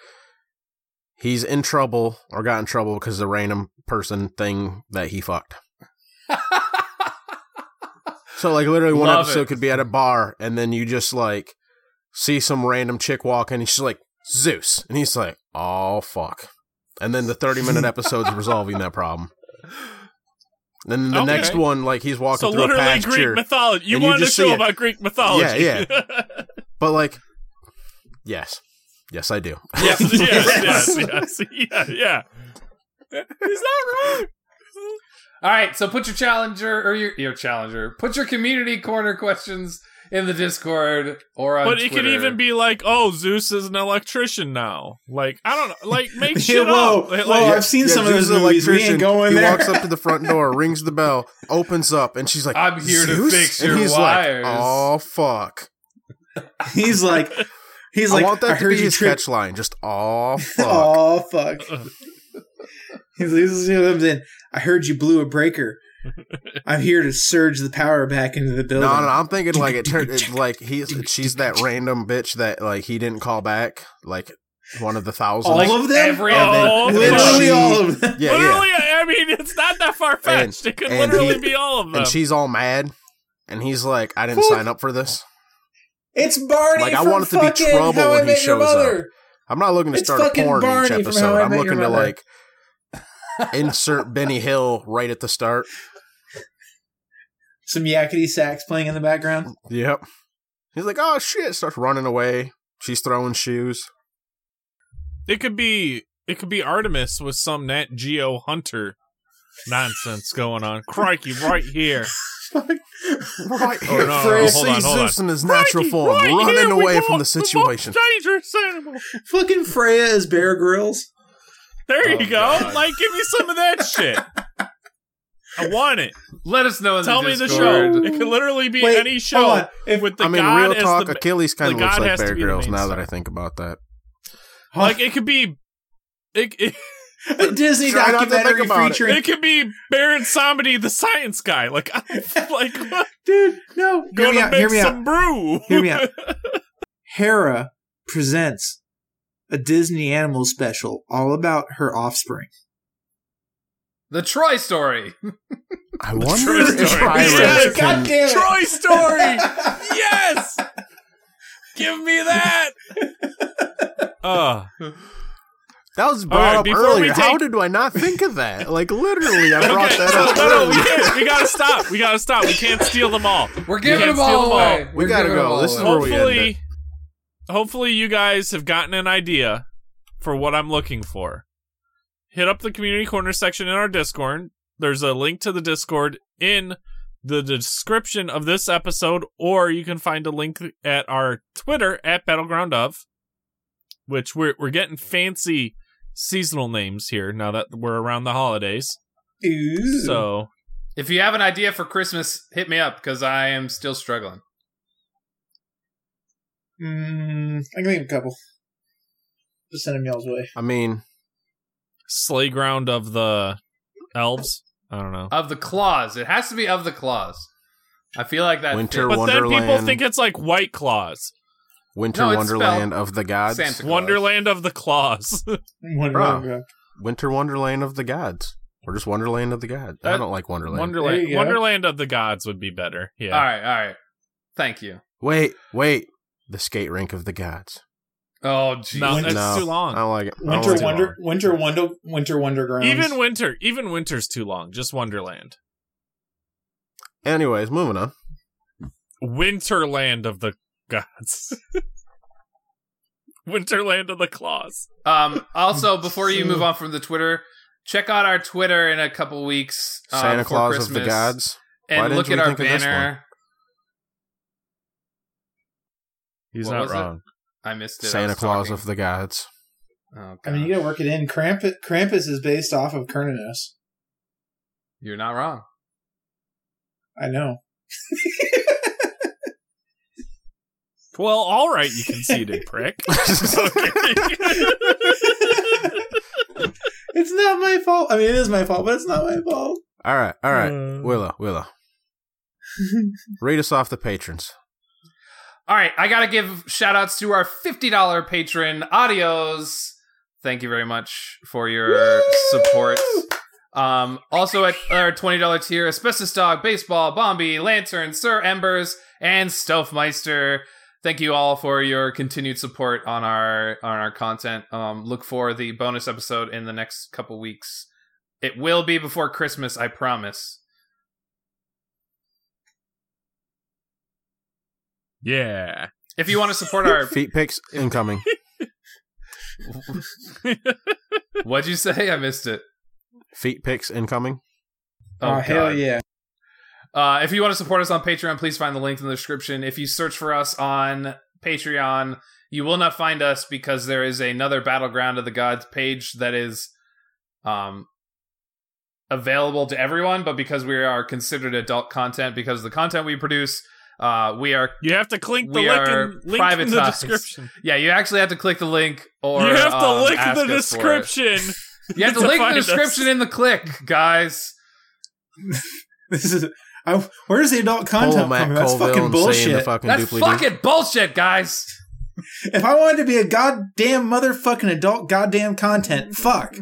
Speaker 3: He's in trouble or got in trouble because of the random person thing that he
Speaker 6: <laughs>
Speaker 3: fucked. So, like, literally, one
Speaker 4: Love
Speaker 3: episode
Speaker 4: it.
Speaker 3: could be at a bar, and then you just, like, see some random chick walk in, and she's like, Zeus. And he's like, oh, fuck. And then the 30
Speaker 6: <laughs>
Speaker 3: minute episode's resolving that problem. Then the
Speaker 2: Okay.
Speaker 3: next one, like, he's walking
Speaker 2: so
Speaker 3: through a
Speaker 2: literally
Speaker 3: pasture.
Speaker 2: Greek mythology. You
Speaker 3: and you
Speaker 2: wanted a
Speaker 3: just see
Speaker 2: show
Speaker 3: it.
Speaker 2: about Greek mythology. <laughs>
Speaker 3: Yeah, But like, yes, yes, I do.
Speaker 2: yes, <laughs> yes, yes, yes, yeah, yeah. He's not wrong.
Speaker 4: All right, so put your challenger or your your challenger. Put your community corner questions in the Discord or on
Speaker 2: But it could
Speaker 4: Twitter.
Speaker 2: even be like, oh, Zeus is an electrician now. Like, I don't know. Like, make
Speaker 3: <laughs>
Speaker 6: Yeah,
Speaker 2: shit
Speaker 6: whoa,
Speaker 2: up. Like,
Speaker 6: whoa,
Speaker 2: like,
Speaker 6: I've seen some of
Speaker 3: Zeus is
Speaker 6: those
Speaker 3: an
Speaker 6: movies. We ain't
Speaker 3: electrician.
Speaker 6: going
Speaker 3: he
Speaker 6: there.
Speaker 3: walks up to the front
Speaker 6: <laughs>
Speaker 3: door, rings the bell, opens up, and she's like,
Speaker 4: I'm here to
Speaker 3: "Zeus?"
Speaker 4: fix
Speaker 3: And
Speaker 4: your
Speaker 3: he's
Speaker 4: wires.
Speaker 3: Like, oh fuck! <laughs>
Speaker 6: He's like, he's like,
Speaker 3: I want that to
Speaker 6: heard
Speaker 3: be
Speaker 6: you
Speaker 3: his
Speaker 6: trip.
Speaker 3: catch line. Just
Speaker 6: <laughs>
Speaker 3: oh fuck.
Speaker 6: Oh fuck! He's he's- he comes in. I heard you blew a breaker. I'm here to surge the power back into the
Speaker 3: no,
Speaker 6: building.
Speaker 3: no, no, I'm thinking like it
Speaker 6: <laughs>
Speaker 3: turned it's like he's she's that random bitch that like he didn't call back like one of the thousand.
Speaker 6: All
Speaker 4: Like,
Speaker 6: of them?
Speaker 4: Every
Speaker 2: Oh,
Speaker 4: other-
Speaker 2: all of them.
Speaker 6: Literally
Speaker 3: She-
Speaker 6: all of them. <laughs>
Speaker 3: yeah, yeah.
Speaker 2: literally, I mean, it's not that far fetched. It could
Speaker 3: and
Speaker 2: literally
Speaker 3: he-
Speaker 2: be all of them.
Speaker 3: And she's all mad, and he's like, "I didn't
Speaker 6: Fuck.
Speaker 3: sign up for this."
Speaker 6: It's Barney.
Speaker 3: Like, I
Speaker 6: from
Speaker 3: want it to be
Speaker 6: fucking
Speaker 3: trouble
Speaker 6: How I
Speaker 3: when he
Speaker 6: Met Your
Speaker 3: shows up.
Speaker 6: Mother.
Speaker 3: I'm not looking to
Speaker 6: It's
Speaker 3: start a
Speaker 6: fucking
Speaker 3: porn
Speaker 6: Barney
Speaker 3: each
Speaker 6: from
Speaker 3: episode.
Speaker 6: How I
Speaker 3: I'm
Speaker 6: Met Your
Speaker 3: looking to
Speaker 6: Mother.
Speaker 3: like insert Benny Hill right at the start.
Speaker 6: Some yakety sax playing in the background.
Speaker 3: Yep. He's like, oh shit, starts running away. She's throwing shoes.
Speaker 2: It could be it could be Artemis with some Nat Geo Hunter nonsense going on. Crikey, right here.
Speaker 3: <laughs> Right
Speaker 2: Oh, no, no,
Speaker 6: no,
Speaker 3: You
Speaker 2: hold
Speaker 3: see
Speaker 2: on, hold
Speaker 3: Zeus in his <laughs> natural
Speaker 2: Crikey,
Speaker 3: form,
Speaker 2: right here,
Speaker 3: running
Speaker 2: we
Speaker 3: away
Speaker 2: want
Speaker 3: from the
Speaker 2: most
Speaker 3: situation.
Speaker 2: dangerous animal.
Speaker 6: Fucking Freya is Bear Grylls.
Speaker 2: There you
Speaker 4: Oh,
Speaker 2: go.
Speaker 4: God.
Speaker 2: Like, give me some of
Speaker 3: <laughs>
Speaker 2: that shit. I want it.
Speaker 4: Let us know in
Speaker 2: Tell
Speaker 4: the
Speaker 2: me the
Speaker 4: Discord.
Speaker 2: show.
Speaker 6: Discord.
Speaker 2: It could literally be
Speaker 6: Wait,
Speaker 2: any show
Speaker 6: hold on. If-
Speaker 2: with the
Speaker 3: I mean,
Speaker 2: god
Speaker 3: real
Speaker 2: as
Speaker 3: talk,
Speaker 2: the ma-
Speaker 3: Achilles kind
Speaker 2: the
Speaker 3: of looks
Speaker 2: god
Speaker 3: like
Speaker 2: has to
Speaker 3: Bear
Speaker 2: be the
Speaker 3: Grylls
Speaker 2: main
Speaker 3: now that
Speaker 2: star.
Speaker 3: I think about that.
Speaker 2: like it could be it, it,
Speaker 6: a <laughs> Disney
Speaker 3: Try not to think
Speaker 6: documentary
Speaker 3: about it.
Speaker 6: featuring.
Speaker 2: it could be Baron Samedi the science guy. Like I, <laughs> like what?
Speaker 6: Dude, no. Hear me
Speaker 2: gonna
Speaker 6: out.
Speaker 2: make
Speaker 6: Hear me
Speaker 2: some
Speaker 6: out.
Speaker 2: brew.
Speaker 6: Hear me
Speaker 2: <laughs>
Speaker 6: out. Hera presents a Disney animal special all about her offspring.
Speaker 4: The Troy story.
Speaker 3: I
Speaker 2: Troy
Speaker 3: wonder if
Speaker 2: story. <laughs>
Speaker 3: Hera
Speaker 2: Yes,
Speaker 3: can-
Speaker 6: God damn it.
Speaker 2: Troy story. yes. Give me that. Uh,
Speaker 3: That was
Speaker 2: All right,
Speaker 3: brought up
Speaker 2: before we
Speaker 3: earlier.
Speaker 2: take-
Speaker 3: How did I not think of that? Like literally,
Speaker 4: <laughs>
Speaker 3: I brought
Speaker 2: okay.
Speaker 3: that
Speaker 2: no,
Speaker 3: up.
Speaker 2: no, no, we
Speaker 3: earlier.
Speaker 2: can't. We gotta stop. We gotta stop. We can't steal them all.
Speaker 4: We're giving
Speaker 2: can't
Speaker 4: them
Speaker 2: steal
Speaker 4: all
Speaker 2: them all.
Speaker 4: away.
Speaker 3: We
Speaker 4: We're
Speaker 3: gotta
Speaker 4: giving them
Speaker 3: go.
Speaker 4: all
Speaker 3: This is
Speaker 4: away.
Speaker 3: where we end it.
Speaker 2: hopefully hopefully you guys have gotten an idea for what i'm looking for hit up the community corner section in our discord there's a link to the discord in the description of this episode or you can find a link at our twitter at battleground of which we're, we're getting fancy seasonal names here now that we're around the holidays
Speaker 6: Ooh.
Speaker 2: so
Speaker 4: If you have an idea for Christmas, hit me up because I am still struggling.
Speaker 6: Mm, I can think of a couple. Just send them y'all's way.
Speaker 3: I mean,
Speaker 2: Slay ground of the elves. I don't know.
Speaker 4: Of the claws. It has to be of the claws. I feel like that
Speaker 3: Winter
Speaker 4: fits.
Speaker 2: But then people
Speaker 3: Wonderland.
Speaker 2: think it's like White Claws,
Speaker 3: Winter
Speaker 4: No, it's
Speaker 3: Wonderland
Speaker 4: spelled
Speaker 3: of the Gods.
Speaker 4: Santa Claus.
Speaker 2: Wonderland of the Claws. <laughs>
Speaker 6: Wonder
Speaker 3: Bruh.
Speaker 6: Woman, bro.
Speaker 3: Winter Wonderland of the Gods. Or just Wonderland of the Gods. I
Speaker 4: Uh,
Speaker 2: That-
Speaker 3: don't like Wonderland.
Speaker 6: There
Speaker 2: Wonderland,
Speaker 6: you go.
Speaker 2: Wonderland of the Gods would be better. Yeah.
Speaker 4: All right, all right. Thank you.
Speaker 3: wait, wait. The skate rink of the gods.
Speaker 4: Oh, geez.
Speaker 2: No, that's
Speaker 3: no,
Speaker 2: too long.
Speaker 3: I don't like it. I don't
Speaker 6: Winter
Speaker 3: like it.
Speaker 6: Wonder, Winter Wonder, Winter Wondergrounds.
Speaker 2: Even winter, even winter's too long. Just Wonderland,
Speaker 3: Anyways, moving on.
Speaker 2: Winterland of the gods, <laughs> Winterland of the claws.
Speaker 4: Um,
Speaker 6: <laughs>
Speaker 4: also, before you move on from the Twitter, check out our Twitter in a couple weeks. uh,
Speaker 3: Santa
Speaker 4: for
Speaker 3: Claus of the
Speaker 4: Christmas,
Speaker 3: gods.
Speaker 4: And
Speaker 3: Why didn't
Speaker 4: look
Speaker 3: we
Speaker 4: at our
Speaker 3: think of this
Speaker 4: banner.
Speaker 2: He's
Speaker 4: What
Speaker 2: not
Speaker 4: was it?
Speaker 2: wrong.
Speaker 4: I missed it. I
Speaker 3: Santa
Speaker 4: was
Speaker 3: Claus
Speaker 4: talking.
Speaker 3: of the gods.
Speaker 4: Oh,
Speaker 6: I mean, you
Speaker 4: God.
Speaker 6: gotta work it in. Krampus, Krampus is based off of Kernanos.
Speaker 4: you're not wrong.
Speaker 6: I
Speaker 2: <laughs>
Speaker 6: know.
Speaker 2: Well, all right, you <laughs> conceded, prick. Okay.
Speaker 6: It's not my fault. I mean, it is my fault, but it's not my fault. <laughs>
Speaker 3: all right, all right.
Speaker 2: Uh.
Speaker 6: Mm.
Speaker 3: Willow, Willow. Read us off the patrons.
Speaker 4: All right, I gotta give shout outs to our $50 patron, Adios. Thank you very much for your support. Um, also at our $20 tier, Asbestos Dog, Baseball, Bombi, Lantern, Sir Embers, and Stealthmeister. Thank you all for your continued support on our on our content. Um, look for the bonus episode in the next couple weeks. It will be before Christmas, I promise.
Speaker 2: yeah.
Speaker 4: If you want to support
Speaker 6: <laughs>
Speaker 4: our
Speaker 3: Feet
Speaker 4: <laughs>
Speaker 3: pics incoming.
Speaker 4: what'd you say? I missed it.
Speaker 3: Feet pics incoming.
Speaker 6: Oh, hell
Speaker 4: God.
Speaker 6: yeah. <laughs>
Speaker 4: Uh, if you want to support us on Patreon, please find the link in the description. If you search for us on Patreon, you will not find us because there is another Battleground of the Gods page that is um, available to everyone. But because we are considered adult content, because of the content we produce, uh, we are
Speaker 2: You have to click the
Speaker 4: We
Speaker 2: link,
Speaker 4: are
Speaker 2: in, link in the
Speaker 4: privatized.
Speaker 2: description.
Speaker 4: yeah. You actually have to click the link, or
Speaker 2: you have to
Speaker 4: um,
Speaker 2: link
Speaker 4: ask
Speaker 2: the
Speaker 4: us for it.
Speaker 2: description.
Speaker 4: You have to,
Speaker 2: to
Speaker 4: link the
Speaker 2: find us.
Speaker 4: description in the click, guys.
Speaker 6: This is. I, where's the adult content
Speaker 3: Pull Matt
Speaker 6: coming? That's
Speaker 3: Colville
Speaker 6: fucking
Speaker 3: and saying the
Speaker 6: bullshit.
Speaker 3: fucking
Speaker 4: That's
Speaker 3: dooply-doo.
Speaker 4: fucking bullshit, guys.
Speaker 6: if I wanted to be a goddamn motherfucking adult goddamn content, fuck.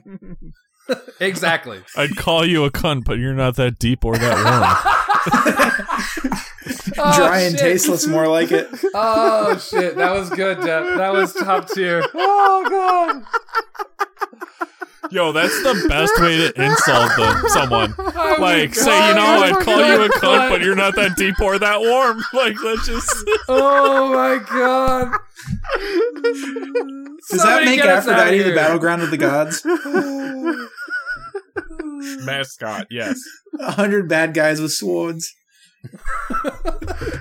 Speaker 4: Exactly.
Speaker 2: <laughs> I'd call you a cunt, but you're not that deep or that
Speaker 4: <laughs> Oh,
Speaker 6: Dry and
Speaker 4: shit.
Speaker 6: tasteless, more
Speaker 4: <laughs>
Speaker 6: like it.
Speaker 4: Oh shit, that was good, Jeff. That was top
Speaker 6: <laughs>
Speaker 4: tier.
Speaker 6: Oh,
Speaker 2: long. Yo, that's the best way to insult
Speaker 4: <laughs>
Speaker 2: them, someone.
Speaker 4: Oh,
Speaker 2: Like,
Speaker 4: my
Speaker 2: say, you
Speaker 4: God,
Speaker 2: know,
Speaker 4: you're
Speaker 2: I'd call
Speaker 4: <laughs>
Speaker 2: you a
Speaker 4: fucking
Speaker 2: cunt, but you're not that deep or that warm. <laughs> Like, let's just.
Speaker 4: Oh my god.
Speaker 6: Does
Speaker 4: Somebody
Speaker 6: that make
Speaker 4: get us out of
Speaker 6: Aphrodite the
Speaker 4: here.
Speaker 6: battleground of the
Speaker 4: <laughs>
Speaker 6: gods?
Speaker 2: Mascot, <laughs> yes.
Speaker 6: A hundred bad guys with
Speaker 4: <laughs>
Speaker 6: swords.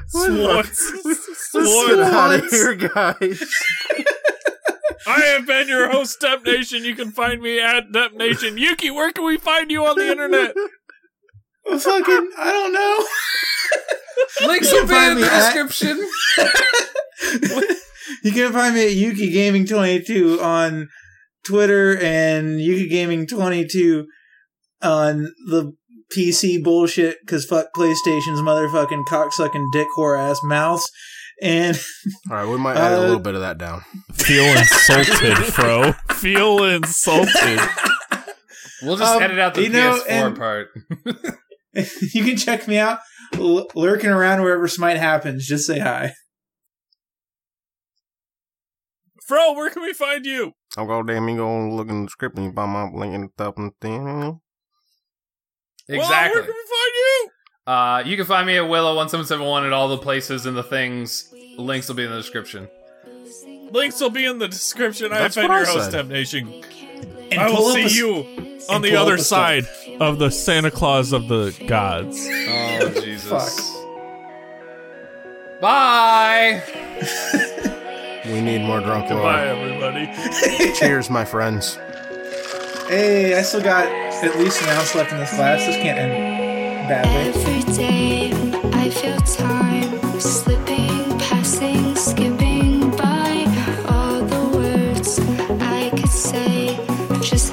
Speaker 2: Swords.
Speaker 3: Let's
Speaker 2: Swords.
Speaker 3: get out of here, guys.
Speaker 2: I have been your host, Step Nation. You can find me at Dep Nation. Yuki, where can we find you on the internet?
Speaker 6: fucking, I don't know.
Speaker 4: Links
Speaker 6: You
Speaker 4: will be
Speaker 6: find
Speaker 4: in
Speaker 6: me
Speaker 4: the
Speaker 6: at-
Speaker 4: description.
Speaker 6: <laughs> you can find me at Yuki Gaming 22 on Twitter and Yuki Gaming 22 on the PC bullshit because fuck PlayStation's motherfucking cocksucking dick whore ass mouths. And <laughs>
Speaker 3: All right, we might add a
Speaker 6: Uh,
Speaker 3: little bit of that down.
Speaker 2: Feel <laughs> insulted, bro. Feel insulted.
Speaker 4: We'll just
Speaker 6: Um,
Speaker 4: edit out the
Speaker 6: you know,
Speaker 4: PS4
Speaker 6: and-
Speaker 4: part.
Speaker 6: you can check me out l- lurking around wherever smite happens. Just say hi.
Speaker 2: Fro, where can we find you?
Speaker 3: I'm going damn you go and look in the script and you buy my link in the top and thing.
Speaker 2: Well,
Speaker 4: Exactly.
Speaker 2: where can we find you?
Speaker 4: Uh, you can find me at Willow1771 at all the places and the things. Links will be in the description.
Speaker 2: Links will be in the description. I've
Speaker 3: That's
Speaker 2: been
Speaker 3: what
Speaker 2: your
Speaker 3: I
Speaker 2: host,
Speaker 3: said.
Speaker 2: Temp Nation.
Speaker 6: And
Speaker 2: I
Speaker 6: pull
Speaker 2: will
Speaker 6: up
Speaker 2: see
Speaker 6: a s-
Speaker 2: you on the
Speaker 6: pull up
Speaker 2: other
Speaker 6: a
Speaker 2: side of the Santa Claus of the gods.
Speaker 4: Oh, Jesus. Bye!
Speaker 3: We need more drunk
Speaker 2: Bye,
Speaker 3: lore.
Speaker 2: everybody.
Speaker 3: Cheers, my friends.
Speaker 6: Hey, I still got at least an ounce left in this glass. This can't end badly.
Speaker 5: Every day I feel time slipping, passing, skipping by. body. Just